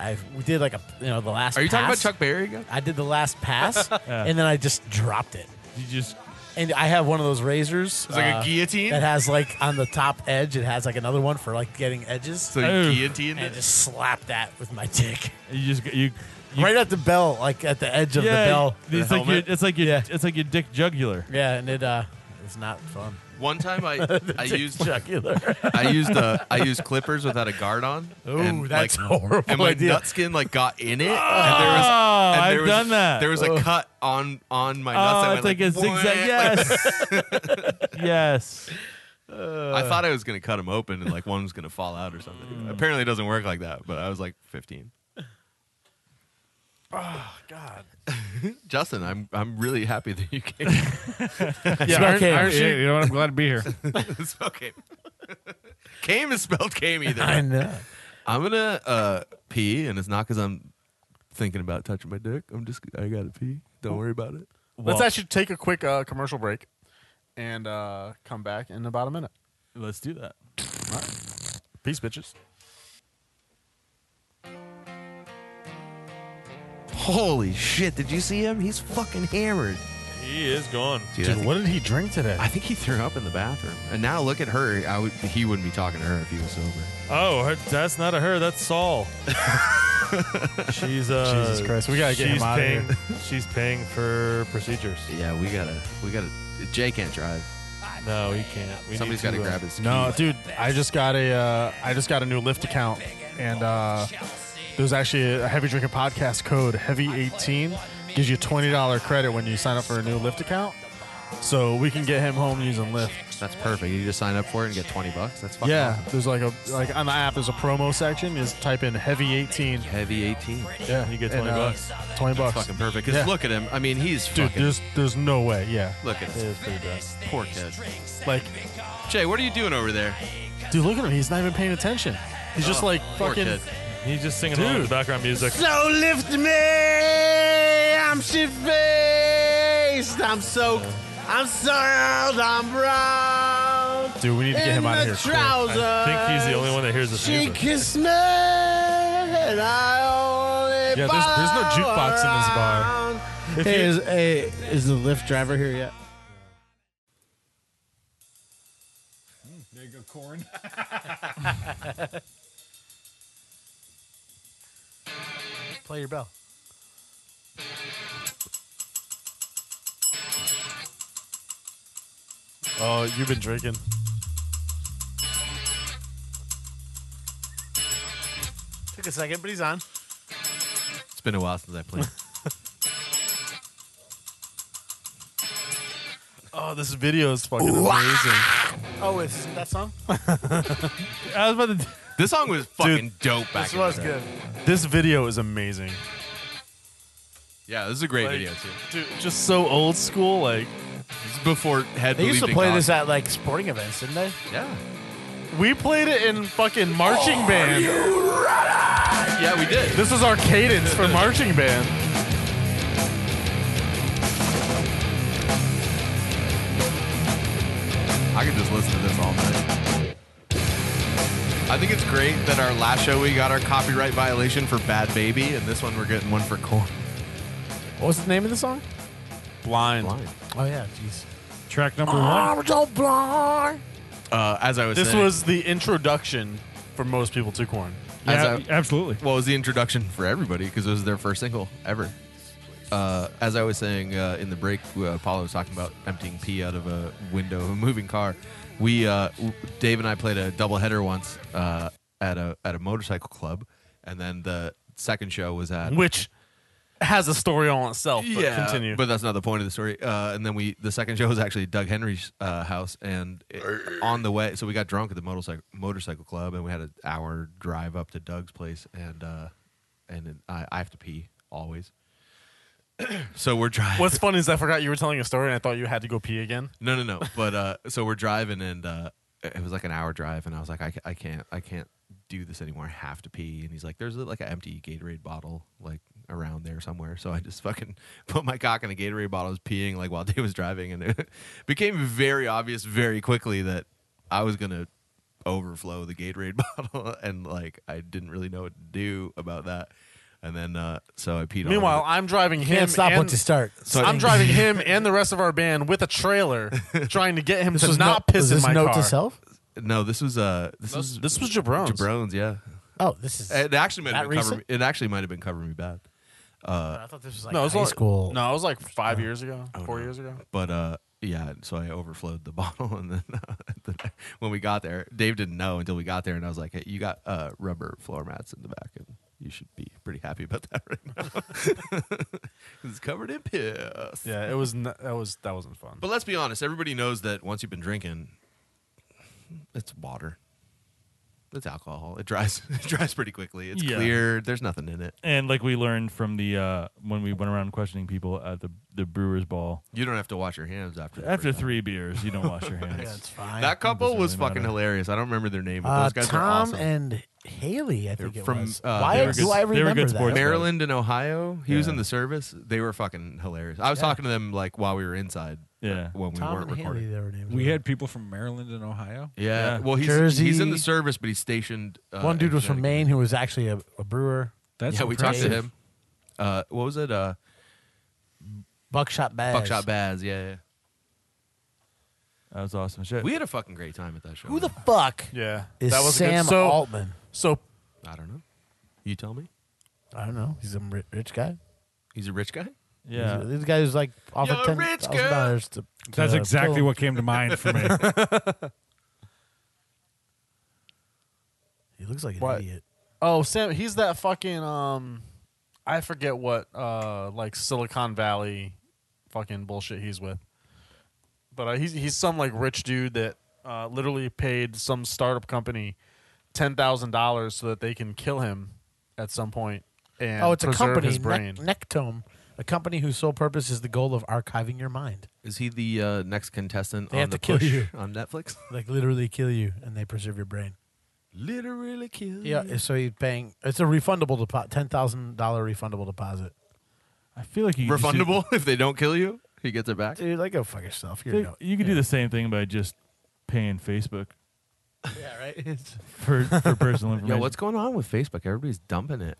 Speaker 2: I we did like a you know the last.
Speaker 3: Are you talking about
Speaker 2: pass.
Speaker 3: Chuck Berry again?
Speaker 2: I did the last
Speaker 3: (laughs)
Speaker 2: pass, and then I just dropped it.
Speaker 1: you just
Speaker 2: And I have one of those razors.
Speaker 3: It's like
Speaker 2: uh,
Speaker 3: a guillotine.
Speaker 2: It has like on the top edge. It has like another one for like getting edges.
Speaker 3: so you
Speaker 1: Oh.
Speaker 3: guillotined
Speaker 2: and I
Speaker 3: it.
Speaker 2: just slapped that with my dick
Speaker 1: you just you. you
Speaker 2: right at the bell, like at the edge of
Speaker 1: yeah,
Speaker 2: the bell.
Speaker 1: It's
Speaker 3: The
Speaker 1: like your,
Speaker 3: helmet?
Speaker 1: it's like your
Speaker 2: Yeah.
Speaker 1: it's like your dick jugular.
Speaker 2: Yeah, and it uh, It's not fun.
Speaker 3: One time I I used
Speaker 2: Jocular.
Speaker 3: (laughs) I used uh, I used clippers without a guard on.
Speaker 2: Ooh,
Speaker 3: and,
Speaker 2: that's
Speaker 3: like,
Speaker 2: horrible
Speaker 3: And my
Speaker 2: idea.
Speaker 3: nut skin like got in it.
Speaker 1: Oh,
Speaker 3: and there was, and there
Speaker 1: I've
Speaker 3: was,
Speaker 1: done that.
Speaker 3: There was a cut on on my nuts.
Speaker 1: oh,
Speaker 3: I
Speaker 1: it's
Speaker 3: went
Speaker 1: like, a
Speaker 3: "What?"
Speaker 1: zigzag. Yes. yes.
Speaker 4: Uh.
Speaker 3: I thought I was gonna cut them open and like one was gonna fall out or
Speaker 4: (laughs)
Speaker 3: something. Apparently, it doesn't work like that. But I was like
Speaker 4: (sighs)
Speaker 3: 15.
Speaker 4: Oh, God.
Speaker 3: (laughs) Justin, I'm I'm really happy that you came.
Speaker 4: Yeah, Iron,
Speaker 2: okay.
Speaker 4: Iron Sheik-
Speaker 5: Yeah, you know what? I'm glad to be
Speaker 4: (laughs)
Speaker 5: here.
Speaker 3: it's okay. (laughs) Came is spelled came either.
Speaker 2: I know.
Speaker 3: I'm gonna uh, pee, and it's not because I'm thinking about touching my dick. I'm just I gotta pee. Don't worry about it.
Speaker 4: Let's
Speaker 1: Well-
Speaker 4: actually take a quick uh, commercial break and uh, come back in about a minute.
Speaker 1: Let's do that.
Speaker 4: Peace, bitches.
Speaker 3: Holy shit! Did you see him? He's fucking hammered.
Speaker 1: He is gone.
Speaker 3: Dude, I, think,
Speaker 4: what did he drink today?
Speaker 3: I think he threw up in the bathroom. And now look at her. I would, he wouldn't be talking to her if he was sober.
Speaker 1: Oh, her, that's not a her. That's
Speaker 4: (laughs)
Speaker 1: Saul. she's uh,
Speaker 4: Jesus Christ, we gotta get him
Speaker 1: she's
Speaker 4: outta
Speaker 1: paying, (laughs) She's paying for procedures.
Speaker 3: Yeah, we gotta, we gotta. Jay can't drive.
Speaker 1: No, he can't. We
Speaker 3: Somebody's
Speaker 1: need
Speaker 3: gotta
Speaker 1: to, uh,
Speaker 3: grab his.
Speaker 4: no, dude, I just got a uh, I just got a new Lyft account, and uh, there's actually a heavy drinking podcast code heavy eighteen gives you twenty dollar credit when you sign up for a new Lyft account. So we can get him home using Lyft.
Speaker 3: That's perfect. You just sign up for it and get twenty bucks. That's fucking
Speaker 4: Yeah,
Speaker 3: awesome.
Speaker 4: there's like a like on the app. There's a promo section. Just type in heavy eighteen.
Speaker 3: Heavy eighteen.
Speaker 4: Yeah,
Speaker 1: You get
Speaker 4: and,
Speaker 1: 20
Speaker 4: uh,
Speaker 1: bucks.
Speaker 4: Twenty bucks.
Speaker 3: Fucking perfect. 'Cause
Speaker 4: Yeah.
Speaker 3: look at him. I mean, he's
Speaker 4: Dude,
Speaker 3: fucking.
Speaker 4: there's there's no way. Yeah,
Speaker 3: look at
Speaker 4: it
Speaker 3: him.
Speaker 4: is pretty bad.
Speaker 3: Poor kid.
Speaker 4: Like,
Speaker 3: Jay, what are you doing over there?
Speaker 4: dude, look at him. He's not even paying attention. He's just like
Speaker 3: Poor
Speaker 4: fucking.
Speaker 3: kid.
Speaker 1: He's just singing along with the background music.
Speaker 6: So lift me, I'm shit faced, I'm soaked, I'm soiled, I'm brown.
Speaker 4: Dude, we need to get him
Speaker 6: In
Speaker 4: out of here.
Speaker 6: the
Speaker 4: quick.
Speaker 6: trousers.
Speaker 1: I think he's the only one that hears this
Speaker 6: She
Speaker 1: music.
Speaker 6: kissed me, and I only
Speaker 4: Yeah, there's- there's no jukebox in this bar.
Speaker 6: bow around.
Speaker 2: Hey, is, hey, is the Lyft driver here yet?
Speaker 5: There you go, corn.
Speaker 2: Play your bell.
Speaker 4: Oh, you've been drinking.
Speaker 2: Took a second, but he's on.
Speaker 3: It's been a while since I played.
Speaker 4: Oh, this video is fucking amazing.
Speaker 2: Oh, it's that song?
Speaker 1: I was about to. (laughs)
Speaker 3: this song was fucking dope back
Speaker 2: This
Speaker 3: in
Speaker 2: was
Speaker 3: the day.
Speaker 2: good.
Speaker 4: This video is amazing.
Speaker 3: Yeah, this is a great
Speaker 4: Like-
Speaker 3: video, too.
Speaker 4: Dude, just so old school. Like,
Speaker 3: This is before Head
Speaker 2: They used to
Speaker 3: believed in
Speaker 2: play
Speaker 3: God.
Speaker 2: this at like sporting events, didn't they?
Speaker 3: Yeah.
Speaker 4: we played it in fucking marching
Speaker 3: Oh,
Speaker 4: band.
Speaker 3: Yeah, we did.
Speaker 4: This is our cadence for marching band.
Speaker 3: I could just listen to this all night. I think it's great that our last show we got our copyright violation for Bad Baby, and this one we're getting one for Corn.
Speaker 2: What was the name of the song?
Speaker 4: Blind.
Speaker 2: Oh yeah, jeez.
Speaker 5: Track number one.
Speaker 2: so blind.
Speaker 3: Uh, as I was
Speaker 4: This
Speaker 3: saying-
Speaker 4: was the introduction for most people to corn.
Speaker 3: as
Speaker 5: Yeah,
Speaker 3: I-
Speaker 5: absolutely.
Speaker 3: well, it was the introduction for everybody because it was their first single ever. Uh, as I was saying uh, in the break, uh, Paula was talking about emptying pee out of a window of a moving car. We, uh, w- Dave and I played a doubleheader once uh, at a at a motorcycle club, and then the second show was at
Speaker 4: Which has a story all itself. But
Speaker 3: yeah,
Speaker 4: continue.
Speaker 3: But that's not the point of the story. Uh, and then we the second show was actually Doug Henry's uh, house, and it- on the way, so we got drunk at the motorcycle motorcycle club, and we had an hour drive up to Doug's place, and uh, and then I, I have to pee always. (clears throat) so we're driving.
Speaker 4: What's funny is I forgot you were telling a story and I thought you had to go pee again.
Speaker 3: No, no, no. But uh, so we're driving, and uh, it was like an hour drive, and I was like, I, ca- I can't, I can't do this anymore. I have to pee. And he's like, There's like an empty Gatorade bottle like around there somewhere. So I just fucking (laughs) put my cock in a Gatorade bottle, I was peeing like while Dave was driving, and it (laughs) became very obvious very quickly that I was gonna overflow the Gatorade (laughs) bottle, and like I didn't really know what to do about that. And then uh, so I peed. all over
Speaker 4: Meanwhile,
Speaker 3: the-
Speaker 4: I'm driving him.
Speaker 2: Can't stop
Speaker 4: and-
Speaker 2: once you start.
Speaker 3: So
Speaker 2: (laughs)
Speaker 4: I'm driving him and the rest of our band with a trailer, trying to get him to not
Speaker 2: no-
Speaker 4: piss
Speaker 2: was
Speaker 4: in
Speaker 2: this
Speaker 4: my
Speaker 2: note
Speaker 4: car.
Speaker 2: to self?
Speaker 3: no, this was uh, this was
Speaker 4: This, this was Jabron's.
Speaker 3: Jabron's, yeah.
Speaker 2: Oh, this is.
Speaker 3: It actually might have
Speaker 2: That
Speaker 3: been cover me,
Speaker 2: recent?
Speaker 3: it actually might have been cover me bad.
Speaker 2: I thought this was like
Speaker 4: No, it was
Speaker 2: high
Speaker 4: like-
Speaker 2: school.
Speaker 4: No, it was like five years ago, four years ago.
Speaker 3: But uh yeah, so I overflowed the (laughs) bottle, and then uh, (laughs) the- when we got there, Dave didn't know until we got there, and I was like, "Hey, you got uh, rubber floor mats in the back, and you should be pretty happy about (laughs) that right now. (laughs) 'Cause it's covered in piss."
Speaker 4: Yeah, it was. N- that was that wasn't fun.
Speaker 3: But let's be honest, everybody knows that once you've been drinking, it's water. It's alcohol. It dries. (laughs) It dries pretty quickly. It's
Speaker 1: Yeah.
Speaker 3: clear. There's nothing in it.
Speaker 1: And like we learned from the uh, when we went around questioning people at the the Brewers Ball,
Speaker 3: You don't have to wash your hands after the
Speaker 1: after
Speaker 3: first time.
Speaker 1: three beers, you don't wash
Speaker 4: (laughs)
Speaker 1: your hands.
Speaker 2: Yeah, it's fine.
Speaker 3: That couple
Speaker 1: doesn't
Speaker 3: was
Speaker 1: really
Speaker 3: fucking
Speaker 1: matter.
Speaker 3: hilarious. I don't remember their name, but
Speaker 2: uh,
Speaker 3: those guys
Speaker 2: Tom
Speaker 3: were awesome.
Speaker 2: and Haley, I think it
Speaker 3: from,
Speaker 2: was.
Speaker 3: uh, they
Speaker 2: Why
Speaker 3: were
Speaker 2: do
Speaker 3: good-
Speaker 2: I
Speaker 1: they were good
Speaker 2: remember that?
Speaker 1: sports.
Speaker 3: Maryland and Ohio. He was
Speaker 1: Yeah.
Speaker 3: in the service. They were fucking hilarious. I was talking to them like while we were inside. uh,
Speaker 1: Yeah.
Speaker 3: when we
Speaker 2: Tom
Speaker 3: weren't
Speaker 2: and
Speaker 3: recording.
Speaker 2: Haley, their names.
Speaker 5: We
Speaker 2: were.
Speaker 5: had people from Maryland and Ohio.
Speaker 1: Yeah.
Speaker 3: Yeah. Well, he's he's in
Speaker 2: Jersey.
Speaker 3: the service, but he's stationed. Uh,
Speaker 2: one dude
Speaker 3: in
Speaker 2: was from
Speaker 3: Connecticut.
Speaker 2: Maine who was actually a, a brewer.
Speaker 5: That's
Speaker 3: yeah, we talked to
Speaker 5: impressive.
Speaker 3: him. Uh, what was it? Uh,
Speaker 2: Buckshot Bass.
Speaker 3: Buckshot Baz. Yeah, yeah.
Speaker 1: That was awesome shit.
Speaker 3: We had a fucking great time at that show.
Speaker 2: Who the
Speaker 3: man.
Speaker 2: fuck
Speaker 4: Yeah,
Speaker 2: is
Speaker 4: that was
Speaker 2: Sam
Speaker 4: good. So,
Speaker 2: Altman?
Speaker 4: so
Speaker 3: I don't know. You tell me.
Speaker 2: I don't know. He's a ri- rich guy.
Speaker 3: He's a rich guy.
Speaker 1: yeah,
Speaker 2: He's a- this guy who's like offered
Speaker 3: You're a
Speaker 2: ten
Speaker 3: rich
Speaker 2: thousand dollars to. to
Speaker 5: That's
Speaker 2: kill
Speaker 5: exactly
Speaker 2: him.
Speaker 5: what came to mind for
Speaker 4: (laughs)
Speaker 5: me.
Speaker 2: He looks like an
Speaker 4: What?
Speaker 2: idiot.
Speaker 4: oh Sam, he's that fucking um, I forget what uh like Silicon Valley, fucking bullshit he's with. But uh, he's he's some like rich dude that uh, literally paid some startup company ten thousand dollars so that they can kill him at some point and
Speaker 2: Oh, it's a
Speaker 4: preserve
Speaker 2: company,
Speaker 4: his brain.
Speaker 2: Nec- Nectome, a company whose sole purpose is the goal of archiving your mind.
Speaker 3: Is he the uh, next contestant
Speaker 2: They
Speaker 3: on
Speaker 2: have
Speaker 3: the
Speaker 2: to kill
Speaker 3: push
Speaker 2: you.
Speaker 3: on Netflix?
Speaker 2: Like literally kill you, and they preserve your brain.
Speaker 3: Literally kill.
Speaker 2: Yeah, so he's paying. It's a refundable deposit, ten thousand dollar refundable deposit.
Speaker 1: I feel like you could just do-
Speaker 3: Refundable (laughs) if they don't kill you, he gets it back.
Speaker 2: Dude, like go fuck yourself. You're
Speaker 1: They-
Speaker 2: no-
Speaker 1: you could do the same thing by just paying Facebook
Speaker 2: (laughs) Yeah, right. It's-
Speaker 1: for, for personal information.
Speaker 3: (laughs) Yo, what's going on with Facebook? Everybody's dumping it.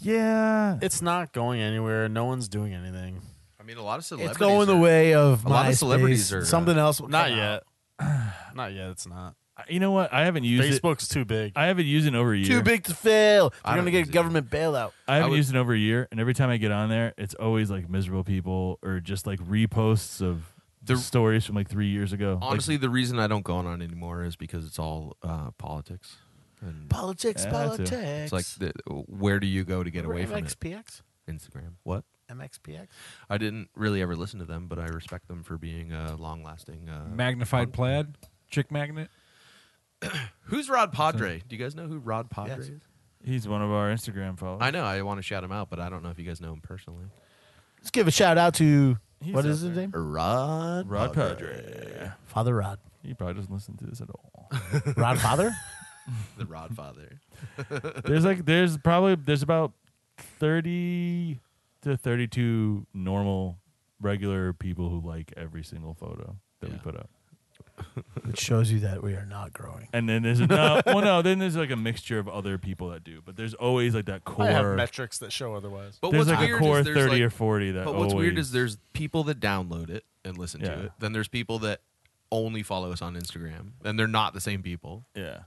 Speaker 1: yeah?
Speaker 4: it's not going anywhere. No one's doing anything.
Speaker 3: I mean, a lot of celebrities.
Speaker 2: it's going the way of
Speaker 3: A lot of
Speaker 2: MySpace.
Speaker 3: celebrities are, uh,
Speaker 2: something else. will
Speaker 4: Not
Speaker 2: come out.
Speaker 4: yet. not yet. (sighs) It's not.
Speaker 1: you know what? I haven't used it.
Speaker 4: Facebook's too big.
Speaker 1: I haven't used it in over a year.
Speaker 2: Too big to fail.
Speaker 3: I
Speaker 2: You're
Speaker 3: don't
Speaker 2: gonna get
Speaker 3: use
Speaker 2: a
Speaker 3: it.
Speaker 2: government bailout.
Speaker 1: I haven't
Speaker 3: would-
Speaker 1: used it in over a year, and every time I get on there, it's always like miserable people or just like reposts of
Speaker 3: The-
Speaker 1: stories from like three years ago. Like,
Speaker 3: Honestly, the reason I don't go on it anymore is because it's all uh, politics. And
Speaker 2: Politics,
Speaker 1: Yeah, that too.
Speaker 2: politics.
Speaker 3: it's like, the, where do you go to get
Speaker 2: Remember
Speaker 3: away from it?
Speaker 2: MXPX?
Speaker 3: Instagram. What?
Speaker 2: MXPX.
Speaker 3: I didn't really ever listen to them, but I respect them for being uh, long-lasting. Uh,
Speaker 5: Magnified plaid, chick magnet.
Speaker 3: Who's Rod Padre? Do you guys know who Rod Padre
Speaker 2: Yes.
Speaker 3: is?
Speaker 1: he's one of our Instagram followers.
Speaker 3: I know. I want to shout him out, but I don't know if you guys know him personally.
Speaker 2: Let's give a shout out to
Speaker 1: He's
Speaker 2: what
Speaker 1: out
Speaker 2: is his
Speaker 1: there.
Speaker 2: name?
Speaker 3: Rod.
Speaker 1: Rod Padre.
Speaker 2: Father Rod.
Speaker 1: He probably doesn't listen to this at all.
Speaker 2: Rod (laughs) Father.
Speaker 3: The Rod Father.
Speaker 1: there's like there's probably there's about thirty to thirty two normal regular people who like every single photo that we
Speaker 3: Yeah.
Speaker 1: put up.
Speaker 2: Which shows you that we are not growing.
Speaker 1: And then there's
Speaker 4: (laughs)
Speaker 1: no well no, then there's like a mixture of other people that do. But there's always like that core
Speaker 4: I have metrics that show otherwise.
Speaker 3: But
Speaker 1: there's
Speaker 3: what's
Speaker 1: like a
Speaker 3: weird
Speaker 1: core
Speaker 3: is there's
Speaker 1: thirty
Speaker 3: like-
Speaker 1: or forty that
Speaker 3: But what's
Speaker 1: always,
Speaker 3: weird is there's people that download it and listen
Speaker 1: Yeah.
Speaker 3: to it. Then there's people that only follow us on Instagram, and they're not the same people.
Speaker 1: Yeah.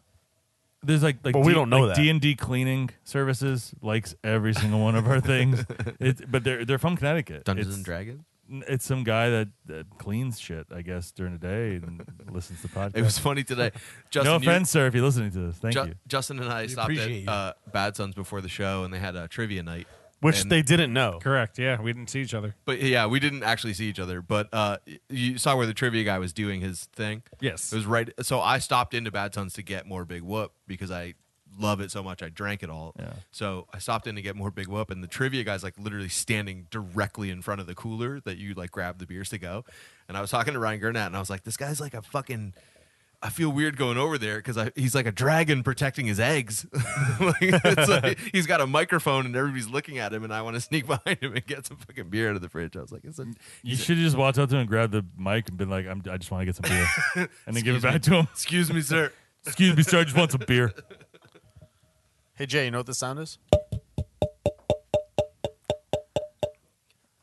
Speaker 1: There's like like
Speaker 4: But we don't know that.
Speaker 1: D and D cleaning services likes every single one of our
Speaker 4: (laughs)
Speaker 1: things. It, but they're they're from Connecticut.
Speaker 3: Dungeons
Speaker 1: it's, (laughs)
Speaker 3: and Dragons.
Speaker 1: It's some guy that, that cleans shit, I guess, during the day and (laughs) listens to podcasts.
Speaker 3: It was funny today. (laughs) Justin,
Speaker 1: (laughs) no
Speaker 3: you-
Speaker 1: offense, sir, if you're listening to this. Thank
Speaker 3: Ju-
Speaker 1: you.
Speaker 3: Justin and I stopped
Speaker 2: appreciate
Speaker 3: at
Speaker 2: you.
Speaker 3: uh, Bad Sons before the show, and they had a trivia night.
Speaker 4: Which
Speaker 3: And-
Speaker 4: they didn't know.
Speaker 5: Correct. Yeah, we didn't see each other.
Speaker 3: But yeah, we didn't actually see each other. But uh, y- you saw where the trivia guy was doing his thing.
Speaker 5: Yes.
Speaker 3: It was right. So I stopped into Bad Sons to get more Big Whoop because I love it so much. I drank it all.
Speaker 1: Yeah.
Speaker 3: So I stopped in to get more Big Whoop, and the trivia guy's like literally standing directly in front of the cooler that you like grab the beers to go. And I was talking to Ryan Gurnett, and I was like, this guy's like a fucking. I feel weird going over there because he's like a dragon protecting his eggs. (laughs) like, it's (laughs) like, he's got a microphone and everybody's looking at him, and I want to sneak (laughs) behind him and get some fucking beer out of the fridge. I was like, it's a,
Speaker 1: You should just walked up to him and grabbed the mic and been like, I'm, I just want to get some
Speaker 3: (laughs)
Speaker 1: beer. and then give
Speaker 3: Excuse
Speaker 1: it back
Speaker 3: me.
Speaker 1: to him. (laughs)
Speaker 3: excuse me, sir.
Speaker 1: Excuse me, sir, I just want some beer.
Speaker 4: Hey Jay, you know what this sound is?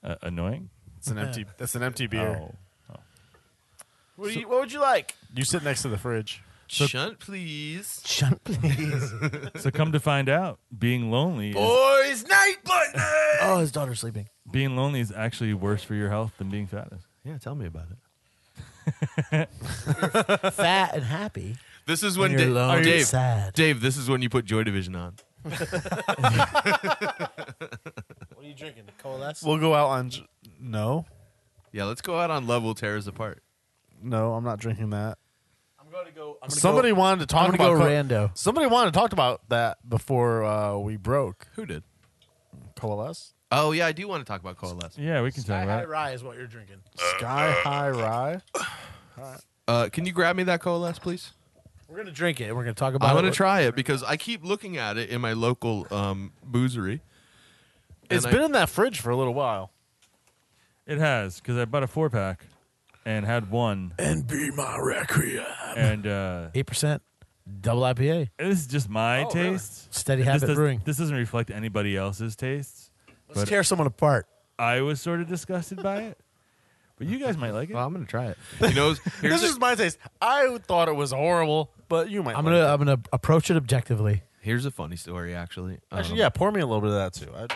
Speaker 1: Uh, annoying?
Speaker 4: It's an (laughs) empty. That's an empty beer.
Speaker 1: Oh.
Speaker 4: What, do you, what would you like? You sit next to the fridge.
Speaker 3: (laughs) Shunt, please.
Speaker 2: Shut (laughs) please.
Speaker 1: So come to find out, being lonely is
Speaker 3: Boys, night, boys.
Speaker 2: oh, his daughter's sleeping.
Speaker 1: being lonely is actually worse for your health than being fattest.
Speaker 3: Yeah, tell me about it.
Speaker 2: Fat and happy.
Speaker 3: This is
Speaker 2: When
Speaker 3: when,
Speaker 2: you're
Speaker 3: Da-
Speaker 2: alone,
Speaker 3: Dave.
Speaker 2: it's sad.
Speaker 3: Dave, this is when you put Joy Division on.
Speaker 2: What are you drinking? Coalesce?
Speaker 4: We'll go out on. J- no,
Speaker 3: Yeah, let's go out on Love Will Tear Us Apart.
Speaker 4: no, I'm not drinking that.
Speaker 2: I'm going to go. I'm gonna
Speaker 4: Somebody
Speaker 2: go,
Speaker 4: wanted to talk
Speaker 2: I'm gonna
Speaker 4: about
Speaker 2: go
Speaker 4: co-
Speaker 2: rando.
Speaker 4: Somebody wanted to talk about that before uh, we broke.
Speaker 3: Who did?
Speaker 4: Coalesce,
Speaker 3: Oh yeah, I do want to talk about Coalesce.
Speaker 1: Yeah, we can talk
Speaker 2: Sky
Speaker 1: about
Speaker 2: High
Speaker 1: it.
Speaker 2: Rye is what you're drinking.
Speaker 4: Sky High Rye.
Speaker 3: Uh, can you grab me that Coalesce, please?
Speaker 2: We're going to drink it and we're going to talk about
Speaker 3: I
Speaker 2: it.
Speaker 3: want to try it because I keep looking at it in my local um, boozery.
Speaker 4: It's
Speaker 3: And I-
Speaker 4: been in that fridge for a little while.
Speaker 1: It has because I bought a four pack and had one,
Speaker 2: And be my recreation.
Speaker 1: and uh,
Speaker 2: 8% double IPA.
Speaker 1: this is just
Speaker 3: Oh,
Speaker 1: my taste.
Speaker 2: Steady
Speaker 1: This
Speaker 2: habit
Speaker 1: does-
Speaker 2: brewing.
Speaker 1: This doesn't reflect anybody else's tastes.
Speaker 2: Let's
Speaker 1: But-
Speaker 2: tear someone apart.
Speaker 1: I was sort of disgusted by it, but you guys might like it.
Speaker 2: (laughs)
Speaker 3: Well, I'm gonna try it. You know, here's
Speaker 4: (laughs) this is
Speaker 3: the,
Speaker 4: my taste. I thought it was horrible, but you might.
Speaker 2: I'm
Speaker 4: like
Speaker 2: gonna
Speaker 4: it.
Speaker 2: I'm gonna approach it objectively.
Speaker 3: here's a funny story actually. Um,
Speaker 4: (laughs) Actually, yeah, pour me a little bit of that too. I,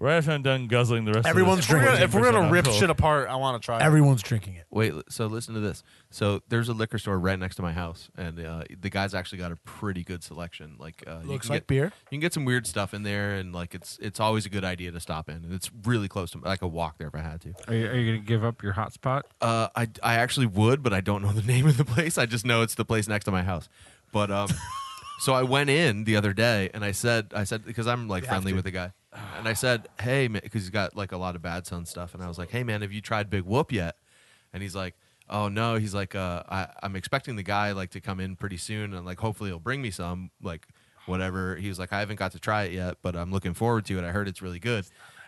Speaker 1: Right after I'm done guzzling the rest
Speaker 2: Everyone's
Speaker 1: of
Speaker 4: if we're
Speaker 1: this,
Speaker 4: gonna, if we're gonna
Speaker 1: 14%
Speaker 4: rip
Speaker 1: alcohol.
Speaker 4: shit apart, I want to try. it.
Speaker 2: Everyone's drinking it.
Speaker 3: Wait, li- so listen to this. So there's a liquor store right next to my house, and uh, the guy's actually got a pretty good selection. Like, uh, you
Speaker 2: Looks
Speaker 3: can
Speaker 2: like
Speaker 3: get,
Speaker 2: beer.
Speaker 3: You can get some weird stuff in there, and like it's it's always a good idea to stop in. And it's really close to. I could walk there if I had to.
Speaker 5: Are you, are you going to give up your hotspot?
Speaker 3: Uh, I I actually would, but I don't know the (laughs) name of the place. I just know it's the place next to my house. But um, so I went in the other day, and I said I said because I'm like friendly with the guy, and I said, hey, because he's got like a lot of bad son stuff, and I was like, hey man, have you tried Big Whoop yet? And he's like, oh no, he's like, uh, I I'm expecting the guy like to come in pretty soon, and like hopefully he'll bring me some like whatever. He was like, I haven't got to try it yet, but I'm looking forward to it. I heard it's really good.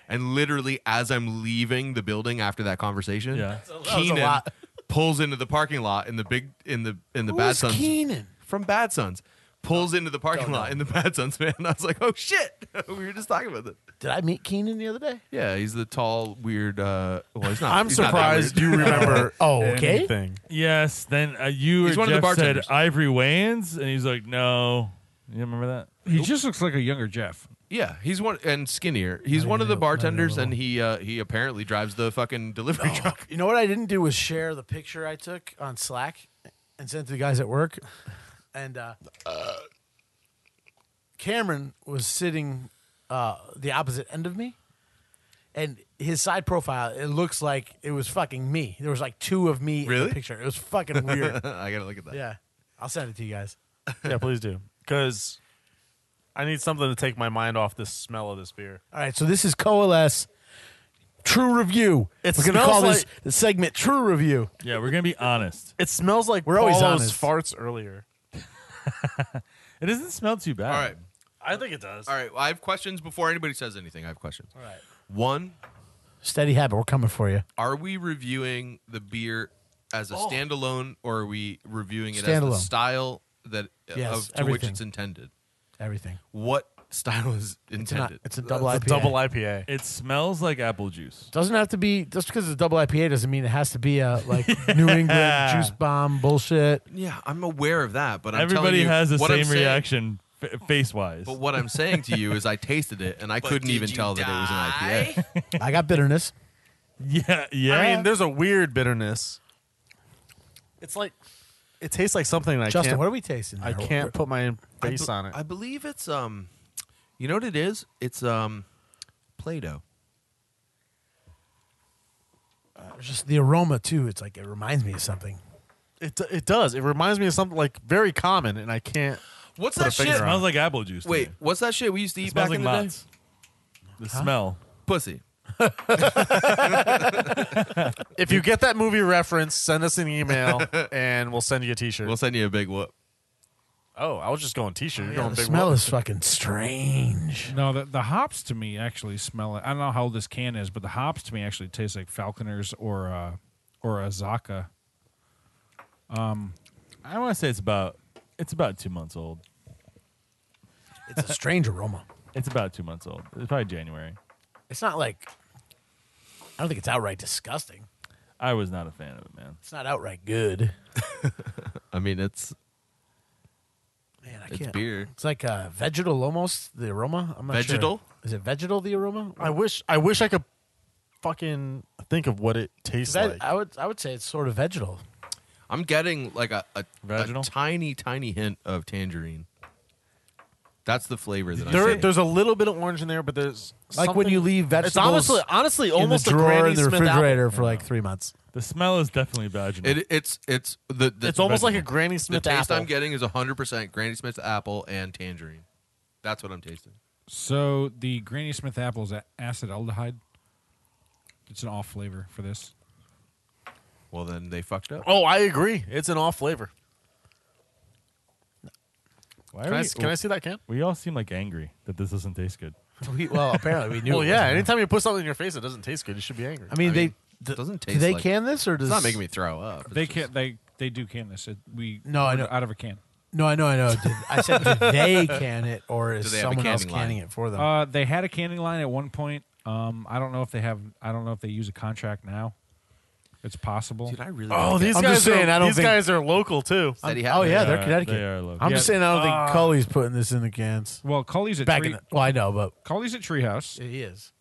Speaker 3: And literally, as I'm leaving the building after that conversation,
Speaker 1: Yeah.
Speaker 3: Keenan pulls into the parking lot in the big in the in the Bad Sons
Speaker 2: Keenan?
Speaker 3: from Bad Sons pulls into the parking lot in the Bad Sons man. (laughs) I was like, oh shit, (laughs) we were just talking about that.
Speaker 2: Did I meet Keenan the other day?
Speaker 3: Yeah, he's the tall, weird. Uh, well, he's not.
Speaker 4: I'm
Speaker 3: he's not that
Speaker 4: surprised
Speaker 3: weird.
Speaker 4: you (laughs) remember.
Speaker 2: Oh, okay.
Speaker 4: Anything.
Speaker 1: Yes. Then uh, you
Speaker 3: He's
Speaker 1: or
Speaker 3: one of the
Speaker 1: Jeff said
Speaker 3: bartenders.
Speaker 1: Ivory Wayans, and he's like, "No, you remember that?
Speaker 5: He just looks like a younger Jeff.
Speaker 3: Yeah, he's one and skinnier. He's one of
Speaker 2: know-
Speaker 3: the
Speaker 2: I didn't
Speaker 3: bartenders,
Speaker 2: know.
Speaker 3: and he uh, he apparently drives the fucking delivery truck.
Speaker 2: You know what I didn't do was share the picture I took on Slack and sent to the guys at work. And uh, Cameron was sitting uh, the opposite end of me. And his side profile, it looks like it was fucking me. There was like two of me in
Speaker 3: Really?
Speaker 2: the picture. It was fucking weird. (laughs)
Speaker 3: (laughs) I gotta look at that.
Speaker 2: yeah. I'll send it to you guys.
Speaker 4: Yeah, please do, because I need something to take my mind off the smell of this beer.
Speaker 2: All right, so this is Coalesce True Review.
Speaker 4: It
Speaker 2: We're gonna
Speaker 4: smells
Speaker 2: call this this segment True Review.
Speaker 1: Yeah, we're gonna be honest.
Speaker 4: It smells like
Speaker 2: We're always
Speaker 4: Paulo's
Speaker 2: honest.
Speaker 4: farts earlier.
Speaker 1: It doesn't smell too bad.
Speaker 3: All right,
Speaker 4: I think it does.
Speaker 3: all right. I have questions before anybody says anything. I have questions. All
Speaker 2: right.
Speaker 3: One,
Speaker 2: Steady habit, we're coming for you.
Speaker 3: are we reviewing the beer as a
Speaker 1: Oh.
Speaker 3: standalone, or are we reviewing it as the
Speaker 2: Standalone.
Speaker 3: style that uh,
Speaker 2: Yes,
Speaker 3: of to
Speaker 2: everything.
Speaker 3: which it's intended?
Speaker 2: Everything.
Speaker 3: What style is
Speaker 2: It's, not,
Speaker 3: intended?
Speaker 2: it's a double IPA.
Speaker 4: Double IPA.
Speaker 1: It smells like apple juice.
Speaker 2: doesn't have to be just because it's a double IPA doesn't mean it has to be a like New England juice bomb bullshit.
Speaker 3: yeah, I'm aware of that, but I'm telling
Speaker 1: Everybody
Speaker 3: you
Speaker 1: has the
Speaker 3: what I'm
Speaker 1: same
Speaker 3: saying-
Speaker 1: reaction f- face wise.
Speaker 3: But what I'm saying to you is, I tasted it and I couldn't even tell that it was an IPA.
Speaker 2: I got bitterness.
Speaker 1: (laughs) Yeah, yeah.
Speaker 4: I mean, there's a weird bitterness. It's like it tastes like something I
Speaker 2: Justin,
Speaker 4: can't.
Speaker 2: what are we tasting?
Speaker 4: I
Speaker 2: there?
Speaker 4: can't put my
Speaker 3: I
Speaker 4: face
Speaker 3: be-
Speaker 4: on it.
Speaker 3: I believe it's um, you know what it is? It's um, Play-Doh.
Speaker 2: It's Just the aroma too. It's like it reminds me of something.
Speaker 4: it d- it does. It reminds me of something like very common, and I can't.
Speaker 3: What's
Speaker 4: Put a
Speaker 3: that
Speaker 4: finger
Speaker 1: it
Speaker 3: shit?
Speaker 4: on
Speaker 1: smells like apple juice. to
Speaker 3: Wait,
Speaker 1: me.
Speaker 3: what's that shit we used to eat
Speaker 1: it
Speaker 3: back
Speaker 1: smells like
Speaker 3: in the
Speaker 1: Mott's.
Speaker 3: day?
Speaker 1: The smell.
Speaker 3: Pussy.
Speaker 4: If you get that movie reference, send us
Speaker 2: (laughs)
Speaker 4: an email, and we'll send you a T-shirt.
Speaker 3: We'll send you a big whoop.
Speaker 4: oh, I was just going T-shirt. You're
Speaker 2: Yeah,
Speaker 4: going
Speaker 2: the
Speaker 4: big.
Speaker 2: smell
Speaker 4: whoop.
Speaker 2: is fucking strange.
Speaker 5: No, the, the hops to me actually smell. I don't know how old this can is, but the hops to me actually taste like Falconers or uh, or a Zaka.
Speaker 1: I want to say it's about it's about two months old.
Speaker 2: It's a strange aroma.
Speaker 1: It's about two months old. It's probably January.
Speaker 2: It's not like I don't think it's outright disgusting.
Speaker 1: I was not a fan of it, man.
Speaker 2: It's not outright good.
Speaker 3: I mean, it's
Speaker 2: Man, I
Speaker 3: it's
Speaker 2: can't.
Speaker 3: beer.
Speaker 2: It's like uh, vegetal almost the aroma. I'm not sure.
Speaker 3: Vegetal?
Speaker 2: Is it vegetal the aroma?
Speaker 4: I wish. I wish I could fucking think of what it tastes
Speaker 2: 'Cause I,
Speaker 4: like.
Speaker 2: I would I would say it's sort of vegetal.
Speaker 3: I'm getting like a, a, a
Speaker 1: Vaginal?
Speaker 3: tiny, tiny hint of tangerine. That's the flavor that I'm
Speaker 4: there,
Speaker 3: getting.
Speaker 4: there's a little bit of orange in there, but there's
Speaker 2: Like when
Speaker 4: something-
Speaker 2: you leave vegetables
Speaker 4: It's honestly, honestly,
Speaker 2: in the
Speaker 4: almost a
Speaker 2: drawer
Speaker 4: Granny
Speaker 2: in the
Speaker 4: Smith apple.
Speaker 2: refrigerator for like three months.
Speaker 1: The smell is definitely vaginal.
Speaker 3: It, it's it's the, the
Speaker 4: It's almost like a
Speaker 1: vegetable.
Speaker 4: Granny
Speaker 3: the
Speaker 4: Smith
Speaker 3: taste
Speaker 4: apple.
Speaker 3: I'm getting is 100 percent Granny Smith's apple and tangerine. That's what I'm tasting.
Speaker 5: So the Granny Smith apple is a- acetaldehyde. It's an off flavor for this.
Speaker 3: Well, then they fucked up.
Speaker 4: oh, I agree. It's an off flavor.
Speaker 1: Why
Speaker 4: Can
Speaker 1: are
Speaker 4: I,
Speaker 1: we,
Speaker 4: can I see that can?
Speaker 1: we all seem like angry that this doesn't taste good.
Speaker 2: (laughs) We- well, apparently we knew.
Speaker 4: Well,
Speaker 2: it
Speaker 4: yeah.
Speaker 2: wasn't.
Speaker 4: Anytime you put something in your face, it doesn't taste good. You should be angry.
Speaker 2: I mean,
Speaker 3: I
Speaker 2: they
Speaker 3: mean,
Speaker 2: th-
Speaker 3: doesn't
Speaker 2: do
Speaker 3: taste
Speaker 2: they
Speaker 3: like-
Speaker 2: can this or does
Speaker 3: It's not making me throw up. It's
Speaker 5: they
Speaker 3: just-
Speaker 5: can they they do can this. It, we
Speaker 2: No, I
Speaker 5: ordered
Speaker 2: know.
Speaker 5: out of a can.
Speaker 2: No, I know, I
Speaker 3: (laughs)
Speaker 2: know. Did, I said, did they can it or is
Speaker 3: they have a
Speaker 2: someone else
Speaker 3: canning line?
Speaker 2: canning it for them?
Speaker 5: Uh, they had a canning line at one point. Um, I don't know if they have. I don't know if they use a contract now. It's possible.
Speaker 3: Dude, I really.
Speaker 4: oh,
Speaker 3: like
Speaker 4: these
Speaker 2: I'm
Speaker 4: guys
Speaker 2: just saying,
Speaker 4: are
Speaker 2: I don't
Speaker 4: these
Speaker 2: think-
Speaker 4: guys are local too.
Speaker 3: that. Said he had
Speaker 2: oh
Speaker 3: it.
Speaker 2: yeah,
Speaker 1: They
Speaker 2: they're
Speaker 1: are-
Speaker 2: Connecticut.
Speaker 1: They are Uh, low.
Speaker 2: I'm
Speaker 1: Yeah,
Speaker 2: just saying I don't
Speaker 5: Ah.
Speaker 2: think Cully's putting this in the cans.
Speaker 5: well, Cully's at
Speaker 2: Back
Speaker 5: tree,
Speaker 2: in the, well, I know, but
Speaker 5: Cully's at Treehouse.
Speaker 2: it is.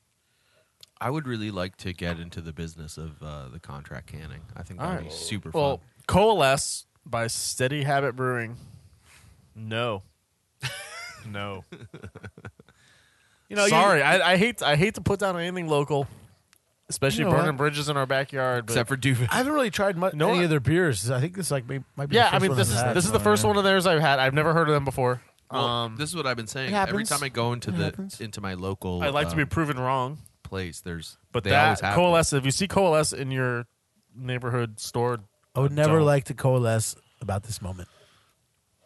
Speaker 3: I would really like to get into the business of uh, the contract canning. I think that'd be super
Speaker 4: Well,
Speaker 3: fun.
Speaker 4: coalesce by Steady Habit Brewing. (laughs) No, no. you know, sorry, I, I hate I hate to put down anything local, especially
Speaker 2: You know
Speaker 4: burning
Speaker 2: what?
Speaker 4: bridges in our backyard. But
Speaker 3: Except for Duvet.
Speaker 2: I haven't really tried much,
Speaker 4: No,
Speaker 2: any
Speaker 4: I-
Speaker 2: of their beers. I think this like may- might be.
Speaker 4: yeah,
Speaker 2: the first
Speaker 4: I mean
Speaker 2: one
Speaker 4: this
Speaker 2: I've
Speaker 4: is
Speaker 2: had.
Speaker 4: this is
Speaker 1: Oh,
Speaker 4: the first one of theirs I've had. I've never heard of them before.
Speaker 3: Well,
Speaker 4: um,
Speaker 3: this is what I've been saying.
Speaker 2: it
Speaker 3: Every
Speaker 2: happens.
Speaker 3: time I go into
Speaker 2: It
Speaker 3: the
Speaker 2: happens.
Speaker 3: into my local,
Speaker 4: I'd like to be
Speaker 3: um,
Speaker 4: proven wrong,
Speaker 3: place. There's
Speaker 4: but
Speaker 3: they always
Speaker 4: that
Speaker 3: have
Speaker 4: coalesce. If you see coalesce in your neighborhood store,
Speaker 2: I would never
Speaker 4: Don't.
Speaker 2: like to coalesce about this moment.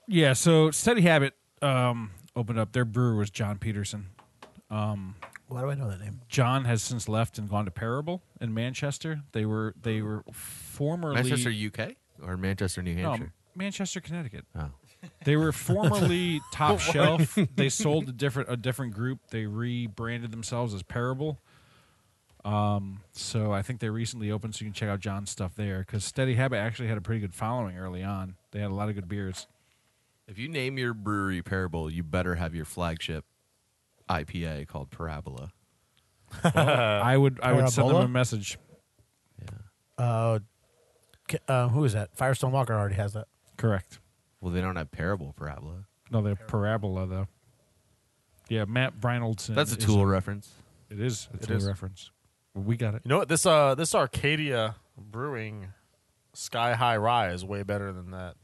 Speaker 5: Yeah. So Steady Habit um, opened up. Their brewer was John Peterson.
Speaker 2: Why do I know that name?
Speaker 5: John has since left and gone to Parable in Manchester. They were they were formerly
Speaker 3: Manchester, UK, or Manchester, New
Speaker 5: No,
Speaker 3: Hampshire.
Speaker 5: Manchester, Connecticut.
Speaker 3: Oh.
Speaker 5: They were formerly Top Shelf. They sold a different a different group. They rebranded themselves as Parable. Um, so I think they recently opened, so you can check out John's stuff there. Because Steady Habit actually had a pretty good following early on. They had a lot of good beers.
Speaker 3: If you name your brewery Parable, you better have your flagship IPA called Parabola. Uh,
Speaker 5: I would I would send them
Speaker 2: Parabola?
Speaker 5: a message.
Speaker 2: Uh, K- uh, who is that? Firestone Walker already has that.
Speaker 5: Correct.
Speaker 3: Well, they don't have Parable Parabola.
Speaker 5: No, they're Parabola though. Yeah, Matt Brinoldson.
Speaker 3: That's a
Speaker 5: is
Speaker 3: tool reference.
Speaker 5: It is a
Speaker 4: It
Speaker 5: tool
Speaker 4: is.
Speaker 5: reference. We got it.
Speaker 4: you know what this uh this Arcadia Brewing Sky High Rye is way better than that.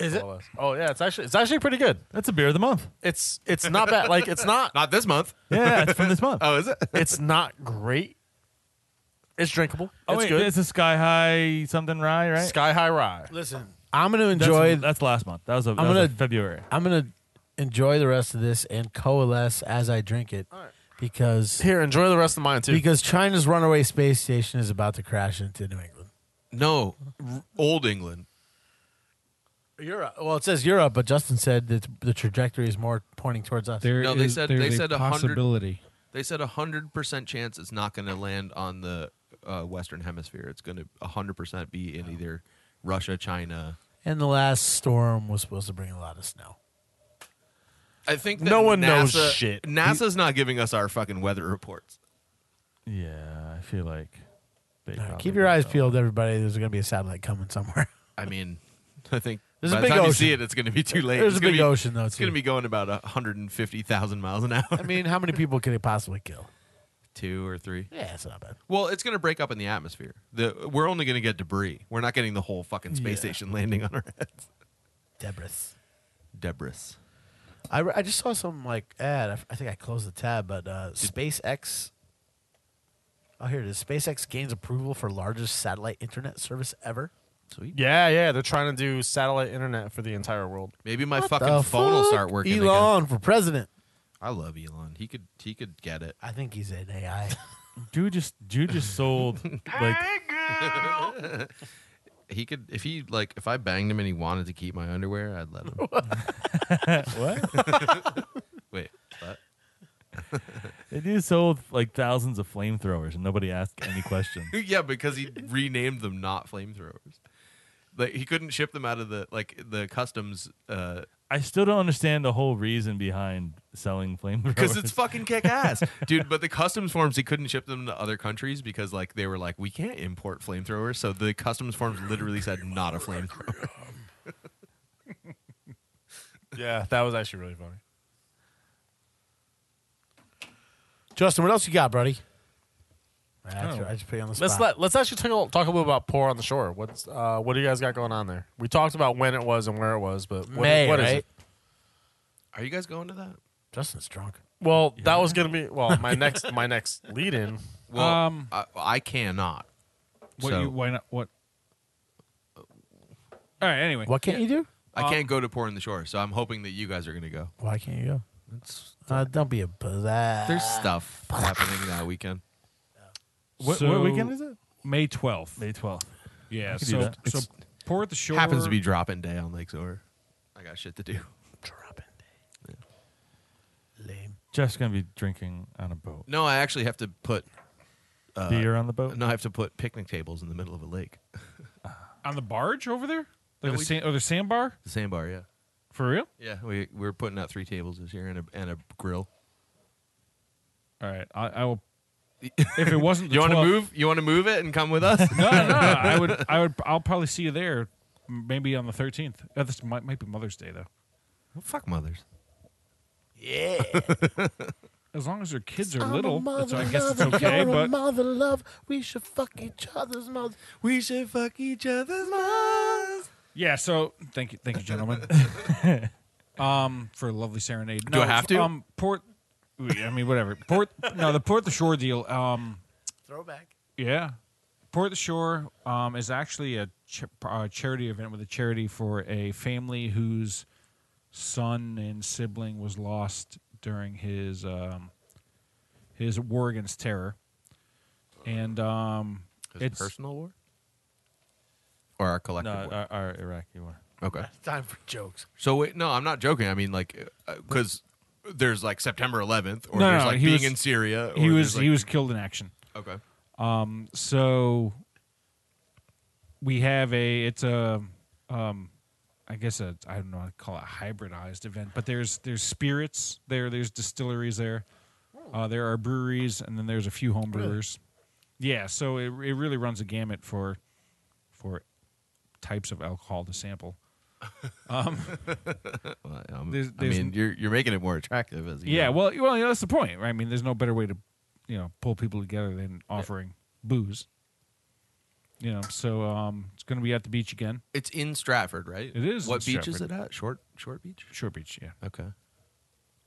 Speaker 2: Is it?
Speaker 4: Coalesce. Oh yeah, it's actually it's actually pretty good.
Speaker 1: That's a beer of the (laughs) month.
Speaker 4: It's it's not bad. Like it's
Speaker 3: (laughs)
Speaker 4: not
Speaker 3: Not this month.
Speaker 1: Yeah, it's from this month.
Speaker 3: Oh, is it?
Speaker 4: it's not great. It's drinkable.
Speaker 1: Oh,
Speaker 4: it's
Speaker 1: wait,
Speaker 4: good.
Speaker 1: it's a sky high something rye, right?
Speaker 4: Sky High Rye.
Speaker 2: Listen, I'm going to
Speaker 1: that's,
Speaker 2: enjoy.
Speaker 1: that's last month. That was a, that was
Speaker 2: gonna-
Speaker 1: a February.
Speaker 2: I'm going to enjoy the rest of this and coalesce as I drink it because
Speaker 4: Here, enjoy the rest of mine too.
Speaker 2: because China's runaway space station is about to crash into New England.
Speaker 3: (laughs) No, R- Old England.
Speaker 2: Europe. Well, it says Europe, but Justin said that the trajectory is more pointing towards us.
Speaker 5: There
Speaker 3: No, they
Speaker 5: is-
Speaker 3: said-
Speaker 5: there's
Speaker 3: they
Speaker 5: a
Speaker 3: said a hundred-
Speaker 5: possibility.
Speaker 3: They said a hundred percent chance it's not going to land on the uh, Western Hemisphere. It's going to hundred percent be in either Russia, China.
Speaker 2: and the last storm was supposed to bring a lot of snow.
Speaker 3: I think
Speaker 4: No one knows
Speaker 3: NASA
Speaker 4: shit.
Speaker 3: NASA's not giving us our fucking weather reports.
Speaker 1: Yeah, I feel like. They
Speaker 2: All right,
Speaker 1: probably
Speaker 2: keep your eyes
Speaker 1: will.
Speaker 2: peeled, everybody. There's going to be a satellite coming somewhere.
Speaker 3: I mean, (laughs) I think
Speaker 2: There's a
Speaker 3: by
Speaker 2: big
Speaker 3: the time you
Speaker 2: ocean.
Speaker 3: see it, it's going to be too
Speaker 2: (laughs)
Speaker 3: late.
Speaker 2: There's
Speaker 3: it's
Speaker 2: a
Speaker 3: gonna
Speaker 2: big
Speaker 3: be-
Speaker 2: ocean, though.
Speaker 3: It's going to
Speaker 2: too.
Speaker 3: be going about hundred and fifty thousand miles an
Speaker 2: I
Speaker 3: hour, (laughs)
Speaker 2: mean, how many people could it possibly kill?
Speaker 3: two or three.
Speaker 2: Yeah, it's not bad.
Speaker 3: Well, it's going to break up in the atmosphere. The we're only going to get debris. We're not getting the whole fucking space station landing on our heads.
Speaker 2: Debris.
Speaker 3: (laughs) Debris.
Speaker 2: I, re- I just saw some like ad. I, f- I think I closed the tab, but uh, SpaceX. Oh, here it is. SpaceX gains approval for largest satellite internet service ever.
Speaker 3: Sweet.
Speaker 4: yeah, yeah, they're trying to do satellite internet for the entire world.
Speaker 3: Maybe my fucking
Speaker 2: The
Speaker 3: phone will
Speaker 2: fuck?
Speaker 3: start working. again.
Speaker 2: Elon for president.
Speaker 3: I love Elon. He could he could get it.
Speaker 2: I think he's an AI.
Speaker 1: Dude just dude just sold (laughs) like
Speaker 3: He could if he like if I banged him and he wanted to keep my underwear,
Speaker 2: (laughs)
Speaker 3: I'd let him.
Speaker 1: what?
Speaker 3: Wait, what?
Speaker 1: They dude sold like thousands of flamethrowers and nobody asked any questions.
Speaker 3: (laughs) yeah, because he renamed them not flamethrowers. Like he couldn't ship them out of the like the customs. Uh,
Speaker 1: I still don't understand the whole reason behind selling flamethrowers.
Speaker 3: because it's fucking kick ass, dude. But the customs forms, he couldn't ship them to other countries because like they were like, we can't import flamethrowers. So the customs forms literally said not a flamethrower.
Speaker 4: Yeah, that was actually really funny.
Speaker 2: Justin, what else you got, buddy? I
Speaker 5: Oh.
Speaker 2: just- I just put you on the spot.
Speaker 4: Let's let, let's actually talk, talk a little about pour on the shore. What's uh, what do you guys got going on there? We talked about when it was and where it was, but what,
Speaker 2: May,
Speaker 4: what is
Speaker 2: right?
Speaker 4: it?
Speaker 3: (laughs) Are you guys going to that?
Speaker 2: Justin's drunk.
Speaker 4: Well, that was gonna be well my next my next lead in.
Speaker 3: Well,
Speaker 5: Um,
Speaker 3: I, I cannot.
Speaker 5: What
Speaker 3: so
Speaker 5: you? Why not? What? All right. Anyway,
Speaker 2: What can't you do?
Speaker 3: I can't go to Pour in the Shore. So I'm hoping that you guys are going to go.
Speaker 2: Why can't you go? Uh, don't be a bizarre.
Speaker 3: There's stuff happening that weekend.
Speaker 1: what,
Speaker 5: So-
Speaker 1: what weekend is it?
Speaker 5: May twelfth.
Speaker 1: May twelfth.
Speaker 5: Yeah.
Speaker 1: can do
Speaker 5: So,
Speaker 1: that.
Speaker 5: so pour at the shore
Speaker 3: Happens to be dropping day on Lake Shore. I got shit to do.
Speaker 2: dropping day. Lame.
Speaker 1: Jeff's gonna be drinking on a boat.
Speaker 3: No, I actually have to put.
Speaker 1: Beer on the boat.
Speaker 3: Uh, No, I have to put picnic tables in the middle of a lake. (laughs)
Speaker 5: on the barge over there,
Speaker 3: No,
Speaker 5: like the
Speaker 3: we-
Speaker 5: sand, or the sandbar
Speaker 3: The sandbar, yeah.
Speaker 5: for real.
Speaker 3: Yeah, we we're putting out three tables this year and a and a grill.
Speaker 5: All right. I, I will. If it wasn't, the
Speaker 3: You want to
Speaker 5: 12th
Speaker 3: move? You want to move it and come with (laughs) us?
Speaker 5: No, no, no. I would, I would, I'll probably see you there, m- maybe on the thirteenth. Uh, this might, might be Mother's Day though.
Speaker 3: Fuck mothers.
Speaker 5: As long as their kids are little, so I guess it's okay. But
Speaker 2: mother love, we should fuck each other's mouth.
Speaker 3: We should fuck each other's moms.
Speaker 5: yeah, so thank you, thank you, gentlemen, um, for a lovely serenade.
Speaker 3: Do I have to?
Speaker 5: Um, port. I mean, whatever. Port. No, the port the shore deal. Um,
Speaker 2: Throwback. (laughs)
Speaker 5: Yeah. Port the Shore um, is actually a, ch- uh charity event with a charity for a family whose son and sibling was lost during his um, his war against terror, and um, it's
Speaker 3: personal war or our
Speaker 1: No,
Speaker 3: collective war.
Speaker 1: our, our Iraqi war.
Speaker 3: okay.
Speaker 2: Time for jokes.
Speaker 3: So wait, no, I'm not joking. I mean, like, because there's like September 11th, or
Speaker 5: No,
Speaker 3: there's
Speaker 5: no,
Speaker 3: like
Speaker 5: he
Speaker 3: being
Speaker 5: was-
Speaker 3: in Syria. Or
Speaker 5: he was
Speaker 3: there's, like,
Speaker 5: he was killed in action.
Speaker 3: okay.
Speaker 5: so we have a it's a um i guess a i don't know how to call it a hybridized event but there's there's spirits there there's distilleries there uh, there are breweries and then there's a few home brewers yeah so it, it really runs a gamut for for types of alcohol to sample Um,
Speaker 3: Well, um,
Speaker 5: There's-
Speaker 3: I
Speaker 5: there's-
Speaker 3: mean, you're you're making it more attractive as you
Speaker 5: yeah
Speaker 3: go.
Speaker 5: well well you know, that's the point right i mean there's no better way to you know pull people together than offering booze you know so um it's going to be at the beach again
Speaker 3: it's in Stratford, right?
Speaker 5: It is
Speaker 3: What
Speaker 5: in
Speaker 3: beach is it
Speaker 5: Stratford.
Speaker 3: at? Short Short Beach.
Speaker 5: Shore Beach, yeah.
Speaker 3: Okay.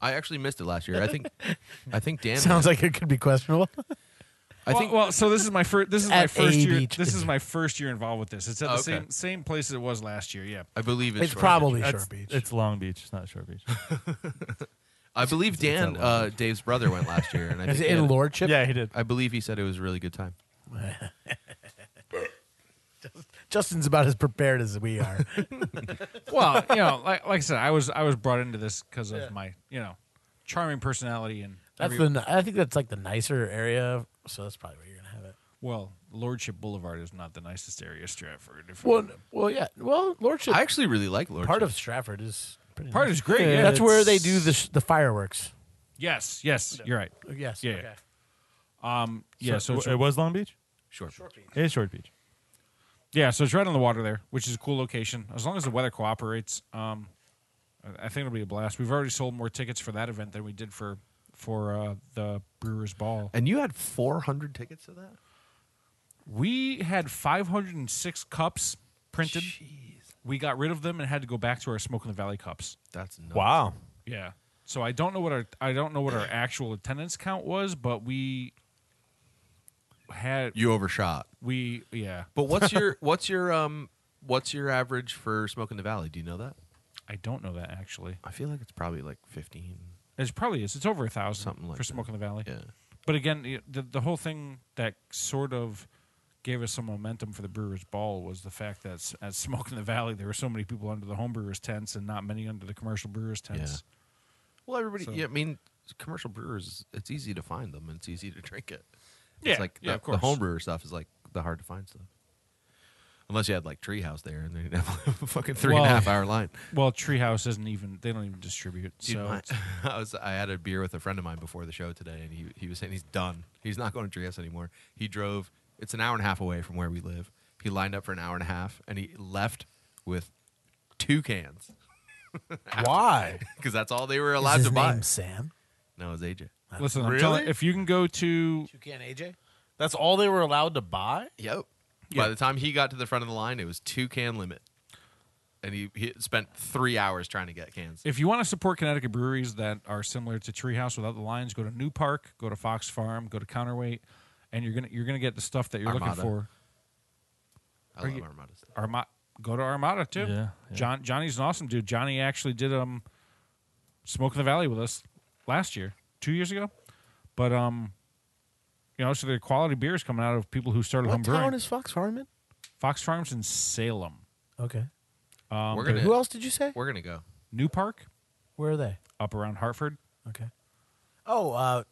Speaker 3: I actually missed it last year. I
Speaker 5: (laughs)
Speaker 3: think I think Dan
Speaker 2: Sounds like it could be questionable.
Speaker 3: I think
Speaker 5: well, well, so this is my first. This is
Speaker 2: At
Speaker 5: my first
Speaker 2: a
Speaker 5: year.
Speaker 2: beach.
Speaker 5: This is my first year involved with this. It's at the
Speaker 3: Okay.
Speaker 5: same same place it was last year. Yeah.
Speaker 3: I believe it's,
Speaker 2: It's
Speaker 3: Short
Speaker 2: probably
Speaker 3: Beach.
Speaker 2: Shore Beach.
Speaker 1: It's Long Beach. It's not Shore Beach.
Speaker 3: (laughs) I believe Dan, uh, Dave's brother, went last year, and
Speaker 2: (laughs)
Speaker 3: I
Speaker 2: Is
Speaker 3: think
Speaker 2: it
Speaker 3: he
Speaker 2: in
Speaker 3: had-
Speaker 2: Lordship?
Speaker 4: Yeah, he did.
Speaker 3: I believe he said it was a really good time.
Speaker 2: Justin's about as prepared as we (laughs) are.
Speaker 5: Well, you know, like, like I said, I was I was brought into this because of my you know charming personality and
Speaker 2: that's
Speaker 5: every-
Speaker 2: the. I think that's like the nicer area, so that's probably where you're gonna have it.
Speaker 5: well, Lordship Boulevard is not the nicest area of Stratford. If
Speaker 2: Well, well, yeah. Well, Lordship.
Speaker 3: I actually really like Lord.
Speaker 2: part of Stratford is pretty
Speaker 5: part
Speaker 2: nice.
Speaker 5: is great. Yeah.
Speaker 2: that's where they
Speaker 5: it's-
Speaker 2: do the sh- the fireworks.
Speaker 5: Yes, yes, you're right.
Speaker 2: Oh, Yes.
Speaker 5: Yeah.
Speaker 2: Okay.
Speaker 5: Yeah, so, it's-
Speaker 1: it was Long Beach.
Speaker 3: Short. Beach.
Speaker 1: It is Short Beach.
Speaker 5: yeah, so it's right on the water there, which is a cool location. As long as the weather cooperates, um, I- I think it'll be a blast. We've already sold more tickets for that event than we did for for uh, the Brewers Ball.
Speaker 3: And you had 400 tickets to that.
Speaker 5: We had 506 cups printed. We got rid of them and had to go back to our Smoke in the Valley cups.
Speaker 3: That's nuts.
Speaker 4: Wow.
Speaker 5: Yeah. So I don't know what our I don't know what our actual attendance count was, but we had
Speaker 3: You overshot.
Speaker 5: we yeah.
Speaker 2: (laughs)
Speaker 3: But what's your what's your um what's your average for Smoke in the Valley? Do you know that?
Speaker 5: I don't know that actually.
Speaker 3: I feel like it's probably like 15.
Speaker 5: It's probably is. It's over a thousand
Speaker 3: Something like
Speaker 5: for
Speaker 3: that.
Speaker 5: Smoke in the Valley.
Speaker 3: Yeah.
Speaker 5: But again, y- the the whole thing that sort of gave us some momentum for the Brewers Ball was the fact that s- at Smoke in the Valley there were so many people under the home brewers tents and not many under the commercial brewers tents.
Speaker 3: Well, everybody.
Speaker 5: So-
Speaker 3: Yeah, I mean, commercial brewers. It's easy to find them. and It's easy to (laughs) drink it.
Speaker 5: Yeah,
Speaker 3: It's like
Speaker 5: yeah,
Speaker 3: the,
Speaker 5: of course.
Speaker 3: the home brewer stuff is like the hard to find stuff. Unless you had like Treehouse there, and they'd have (laughs) a fucking three and a
Speaker 5: Well-
Speaker 3: half hour line.
Speaker 5: Well, Treehouse isn't even. They don't even distribute.
Speaker 3: Dude,
Speaker 5: (laughs) so
Speaker 3: my-
Speaker 5: it's-
Speaker 3: (laughs) I was I had a beer with a friend of mine before the show today, and he he was saying he's done. He's not going to Trieste anymore. He drove. It's an hour and a half away from where we live. He lined up for an hour and a half, and he left with two cans (laughs)
Speaker 2: Why?
Speaker 3: because that's all they were
Speaker 2: Is
Speaker 3: allowed
Speaker 2: his
Speaker 3: to buy.
Speaker 2: name Sam?
Speaker 3: No, it was AJ.
Speaker 5: listen, I'm
Speaker 4: Really?
Speaker 5: telling. If you can go to
Speaker 2: You can AJ.
Speaker 4: That's all they were allowed to buy.
Speaker 3: Yep. By the time he got to the front of the line, it was two can limit, and he, he spent three hours trying to get cans.
Speaker 5: If you want to support Connecticut breweries that are similar to Treehouse without the lines, go to New Park, go to Fox Farm, go to Counterweight, and you're gonna you're gonna get the stuff that you're
Speaker 3: Armada.
Speaker 5: looking for.
Speaker 3: I love
Speaker 5: you-
Speaker 3: Armada stuff.
Speaker 5: Arma- go to Armada too.
Speaker 1: Yeah, yeah.
Speaker 5: John Johnny's an awesome dude. Johnny actually did um Smoke in the Valley with us last year, two years ago. But um, you know, so the quality beers coming out of people who started home
Speaker 8: What town
Speaker 5: brewing.
Speaker 8: is Fox Farman?
Speaker 5: Fox Farms in Salem,
Speaker 2: Okay.
Speaker 5: um,
Speaker 3: we're gonna
Speaker 8: Who else did you say?
Speaker 3: we're gonna go.
Speaker 5: New Park
Speaker 2: Where are they?
Speaker 5: up around Hartford.
Speaker 2: Okay. Oh, uh,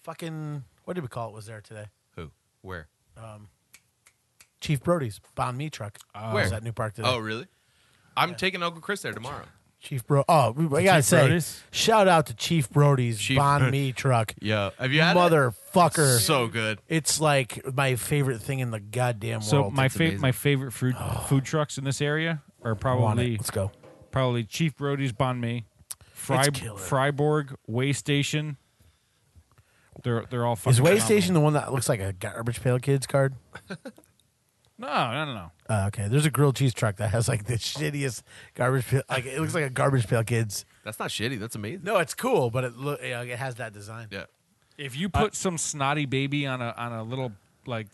Speaker 2: fucking what did we call it? Was there today?
Speaker 3: Who? Where?
Speaker 2: Chief Brody's Bon Me truck.
Speaker 3: Where?
Speaker 2: Was at New Park today.
Speaker 3: Oh, really? I'm taking Uncle Chris there tomorrow.
Speaker 2: Chief Bro. Oh, we, I gotta say,
Speaker 1: Brody's?
Speaker 2: shout out to Chief Brody's
Speaker 3: Chief
Speaker 2: Bon
Speaker 3: Brody.
Speaker 2: Me truck.
Speaker 3: Yeah. Have you had it?
Speaker 2: Motherfucker.
Speaker 3: So good.
Speaker 2: It's like my favorite thing in the goddamn
Speaker 5: So
Speaker 2: world.
Speaker 5: my
Speaker 3: It's
Speaker 5: favorite
Speaker 3: amazing.
Speaker 5: my favorite food food trucks in this area are
Speaker 2: want it.
Speaker 5: probably
Speaker 2: Let's go.
Speaker 5: probably Chief Brody's Banh Mi, Fry,
Speaker 2: It's killer.
Speaker 5: Freiburg Way Station. They're they're all fucking
Speaker 2: Is Way
Speaker 5: phenomenal.
Speaker 2: Station the one that looks like a garbage pail kids card?
Speaker 5: No, no, no, no.
Speaker 2: Uh, okay, there's a grilled cheese truck that has like the shittiest garbage pail. Like it looks like a garbage pail kids.
Speaker 3: That's not shitty. That's amazing.
Speaker 2: No, it's cool, but it look you know, it has that design.
Speaker 3: (laughs) Yeah.
Speaker 5: If you put some snotty baby on a on a little like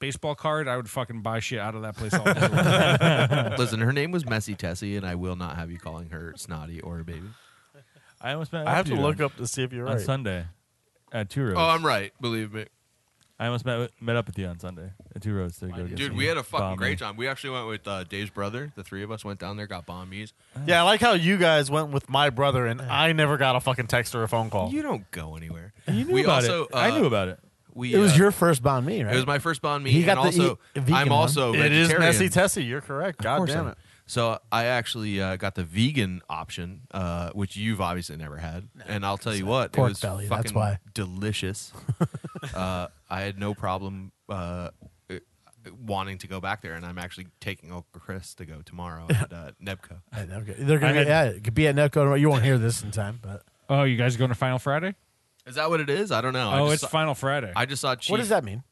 Speaker 5: baseball card, I would fucking buy shit out of that place all day. long.
Speaker 3: Listen, her name was Messy Tessie, and I will not have you calling her snotty or a baby.
Speaker 1: I almost met.
Speaker 4: I have to
Speaker 1: you
Speaker 4: look
Speaker 1: on-
Speaker 4: up to see if you're
Speaker 1: on
Speaker 4: right.
Speaker 1: Sunday at Two Roads.
Speaker 3: Oh, I'm right. Believe me,
Speaker 1: I almost met, met up with you on Sunday at Two Roads to go get
Speaker 3: dude.
Speaker 1: some
Speaker 3: We had a fucking
Speaker 1: bomb
Speaker 3: great
Speaker 1: meat.
Speaker 3: time. We actually went with uh, Dave's brother. The three of us went down there, got bombies.
Speaker 1: Oh.
Speaker 4: Yeah, I like how you guys went with my brother and I never got a fucking text or a phone call.
Speaker 3: You don't go anywhere.
Speaker 1: You knew
Speaker 3: we
Speaker 1: about
Speaker 3: also,
Speaker 1: it. I
Speaker 3: uh,
Speaker 1: knew about it.
Speaker 3: We.
Speaker 2: It was
Speaker 3: uh,
Speaker 2: your first Bon Me, right?
Speaker 3: It was my first bond
Speaker 2: He
Speaker 3: me,
Speaker 2: got
Speaker 3: and
Speaker 2: the
Speaker 3: also
Speaker 2: e- vegan
Speaker 3: I'm
Speaker 2: one.
Speaker 3: also
Speaker 4: it is
Speaker 3: vegetarian.
Speaker 4: messy Tessie. You're correct. God
Speaker 3: course
Speaker 4: damn
Speaker 3: I-
Speaker 4: it.
Speaker 3: So I actually uh, got the vegan option, uh, which you've obviously never had, and I'll tell you what,
Speaker 2: Pork
Speaker 3: it was
Speaker 2: belly,
Speaker 3: fucking
Speaker 2: that's why. (laughs)
Speaker 3: delicious. uh, I had no problem uh, uh, wanting to go back there, and I'm actually taking Uncle Chris to go
Speaker 2: (laughs)
Speaker 3: tomorrow at uh, Nebco.
Speaker 2: Right, okay. They're gonna
Speaker 1: I
Speaker 2: yeah, it could be at Netco. tomorrow. You won't hear this in time, but
Speaker 5: (laughs) oh, you guys going to Final Friday?
Speaker 3: Is that what it is? I don't know. I
Speaker 5: oh,
Speaker 3: just
Speaker 5: it's
Speaker 3: saw,
Speaker 5: Final Friday.
Speaker 3: I just saw. Chief,
Speaker 2: what does that mean?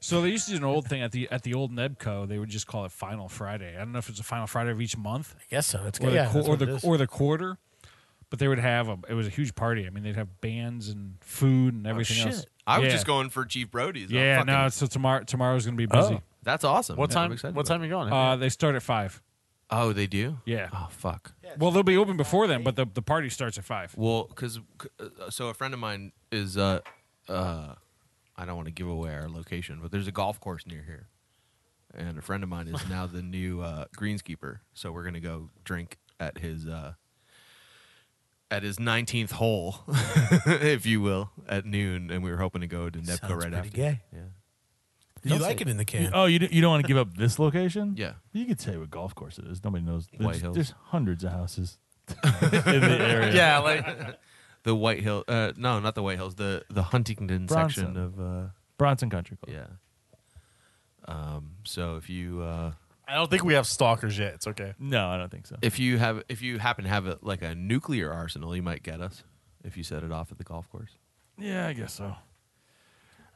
Speaker 5: So they used to do an old thing at the at the old Nebco. They would just call it Final Friday. I don't know if it's a Final Friday of each month.
Speaker 2: I guess so. It's
Speaker 5: or
Speaker 2: good. Yeah,
Speaker 5: the,
Speaker 2: that's
Speaker 5: qu- or,
Speaker 2: what it
Speaker 5: the
Speaker 2: is.
Speaker 5: or the quarter. But they would have a. It was a huge party. I mean, they'd have bands and food and everything
Speaker 2: shit.
Speaker 5: else.
Speaker 3: I was
Speaker 5: Yeah.
Speaker 3: just going for Chief Brody's. I'm
Speaker 5: Yeah,
Speaker 3: fucking-
Speaker 5: no. So tomorrow, tomorrow's gonna be busy.
Speaker 3: that's awesome.
Speaker 4: What
Speaker 3: Yeah, I'm
Speaker 4: time?
Speaker 3: excited
Speaker 4: What
Speaker 3: about
Speaker 4: time are you going?
Speaker 5: Uh, They start at five.
Speaker 3: it. Oh, they do.
Speaker 5: Yeah.
Speaker 3: Oh, fuck.
Speaker 5: Well, they'll be open before then, but the, the party starts at five.
Speaker 3: Well, because so a friend of mine is uh uh I don't want to give away our location, but there's a golf course near here, and a friend of mine
Speaker 2: (laughs)
Speaker 3: is now the new uh, greenskeeper. So we're gonna go drink at his uh at his 19th hole, (laughs) if you will, at noon, and we were hoping to go to Nepco
Speaker 2: Sounds
Speaker 3: right
Speaker 2: pretty
Speaker 3: after.
Speaker 2: gay. (laughs)
Speaker 3: Yeah.
Speaker 2: You like it in the can?
Speaker 1: Oh, you d- you don't want to give up this location?
Speaker 3: (laughs) Yeah.
Speaker 1: You could say what golf course it is. Nobody knows. There's,
Speaker 3: White Hills.
Speaker 1: there's hundreds of houses (laughs) in the area.
Speaker 4: yeah, like
Speaker 3: The White Hill, uh, no, not the White Hills. The the Huntington section
Speaker 1: Bronson.
Speaker 3: of, uh,
Speaker 1: Bronson Country Club.
Speaker 3: yeah. Um. So if you uh,
Speaker 4: I don't think we have stalkers yet. It's okay.
Speaker 1: No, I don't think so.
Speaker 3: If you have, if you happen to have a, like a nuclear arsenal, you might get us if you set it off at the golf course.
Speaker 1: yeah, I guess so.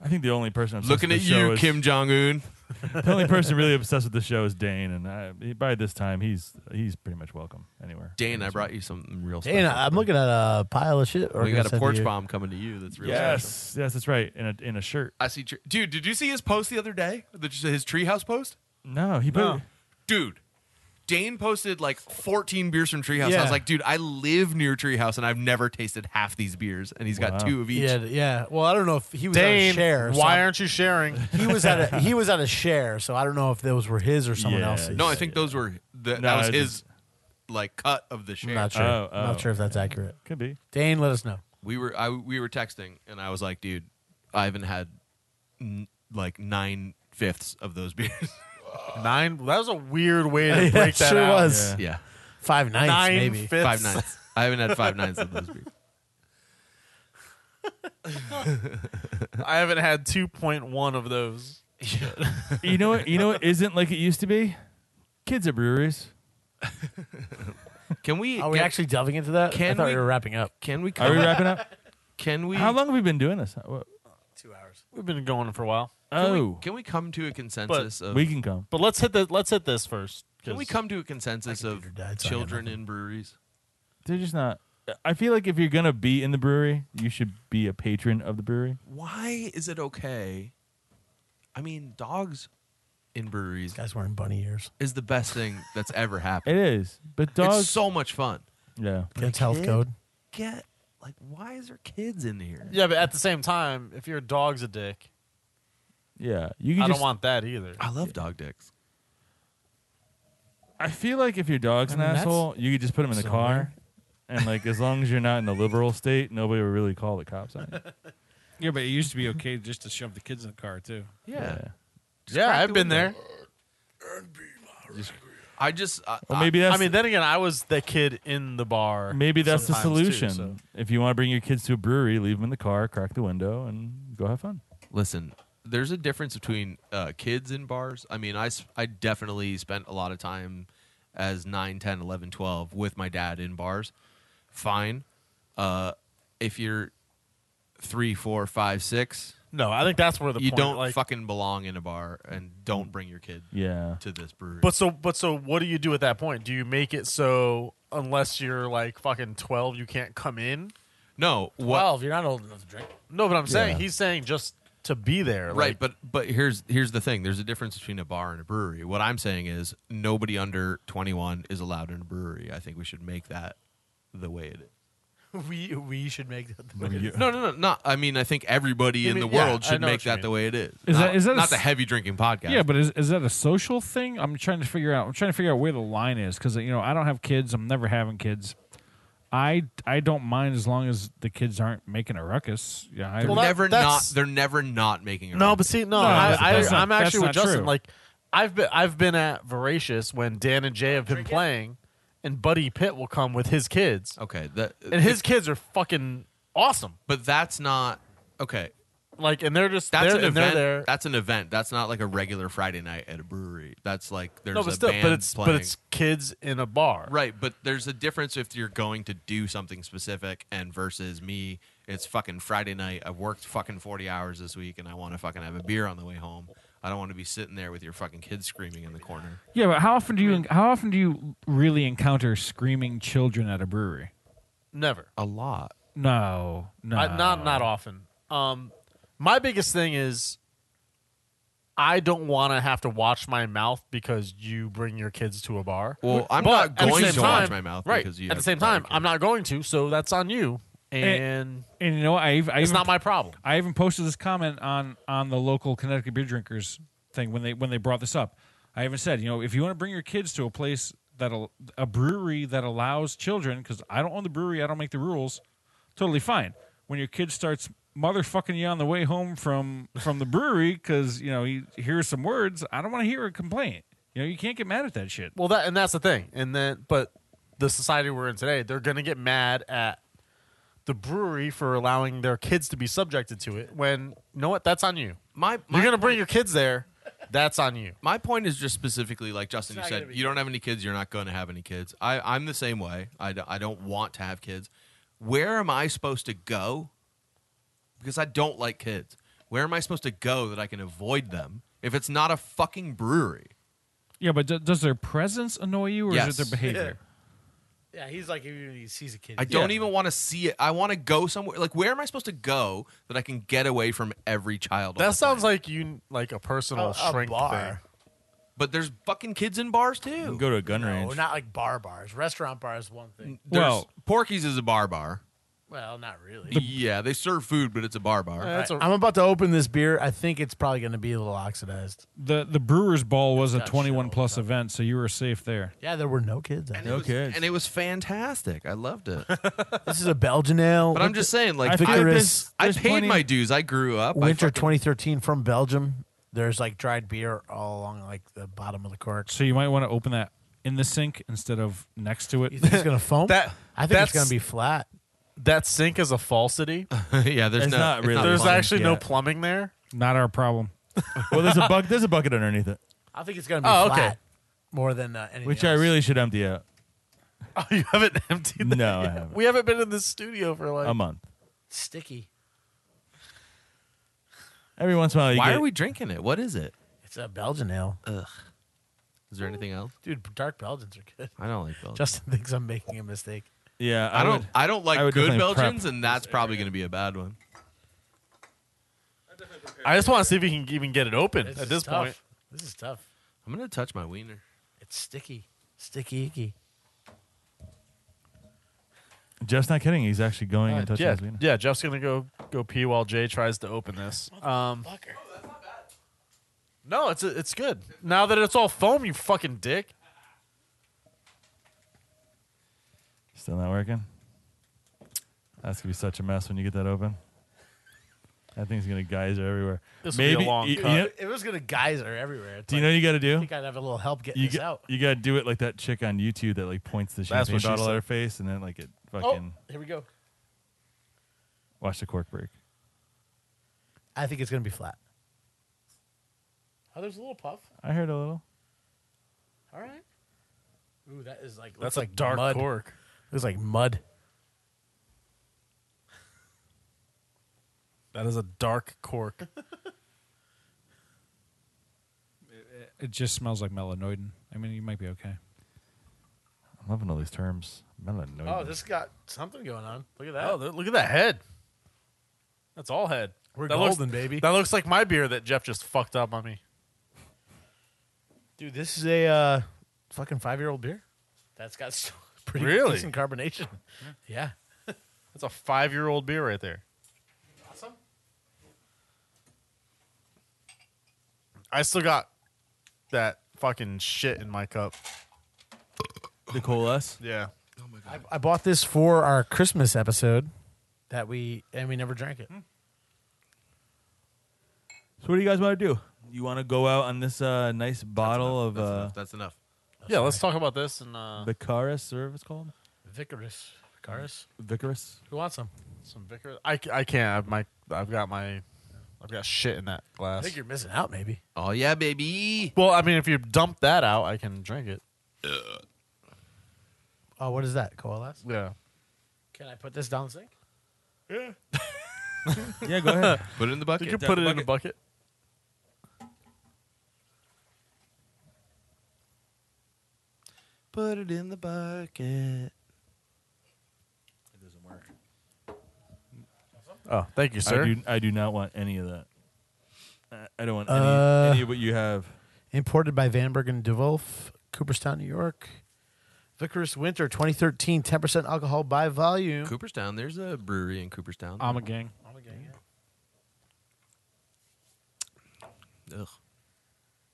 Speaker 1: I think the only person obsessed
Speaker 3: Looking
Speaker 1: with
Speaker 3: at
Speaker 1: this show
Speaker 3: you,
Speaker 1: is,
Speaker 3: Kim Jong Un.
Speaker 1: (laughs) The only person
Speaker 3: (laughs)
Speaker 1: really obsessed with the show is Dane, and I, he- by this time he's he's pretty much welcome anywhere.
Speaker 3: Dane, I brought you something real.
Speaker 2: Dana,
Speaker 3: special.
Speaker 2: I'm looking at a pile of shit.
Speaker 3: We got a
Speaker 2: organized
Speaker 3: porch
Speaker 2: here.
Speaker 3: bomb coming to you. That's real.
Speaker 1: Yes,
Speaker 3: Special.
Speaker 1: yes, that's right. In a in a shirt.
Speaker 3: I see, tr- dude. Did you see his post the other day? The, his treehouse post,
Speaker 1: No, he put.
Speaker 3: dude. Dane posted like 14 beers from Treehouse. I
Speaker 2: Yeah.
Speaker 3: was like, dude, I live near Treehouse and I've never tasted half these beers. And he's
Speaker 1: Wow.
Speaker 3: got two of each.
Speaker 2: Yeah, yeah. Well, I don't know if he was on a
Speaker 4: Dane,
Speaker 2: share. so
Speaker 4: why
Speaker 2: I'm-
Speaker 4: aren't you sharing?
Speaker 2: he was at a he was at a share? So I don't know if those were his or someone
Speaker 1: Yeah.
Speaker 2: else's.
Speaker 3: No, I think those were the,
Speaker 1: No,
Speaker 3: that was
Speaker 1: it
Speaker 3: his like cut of the share.
Speaker 2: I'm not sure.
Speaker 1: Oh,
Speaker 2: I'm
Speaker 1: oh.
Speaker 2: not sure if that's accurate.
Speaker 1: Could be.
Speaker 2: Dane, let us know.
Speaker 3: we were I we were texting and I was like, dude, I haven't had n- like nine fifths of those (laughs) beers.
Speaker 4: Nine. That was a weird way to
Speaker 2: Yeah,
Speaker 4: break that
Speaker 2: sure
Speaker 4: out.
Speaker 2: was.
Speaker 1: Yeah.
Speaker 3: Yeah,
Speaker 2: Five ninths,
Speaker 4: Nine
Speaker 2: maybe.
Speaker 4: fifths.
Speaker 3: five nines. I haven't had five nines in those beers.
Speaker 4: (laughs) I haven't had two point one of those.
Speaker 1: you know what? You know what isn't like it used to be. Kids at breweries.
Speaker 3: Can we?
Speaker 2: Are we
Speaker 3: can,
Speaker 2: actually delving into that? I
Speaker 3: can
Speaker 2: thought we,
Speaker 3: we-
Speaker 2: were wrapping up.
Speaker 3: Can we?
Speaker 1: Are we
Speaker 3: Come,
Speaker 1: wrapping
Speaker 3: (laughs)
Speaker 1: up?
Speaker 3: can we?
Speaker 1: How long have we been doing this? What-
Speaker 2: Two hours.
Speaker 4: We've been going for a while,
Speaker 3: Can we, uh,
Speaker 1: Oh,
Speaker 3: can we come to a consensus of?
Speaker 1: we can come.
Speaker 4: but let's hit the let's hit this first.
Speaker 3: can we
Speaker 4: 'cause
Speaker 3: come to a consensus
Speaker 2: I can
Speaker 3: of
Speaker 2: do your dad, so I got
Speaker 3: children in breweries?
Speaker 1: They're just not. I feel like if you're gonna be in the brewery, you should be a patron of the brewery.
Speaker 3: Why is it okay? I mean, dogs in breweries
Speaker 2: Guys wearing bunny ears.
Speaker 3: is the best thing that's ever
Speaker 1: It
Speaker 3: happened.
Speaker 1: is, but dogs.
Speaker 3: It's so much fun.
Speaker 1: yeah,
Speaker 2: That's health
Speaker 3: kid?
Speaker 2: code.
Speaker 3: Get like, why is there kids in here?
Speaker 4: Yeah, but at the same time, if your dog's a dick,
Speaker 1: yeah. You can
Speaker 4: I
Speaker 1: just.
Speaker 4: don't want that either.
Speaker 3: I love dog dicks.
Speaker 1: I feel like if your dog's
Speaker 2: I
Speaker 1: an
Speaker 2: mean, that's
Speaker 1: asshole, you could just put him in the car, and like as long as you're not in a liberal state, nobody will really call the cops on you.
Speaker 5: Yeah, but it used to be okay just to shove the kids in the car too.
Speaker 3: Yeah.
Speaker 4: yeah,
Speaker 3: crack
Speaker 4: I've
Speaker 3: the
Speaker 4: been there.
Speaker 3: window. I just. I,
Speaker 1: Well, maybe that's.
Speaker 4: I mean, then again, I was the kid in the bar.
Speaker 1: maybe that's the
Speaker 4: sometimes, too,
Speaker 1: solution.
Speaker 4: so.
Speaker 1: If you want to bring your kids to a brewery, leave them in the car, crack the window, and go have fun.
Speaker 3: Listen, there's a difference between uh, kids in bars. I mean, I, s- I definitely spent a lot of time as 9, 10, 11, 12 with my dad in bars. Fine. Uh, if you're three, four, five, six,
Speaker 4: No, I think that's where the
Speaker 3: you
Speaker 4: point,
Speaker 3: don't
Speaker 4: like,
Speaker 3: fucking belong in a bar and don't bring your kid
Speaker 1: Yeah.
Speaker 3: to this brewery.
Speaker 4: But so, but so, what do you do at that point? Do you make it so unless you're like fucking twelve, you can't come in?
Speaker 3: no, what?
Speaker 2: Twelve. You're not old enough to drink.
Speaker 4: No, but I'm saying
Speaker 1: Yeah.
Speaker 4: he's saying just to be there,
Speaker 3: right,
Speaker 4: Like,
Speaker 3: but but here's here's the thing. There's a difference between a bar and a brewery. What I'm saying is nobody under 21 is allowed in a brewery. I think we should make that the way it is.
Speaker 4: (laughs)
Speaker 2: We we should make that. The
Speaker 3: No, no, no, not. I mean, I think everybody
Speaker 4: I
Speaker 3: in the
Speaker 4: mean, yeah,
Speaker 3: world
Speaker 4: I
Speaker 3: should
Speaker 4: know
Speaker 3: make
Speaker 4: what you
Speaker 3: that
Speaker 4: mean.
Speaker 3: the way it is.
Speaker 5: Is
Speaker 3: not,
Speaker 5: that- is that a
Speaker 3: not
Speaker 5: s-
Speaker 3: the heavy drinking podcast?
Speaker 5: Yeah, but is is that a social thing? I'm trying to figure out. I'm trying to figure out where the line is because you know I don't have kids. I'm never having kids. I I don't mind as long as the kids aren't making a ruckus. Yeah, I,
Speaker 3: they're
Speaker 4: Well, that-
Speaker 3: never not.
Speaker 4: that's-
Speaker 3: They're never not making. A
Speaker 4: no,
Speaker 3: record.
Speaker 4: but see, no,
Speaker 5: No,
Speaker 4: I,
Speaker 5: that's-
Speaker 4: I,
Speaker 5: that's not-
Speaker 4: I'm actually with
Speaker 5: that's not
Speaker 4: Justin.
Speaker 5: true.
Speaker 4: Like, I've been, I've been at Voracious when Dan and Jay have been playing, and Buddy Pitt will come with his kids,
Speaker 3: okay, that
Speaker 4: and his kids are fucking awesome.
Speaker 3: but that's not okay.
Speaker 4: Like, and they're just
Speaker 3: That's
Speaker 4: they're,
Speaker 3: an
Speaker 4: and they're
Speaker 3: event.
Speaker 4: there.
Speaker 3: That's an event. That's not like a regular Friday night at a brewery. That's like there's
Speaker 4: no, but
Speaker 3: a
Speaker 4: still,
Speaker 3: band
Speaker 4: but it's
Speaker 3: playing.
Speaker 4: but it's kids in a bar,
Speaker 3: right. But there's a difference if you're going to do something specific and versus me. It's fucking Friday night. I've worked fucking forty hours this week, and I want to fucking have a beer on the way home. I don't want to be sitting there with your fucking kids screaming in the corner.
Speaker 5: yeah, but how often do you how often do you really encounter screaming children at a brewery?
Speaker 4: Never.
Speaker 3: A lot.
Speaker 5: No, no,
Speaker 4: I, not not often. Um, my biggest thing is I don't want to have to watch my mouth because you bring your kids to a bar.
Speaker 3: Well, I'm
Speaker 4: But
Speaker 3: not
Speaker 4: at the
Speaker 3: going
Speaker 4: same
Speaker 3: to watch
Speaker 4: time-
Speaker 3: my mouth
Speaker 4: right?
Speaker 3: because you
Speaker 4: at the
Speaker 3: have
Speaker 4: same
Speaker 3: prior
Speaker 4: time, I'm not going to, so that's on you, and
Speaker 5: And you know, what? I I've, I
Speaker 4: it's
Speaker 5: even-
Speaker 4: not my problem.
Speaker 5: I even posted this comment on on the local Connecticut beer drinkers thing when they when they brought this up. I even said, you know, if you want to bring your kids to a place that will a brewery that allows children, because I don't own the brewery, I don't make the rules. Totally fine. When your kid starts motherfucking you on the way home from from the brewery, because you know he hears some words, I don't want to hear a complaint. You know, you can't get mad at that shit.
Speaker 4: Well, that and that's the thing, and then but the society we're in today, they're gonna get mad at the brewery for allowing their kids to be subjected to it. When you know what, that's on you.
Speaker 3: My, my
Speaker 4: You're gonna bring your kids there. That's on you.
Speaker 3: my point is just specifically like Justin, you said you don't have any kids, you're not going to have any kids. I I'm the same way. I d- I don't want to have kids. Where am I supposed to go? Because I don't like kids. Where am I supposed to go that I can avoid them if it's not a fucking brewery?
Speaker 5: Yeah, but d- does their presence annoy you, or
Speaker 3: Yes.
Speaker 5: is it their behavior?
Speaker 2: Yeah, he's like even he sees a kid.
Speaker 3: I don't even want to see it. I want to go somewhere. Like where am I supposed to go that I can get away from every child? on
Speaker 4: That
Speaker 3: the
Speaker 4: sounds
Speaker 3: planet?
Speaker 4: like you like a personal shrink thing.
Speaker 3: But there's fucking kids in bars too.
Speaker 1: (laughs) Go to a gun range.
Speaker 2: No, Oh, not like bar bars. Restaurant bar is one thing.
Speaker 3: There's-
Speaker 5: Well-
Speaker 3: Porky's is a bar bar.
Speaker 2: Well, not really.
Speaker 3: yeah, they serve food, but it's a bar bar.
Speaker 4: That's a-
Speaker 2: I'm about to open this beer. I think it's probably going to be a little oxidized.
Speaker 5: The the Brewers Ball was a
Speaker 2: got
Speaker 5: 21
Speaker 2: shelved,
Speaker 5: plus event, so you were safe there.
Speaker 2: Yeah, there were no kids.
Speaker 3: And
Speaker 1: No
Speaker 3: it was,
Speaker 1: kids.
Speaker 3: And it was fantastic. I loved
Speaker 1: (laughs)
Speaker 3: it. But
Speaker 2: This is a Belgian ale.
Speaker 3: I'm just saying, like,
Speaker 1: I
Speaker 3: I,
Speaker 1: feel like
Speaker 2: Vigorous.
Speaker 1: there's-
Speaker 3: I
Speaker 1: there's
Speaker 3: paid
Speaker 1: plenty-
Speaker 3: my dues. I grew up. I
Speaker 2: Winter
Speaker 3: fucking-
Speaker 2: 2013 from Belgium. There's like dried beer all along like the bottom of the cork.
Speaker 5: So you might want to open that in the sink instead of next to
Speaker 2: You
Speaker 5: it.
Speaker 2: think it's
Speaker 1: (laughs)
Speaker 2: gonna foam?
Speaker 4: (laughs) That-
Speaker 2: I think it's
Speaker 4: that's-
Speaker 2: gonna be flat.
Speaker 4: That sink is
Speaker 3: (laughs)
Speaker 4: a falsity.
Speaker 3: yeah, there's
Speaker 1: It's
Speaker 3: no,
Speaker 1: not
Speaker 3: it's
Speaker 1: really
Speaker 4: There's
Speaker 1: plumbing.
Speaker 4: actually no
Speaker 1: Yeah.
Speaker 4: plumbing there. (laughs)
Speaker 5: Not our problem.
Speaker 1: well, there's a bucket. There's a bucket underneath it,
Speaker 2: I think it's gonna be
Speaker 4: Oh, okay.
Speaker 2: flat more than uh, anything.
Speaker 1: which I
Speaker 2: else.
Speaker 1: really should empty out.
Speaker 4: Oh, you haven't emptied that.
Speaker 1: No, I
Speaker 4: yet.
Speaker 1: haven't.
Speaker 4: (laughs) We haven't been in this studio for like.
Speaker 1: A month.
Speaker 2: sticky.
Speaker 1: Every once in a while, you
Speaker 3: Why
Speaker 1: get,
Speaker 3: are we drinking it? What is it?
Speaker 2: It's a Belgian ale,
Speaker 3: Is there anything else?
Speaker 2: dude. Dark Belgians are good. (laughs)
Speaker 3: I don't like Belgian.
Speaker 2: Justin thinks I'm making a mistake.
Speaker 1: Yeah,
Speaker 3: I, don't.
Speaker 1: would-
Speaker 3: I don't like
Speaker 1: I would
Speaker 3: good
Speaker 1: definitely prep
Speaker 3: Belgians, and that's probably going to be a bad one.
Speaker 4: I just want to see if we can even get it open
Speaker 2: This
Speaker 4: at
Speaker 2: is
Speaker 4: this
Speaker 2: tough.
Speaker 4: point.
Speaker 2: this is tough.
Speaker 3: I'm going to touch my wiener.
Speaker 2: It's sticky, sticky, icky.
Speaker 1: Jeff's not kidding. He's actually going and
Speaker 4: Uh,
Speaker 1: touching
Speaker 4: yeah,
Speaker 1: his wiener.
Speaker 4: yeah. Jeff's gonna go go pee while Jay tries to open this. Um,
Speaker 2: Oh,
Speaker 4: no, it's it's good. Now that it's all foam, you fucking dick.
Speaker 1: Still not working. That's gonna be such a mess when you get that open. That thing's gonna geyser everywhere.
Speaker 4: This will be
Speaker 1: Maybe
Speaker 4: a long
Speaker 1: you-
Speaker 4: cut.
Speaker 1: you know-
Speaker 2: Uh, It was gonna geyser everywhere. It's
Speaker 1: do you
Speaker 2: like,
Speaker 1: know what you got to
Speaker 2: I
Speaker 1: do?
Speaker 2: think I'd have a little help getting
Speaker 1: You
Speaker 2: this
Speaker 1: got
Speaker 2: out.
Speaker 1: you got to do it like that chick on YouTube that like points the
Speaker 4: That's
Speaker 1: champagne
Speaker 4: what she
Speaker 1: bottle at
Speaker 4: said.
Speaker 1: her face and then like it
Speaker 2: Oh,
Speaker 1: fucking
Speaker 2: here we go.
Speaker 1: watch the cork break.
Speaker 2: I think it's gonna be flat. Oh, there's a little puff.
Speaker 1: I heard a little.
Speaker 2: All right. Ooh, that is like looks
Speaker 4: That's a
Speaker 2: like
Speaker 4: dark
Speaker 2: mud.
Speaker 4: cork.
Speaker 2: Looks like mud.
Speaker 4: That is a dark cork.
Speaker 5: It just smells like melanoidin. I mean, you might be okay.
Speaker 1: I'm loving all these terms. Melanoidin.
Speaker 2: (laughs) Oh, this got something going on. Look at that.
Speaker 4: oh, th- look at that head. That's all head.
Speaker 2: We're
Speaker 4: that
Speaker 2: golden,
Speaker 4: looks,
Speaker 2: baby.
Speaker 4: That looks like my beer that Jeff just fucked up on me.
Speaker 2: Dude, this is a uh, fucking five year old beer. That's got s- (laughs) pretty
Speaker 4: Really?
Speaker 2: decent carbonation. Yeah.
Speaker 4: That's a five year old beer right there.
Speaker 2: Awesome.
Speaker 4: I still got that fucking shit in my cup.
Speaker 1: the coalesce.
Speaker 4: Yeah.
Speaker 2: I, I bought this for our Christmas episode that we and we never drank it.
Speaker 1: So what do you guys want to do? You want to go out on this uh, nice bottle of
Speaker 3: That's
Speaker 1: uh,
Speaker 3: enough. That's enough.
Speaker 4: yeah, let's talk about this and uh,
Speaker 1: Vicaris, or whatever it's called?
Speaker 2: Vicaris. Vicaris.
Speaker 1: Vicaris.
Speaker 2: Who wants some?
Speaker 4: some vicar. I, c- I can't. I've my I've got my I've got shit in that
Speaker 2: I
Speaker 4: glass.
Speaker 2: think you're missing out, maybe.
Speaker 3: Oh yeah, baby.
Speaker 4: Well, I mean, if you dump that out, I can drink it.
Speaker 2: Oh, what is that? Coalesce?
Speaker 4: Yeah.
Speaker 2: Can I put this down the sink?
Speaker 1: Yeah, go ahead.
Speaker 3: Put it in the
Speaker 4: You
Speaker 3: bucket.
Speaker 4: can put it in a bucket.
Speaker 3: Put it in the bucket.
Speaker 4: Oh, thank you,
Speaker 1: I
Speaker 4: sir.
Speaker 1: do, I do not want any of that. I- I don't want any,
Speaker 2: Uh,
Speaker 1: any of what you have.
Speaker 2: Imported by Vanberg and DeWolf, Cooperstown, New York. Vicaris Winter 2013, 10% alcohol by volume.
Speaker 3: Cooperstown. There's a brewery in Cooperstown.
Speaker 1: Um,
Speaker 5: I'm a gang.
Speaker 3: Ugh,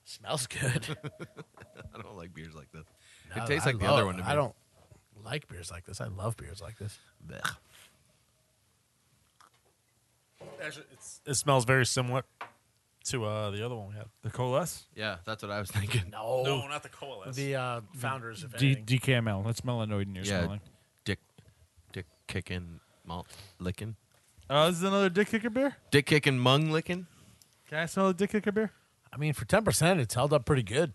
Speaker 2: Smells good.
Speaker 3: (laughs) I don't like beers like this.
Speaker 2: No,
Speaker 3: it tastes
Speaker 2: I
Speaker 3: like the other
Speaker 2: love-
Speaker 3: one to me.
Speaker 2: I don't like beers like this. I love beers like this.
Speaker 3: Blech.
Speaker 4: it smells very similar to uh, the other one we had.
Speaker 1: The coalesce?
Speaker 3: Yeah, that's what I was thinking.
Speaker 2: No,
Speaker 4: not the cola.
Speaker 2: the uh, founders of
Speaker 5: D- DKML. That's melanoidin you're
Speaker 3: Yeah.
Speaker 5: smelling.
Speaker 3: Dick, dick kicking, malt licking.
Speaker 1: Oh, this is another dick kicker beer?
Speaker 3: Dick kicking, mung licking.
Speaker 1: Can I smell a dick kicker beer?
Speaker 2: I mean, for ten percent, it's held up pretty good.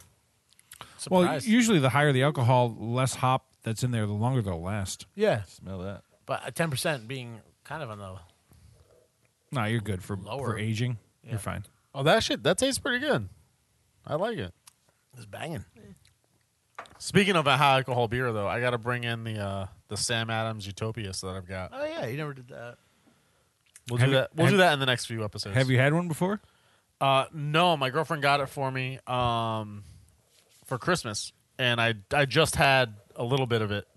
Speaker 5: Well,
Speaker 2: Surprised.
Speaker 5: usually the higher the alcohol, less hop that's in there, the longer they'll last.
Speaker 2: yeah,
Speaker 1: Smell that.
Speaker 2: but uh, ten percent being kind of on the
Speaker 5: No, you're good for
Speaker 2: Lower.
Speaker 5: for aging. You're fine.
Speaker 4: Oh, that shit that tastes pretty good. I like it.
Speaker 2: is banging.
Speaker 4: Speaking of a high alcohol beer, though, I got to bring in the uh, the Sam Adams Utopias that I've got.
Speaker 2: Oh yeah, you never did that.
Speaker 4: We'll
Speaker 5: Have
Speaker 4: do
Speaker 5: you-
Speaker 4: that. We'll
Speaker 5: have-
Speaker 4: do that in the next few episodes.
Speaker 5: Have you had one before?
Speaker 4: Uh, no, my girlfriend got it for me um, for Christmas, and I I just had a little bit of it.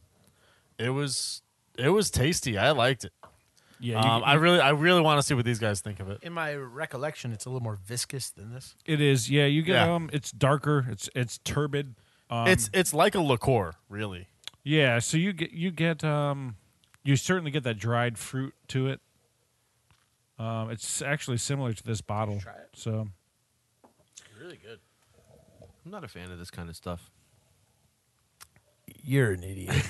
Speaker 4: It was it was tasty. I liked it.
Speaker 5: Yeah, you,
Speaker 4: Um, I really I really want to see what these guys think of it.
Speaker 2: In my recollection, it's a little more viscous than this.
Speaker 5: it is. Yeah, you get
Speaker 4: Yeah.
Speaker 5: um, it's darker. It's it's turbid. Um,
Speaker 4: it's it's like a liqueur, really.
Speaker 5: yeah. So you get you get um, you certainly get that dried fruit to it. Um, it's actually similar to this bottle. So
Speaker 2: Really good.
Speaker 3: I'm not a fan of this kind of stuff. (laughs)
Speaker 2: You're an idiot.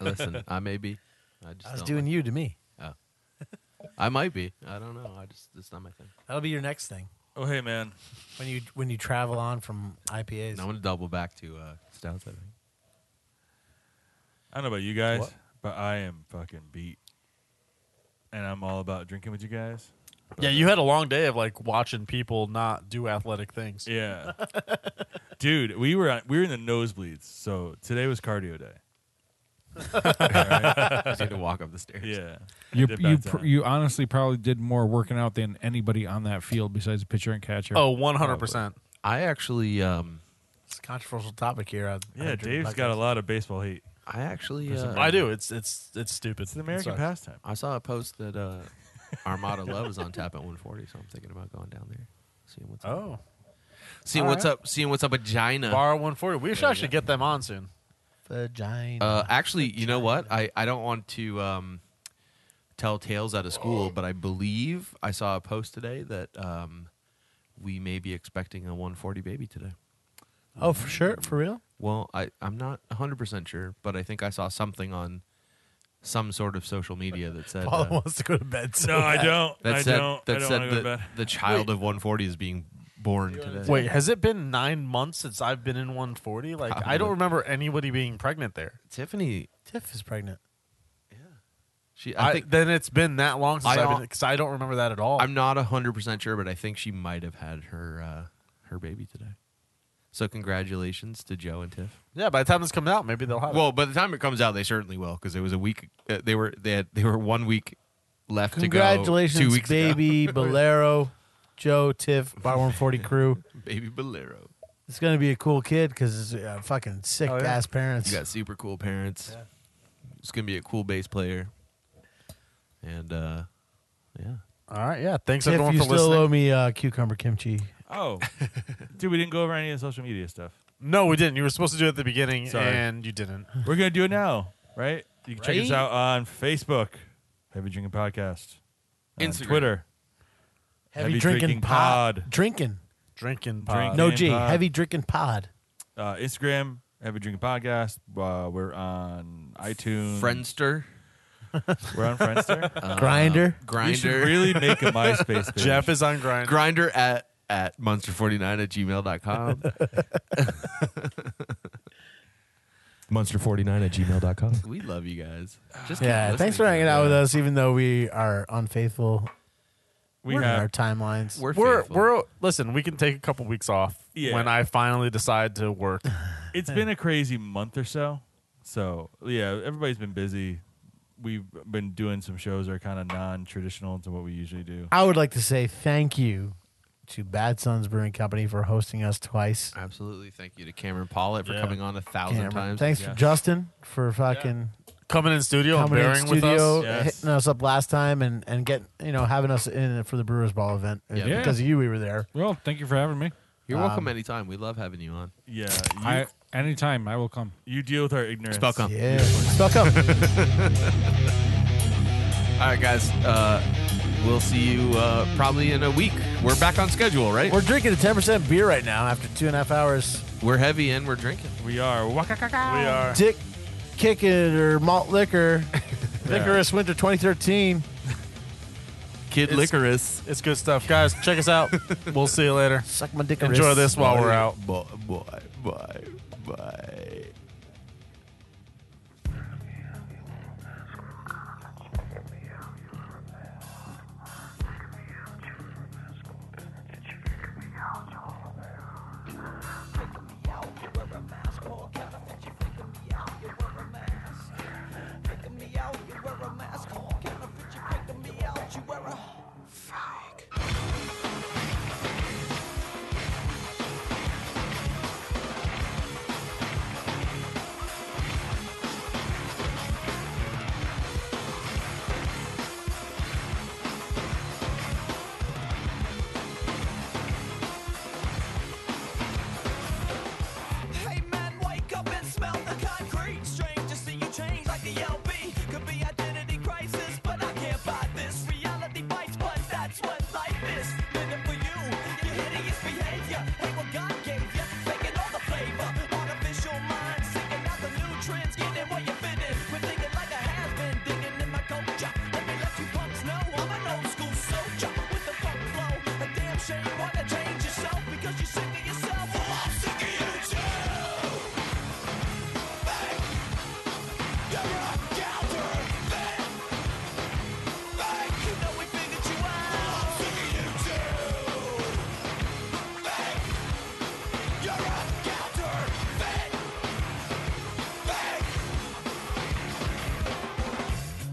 Speaker 3: Listen, I may be. I just
Speaker 2: I was
Speaker 3: don't
Speaker 2: doing
Speaker 3: like-
Speaker 2: you to me.
Speaker 3: I might be. I don't know. I just it's not my thing.
Speaker 2: That'll be your next thing
Speaker 1: Oh, hey, man.
Speaker 2: when you when you travel on from IPAs.
Speaker 3: And I'm gonna double back to uh, stouts. I think.
Speaker 1: I don't know about you guys,
Speaker 2: What?
Speaker 1: but I am fucking beat. And I'm all about drinking with you guys.
Speaker 4: Yeah, you had a long day of like watching people not do athletic things.
Speaker 1: Yeah. Dude, we were at, we were in the nosebleeds. So today was cardio day.
Speaker 3: I just need to walk up the stairs.
Speaker 1: Yeah.
Speaker 5: You
Speaker 1: Did
Speaker 5: you
Speaker 1: bad
Speaker 5: pr-
Speaker 1: time.
Speaker 5: you honestly probably did more working out than anybody on that field besides the pitcher and catcher.
Speaker 4: Oh, 100%.
Speaker 3: I actually, um,
Speaker 2: it's a controversial topic here. I,
Speaker 1: Yeah, Dave's got a lot of baseball hate.
Speaker 3: I actually, uh,
Speaker 4: I do. It's it's it's stupid.
Speaker 1: It's an American
Speaker 4: It sucks.
Speaker 1: pastime.
Speaker 3: I saw a post that uh, Armada Love is on tap at 140, so I'm thinking about going down there, seeing what's up.
Speaker 4: Oh.
Speaker 3: seeing what's up, seeing what's up with Gina.
Speaker 4: Bar 140. We should actually get them on soon.
Speaker 2: vagina.
Speaker 3: Uh, actually, you know what? I, I don't want to um, tell tales out of school, but I believe I saw a post today that um, we may be expecting a 140 baby today.
Speaker 2: oh, for sure, for real.
Speaker 3: Well, I, I'm not 100% sure, but I think I saw something on some sort of social media that said.
Speaker 2: Paula
Speaker 3: uh,
Speaker 2: wants to go to bed. So
Speaker 1: No, I don't.
Speaker 3: that
Speaker 1: I
Speaker 3: said,
Speaker 1: don't.
Speaker 3: that
Speaker 1: I don't
Speaker 3: said
Speaker 1: want to go
Speaker 3: that
Speaker 1: to bed.
Speaker 3: the child of 140 is being born today.
Speaker 4: Wait, has it been nine months since I've been in 140? Like, I
Speaker 3: Probably.
Speaker 4: don't remember anybody being pregnant there.
Speaker 3: Tiffany,
Speaker 2: (laughs) Tiff is pregnant.
Speaker 3: she, I,
Speaker 4: I
Speaker 3: think
Speaker 4: then it's been that long since
Speaker 3: I
Speaker 4: I have been
Speaker 3: don't-
Speaker 4: because I don't remember that at all.
Speaker 3: I'm not 100% sure, but I think she might have had her uh, her baby today. So congratulations to Joe and Tiff.
Speaker 4: yeah, by the time this comes out, maybe they'll have. it.
Speaker 3: Uh, Well, by the time it comes out, they certainly will because it was a week. Uh, they were they had they were one week left to go. Two
Speaker 2: Congratulations,
Speaker 3: weeks
Speaker 2: baby Bolero, Joe Tiff, Bar 140 crew.
Speaker 3: ago. (laughs) baby Bolero.
Speaker 2: It's gonna be a cool kid because it's uh, fucking sick
Speaker 4: Oh, yeah.
Speaker 2: ass parents.
Speaker 3: You got super cool parents. It's gonna be a cool bass player. And uh, yeah,
Speaker 4: all right, yeah. Thanks
Speaker 2: Tiff,
Speaker 4: everyone
Speaker 2: you
Speaker 4: for
Speaker 2: still
Speaker 4: listening.
Speaker 2: owe me uh, cucumber kimchi.
Speaker 1: Oh, (laughs) dude, we didn't go over any of the social media stuff.
Speaker 4: No, we didn't. You were supposed to do it at the beginning,
Speaker 1: Sorry.
Speaker 4: and you didn't.
Speaker 1: We're gonna do it now, right? You can check us out on Facebook, Heavy Drinking Podcast, on
Speaker 3: Instagram.
Speaker 1: Twitter,
Speaker 2: Heavy, drinking, pod. Drinking.
Speaker 4: Drinking
Speaker 1: Drink-
Speaker 4: pod.
Speaker 2: No
Speaker 1: Drinking
Speaker 2: G.
Speaker 1: pod.
Speaker 2: Heavy drinking pod.
Speaker 1: uh, Instagram, Heavy Drinking Podcast. Uh, we're on iTunes,
Speaker 3: Mm. Friendster,
Speaker 1: We're on (laughs) Friendster.
Speaker 2: Grinder.
Speaker 1: We should
Speaker 3: Grinder,
Speaker 1: really make a MySpace. Page.
Speaker 4: Jeff is
Speaker 2: (laughs)
Speaker 4: on grind.
Speaker 3: Grinder at at monster49 at gmail.com.
Speaker 8: Monster49 at gmail.com.
Speaker 3: we love you guys. Just keep
Speaker 2: Yeah, thanks for
Speaker 3: listening.
Speaker 2: hanging out with
Speaker 3: Yeah.
Speaker 2: us, even though we are unfaithful
Speaker 1: we
Speaker 2: in our
Speaker 1: have
Speaker 2: timelines.
Speaker 3: We're
Speaker 4: We're
Speaker 3: faithful.
Speaker 4: we're listen. We can take a couple weeks off
Speaker 1: Yeah.
Speaker 4: when I finally decide to work.
Speaker 1: it's been a crazy month or so. So yeah, everybody's been busy. We've been doing some shows that are kind of non-traditional to what we usually do.
Speaker 2: I would like to say thank you to Bad Sons Brewing Company for hosting us twice.
Speaker 3: Absolutely. Thank you to Cameron Pollitt for
Speaker 4: Yeah.
Speaker 3: coming on a thousand
Speaker 2: Cameron.
Speaker 3: times.
Speaker 2: Thanks,
Speaker 1: Yes.
Speaker 2: Justin, for fucking
Speaker 4: Coming in studio and
Speaker 2: coming in
Speaker 4: bearing with
Speaker 2: studio,
Speaker 4: us.
Speaker 1: Yes.
Speaker 2: hitting us up last time, and and getting you know having us in for the Brewers Ball event. It was
Speaker 3: Yeah.
Speaker 2: Because of you, we were there.
Speaker 5: well, thank you for having me.
Speaker 3: You're
Speaker 2: Um,
Speaker 3: welcome anytime. We love having you on.
Speaker 1: Yeah, you,
Speaker 5: I anytime I will come.
Speaker 1: you deal with our ignorance.
Speaker 3: Spell come.
Speaker 2: Yeah, stuck up.
Speaker 3: All right, guys. Uh, we'll see you uh, probably in a week. We're back on schedule, right?
Speaker 2: We're
Speaker 3: We're,
Speaker 2: drinking a ten percent beer right now after two and a half hours.
Speaker 3: heavy and we're drinking.
Speaker 1: We are. We are.
Speaker 2: Dick kicking or malt
Speaker 4: (laughs)
Speaker 2: liquor, Icarus Winter 2013.
Speaker 3: Kid Licorice.
Speaker 4: It's good stuff, guys. Check us
Speaker 3: (laughs)
Speaker 4: out. we'll see you later.
Speaker 2: Suck my dick.
Speaker 4: Enjoy this while we're out.
Speaker 3: Bye, bye, bye, bye.
Speaker 9: Freak.
Speaker 8: change, want to change yourself because you're sick of yourself. Well, I'm sick of you too. Hey, you're a coward. Hey, hey, you know we figured you out. Well, I'm sick of you too. Hey, you're a coward. Hey,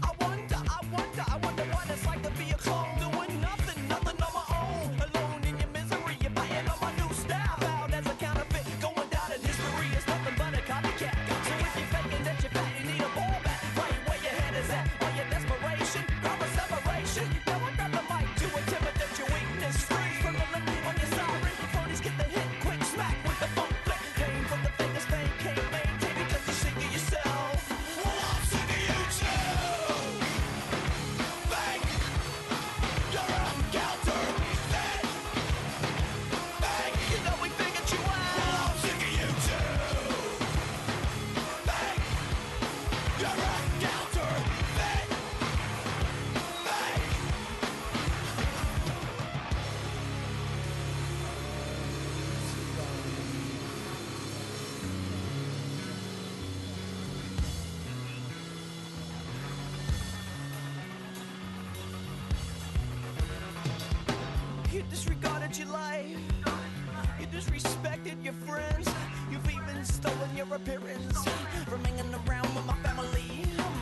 Speaker 8: hey. I wonder, I wonder, I wonder what it's like to be a clone, doing nothing, nothing on my own, alone in your misery. You're buying all my new style, out as a counterfeit, going down in history. It's nothing but a copycat. So if you're faking that you're fat, you need a ball back. Right where your head is at, all your desperation, grab a separation. Now I'm not the mic to intimidate your weakness. Free from the limit when you're sorry. Phonies get the hit, quick smack with the funk flick. Came from the fingers, pain can't maintain because you're sick of yourself. Well, I'm sick of you too. You disregarded your life. You disrespected your friends. You've even stolen your appearance from hanging around with my family.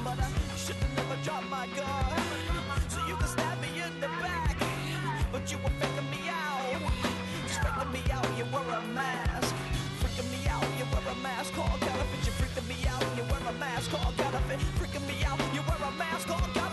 Speaker 8: But I should have never dropped my guard. So you can stab me in the back, but you were faking me out. Just faking me out, you were a mask. Freaking me out, you were a mask called counterfeit. You freaking me out, you were a mask called counterfeit. Freaking me out, you were a mask called counterfeit.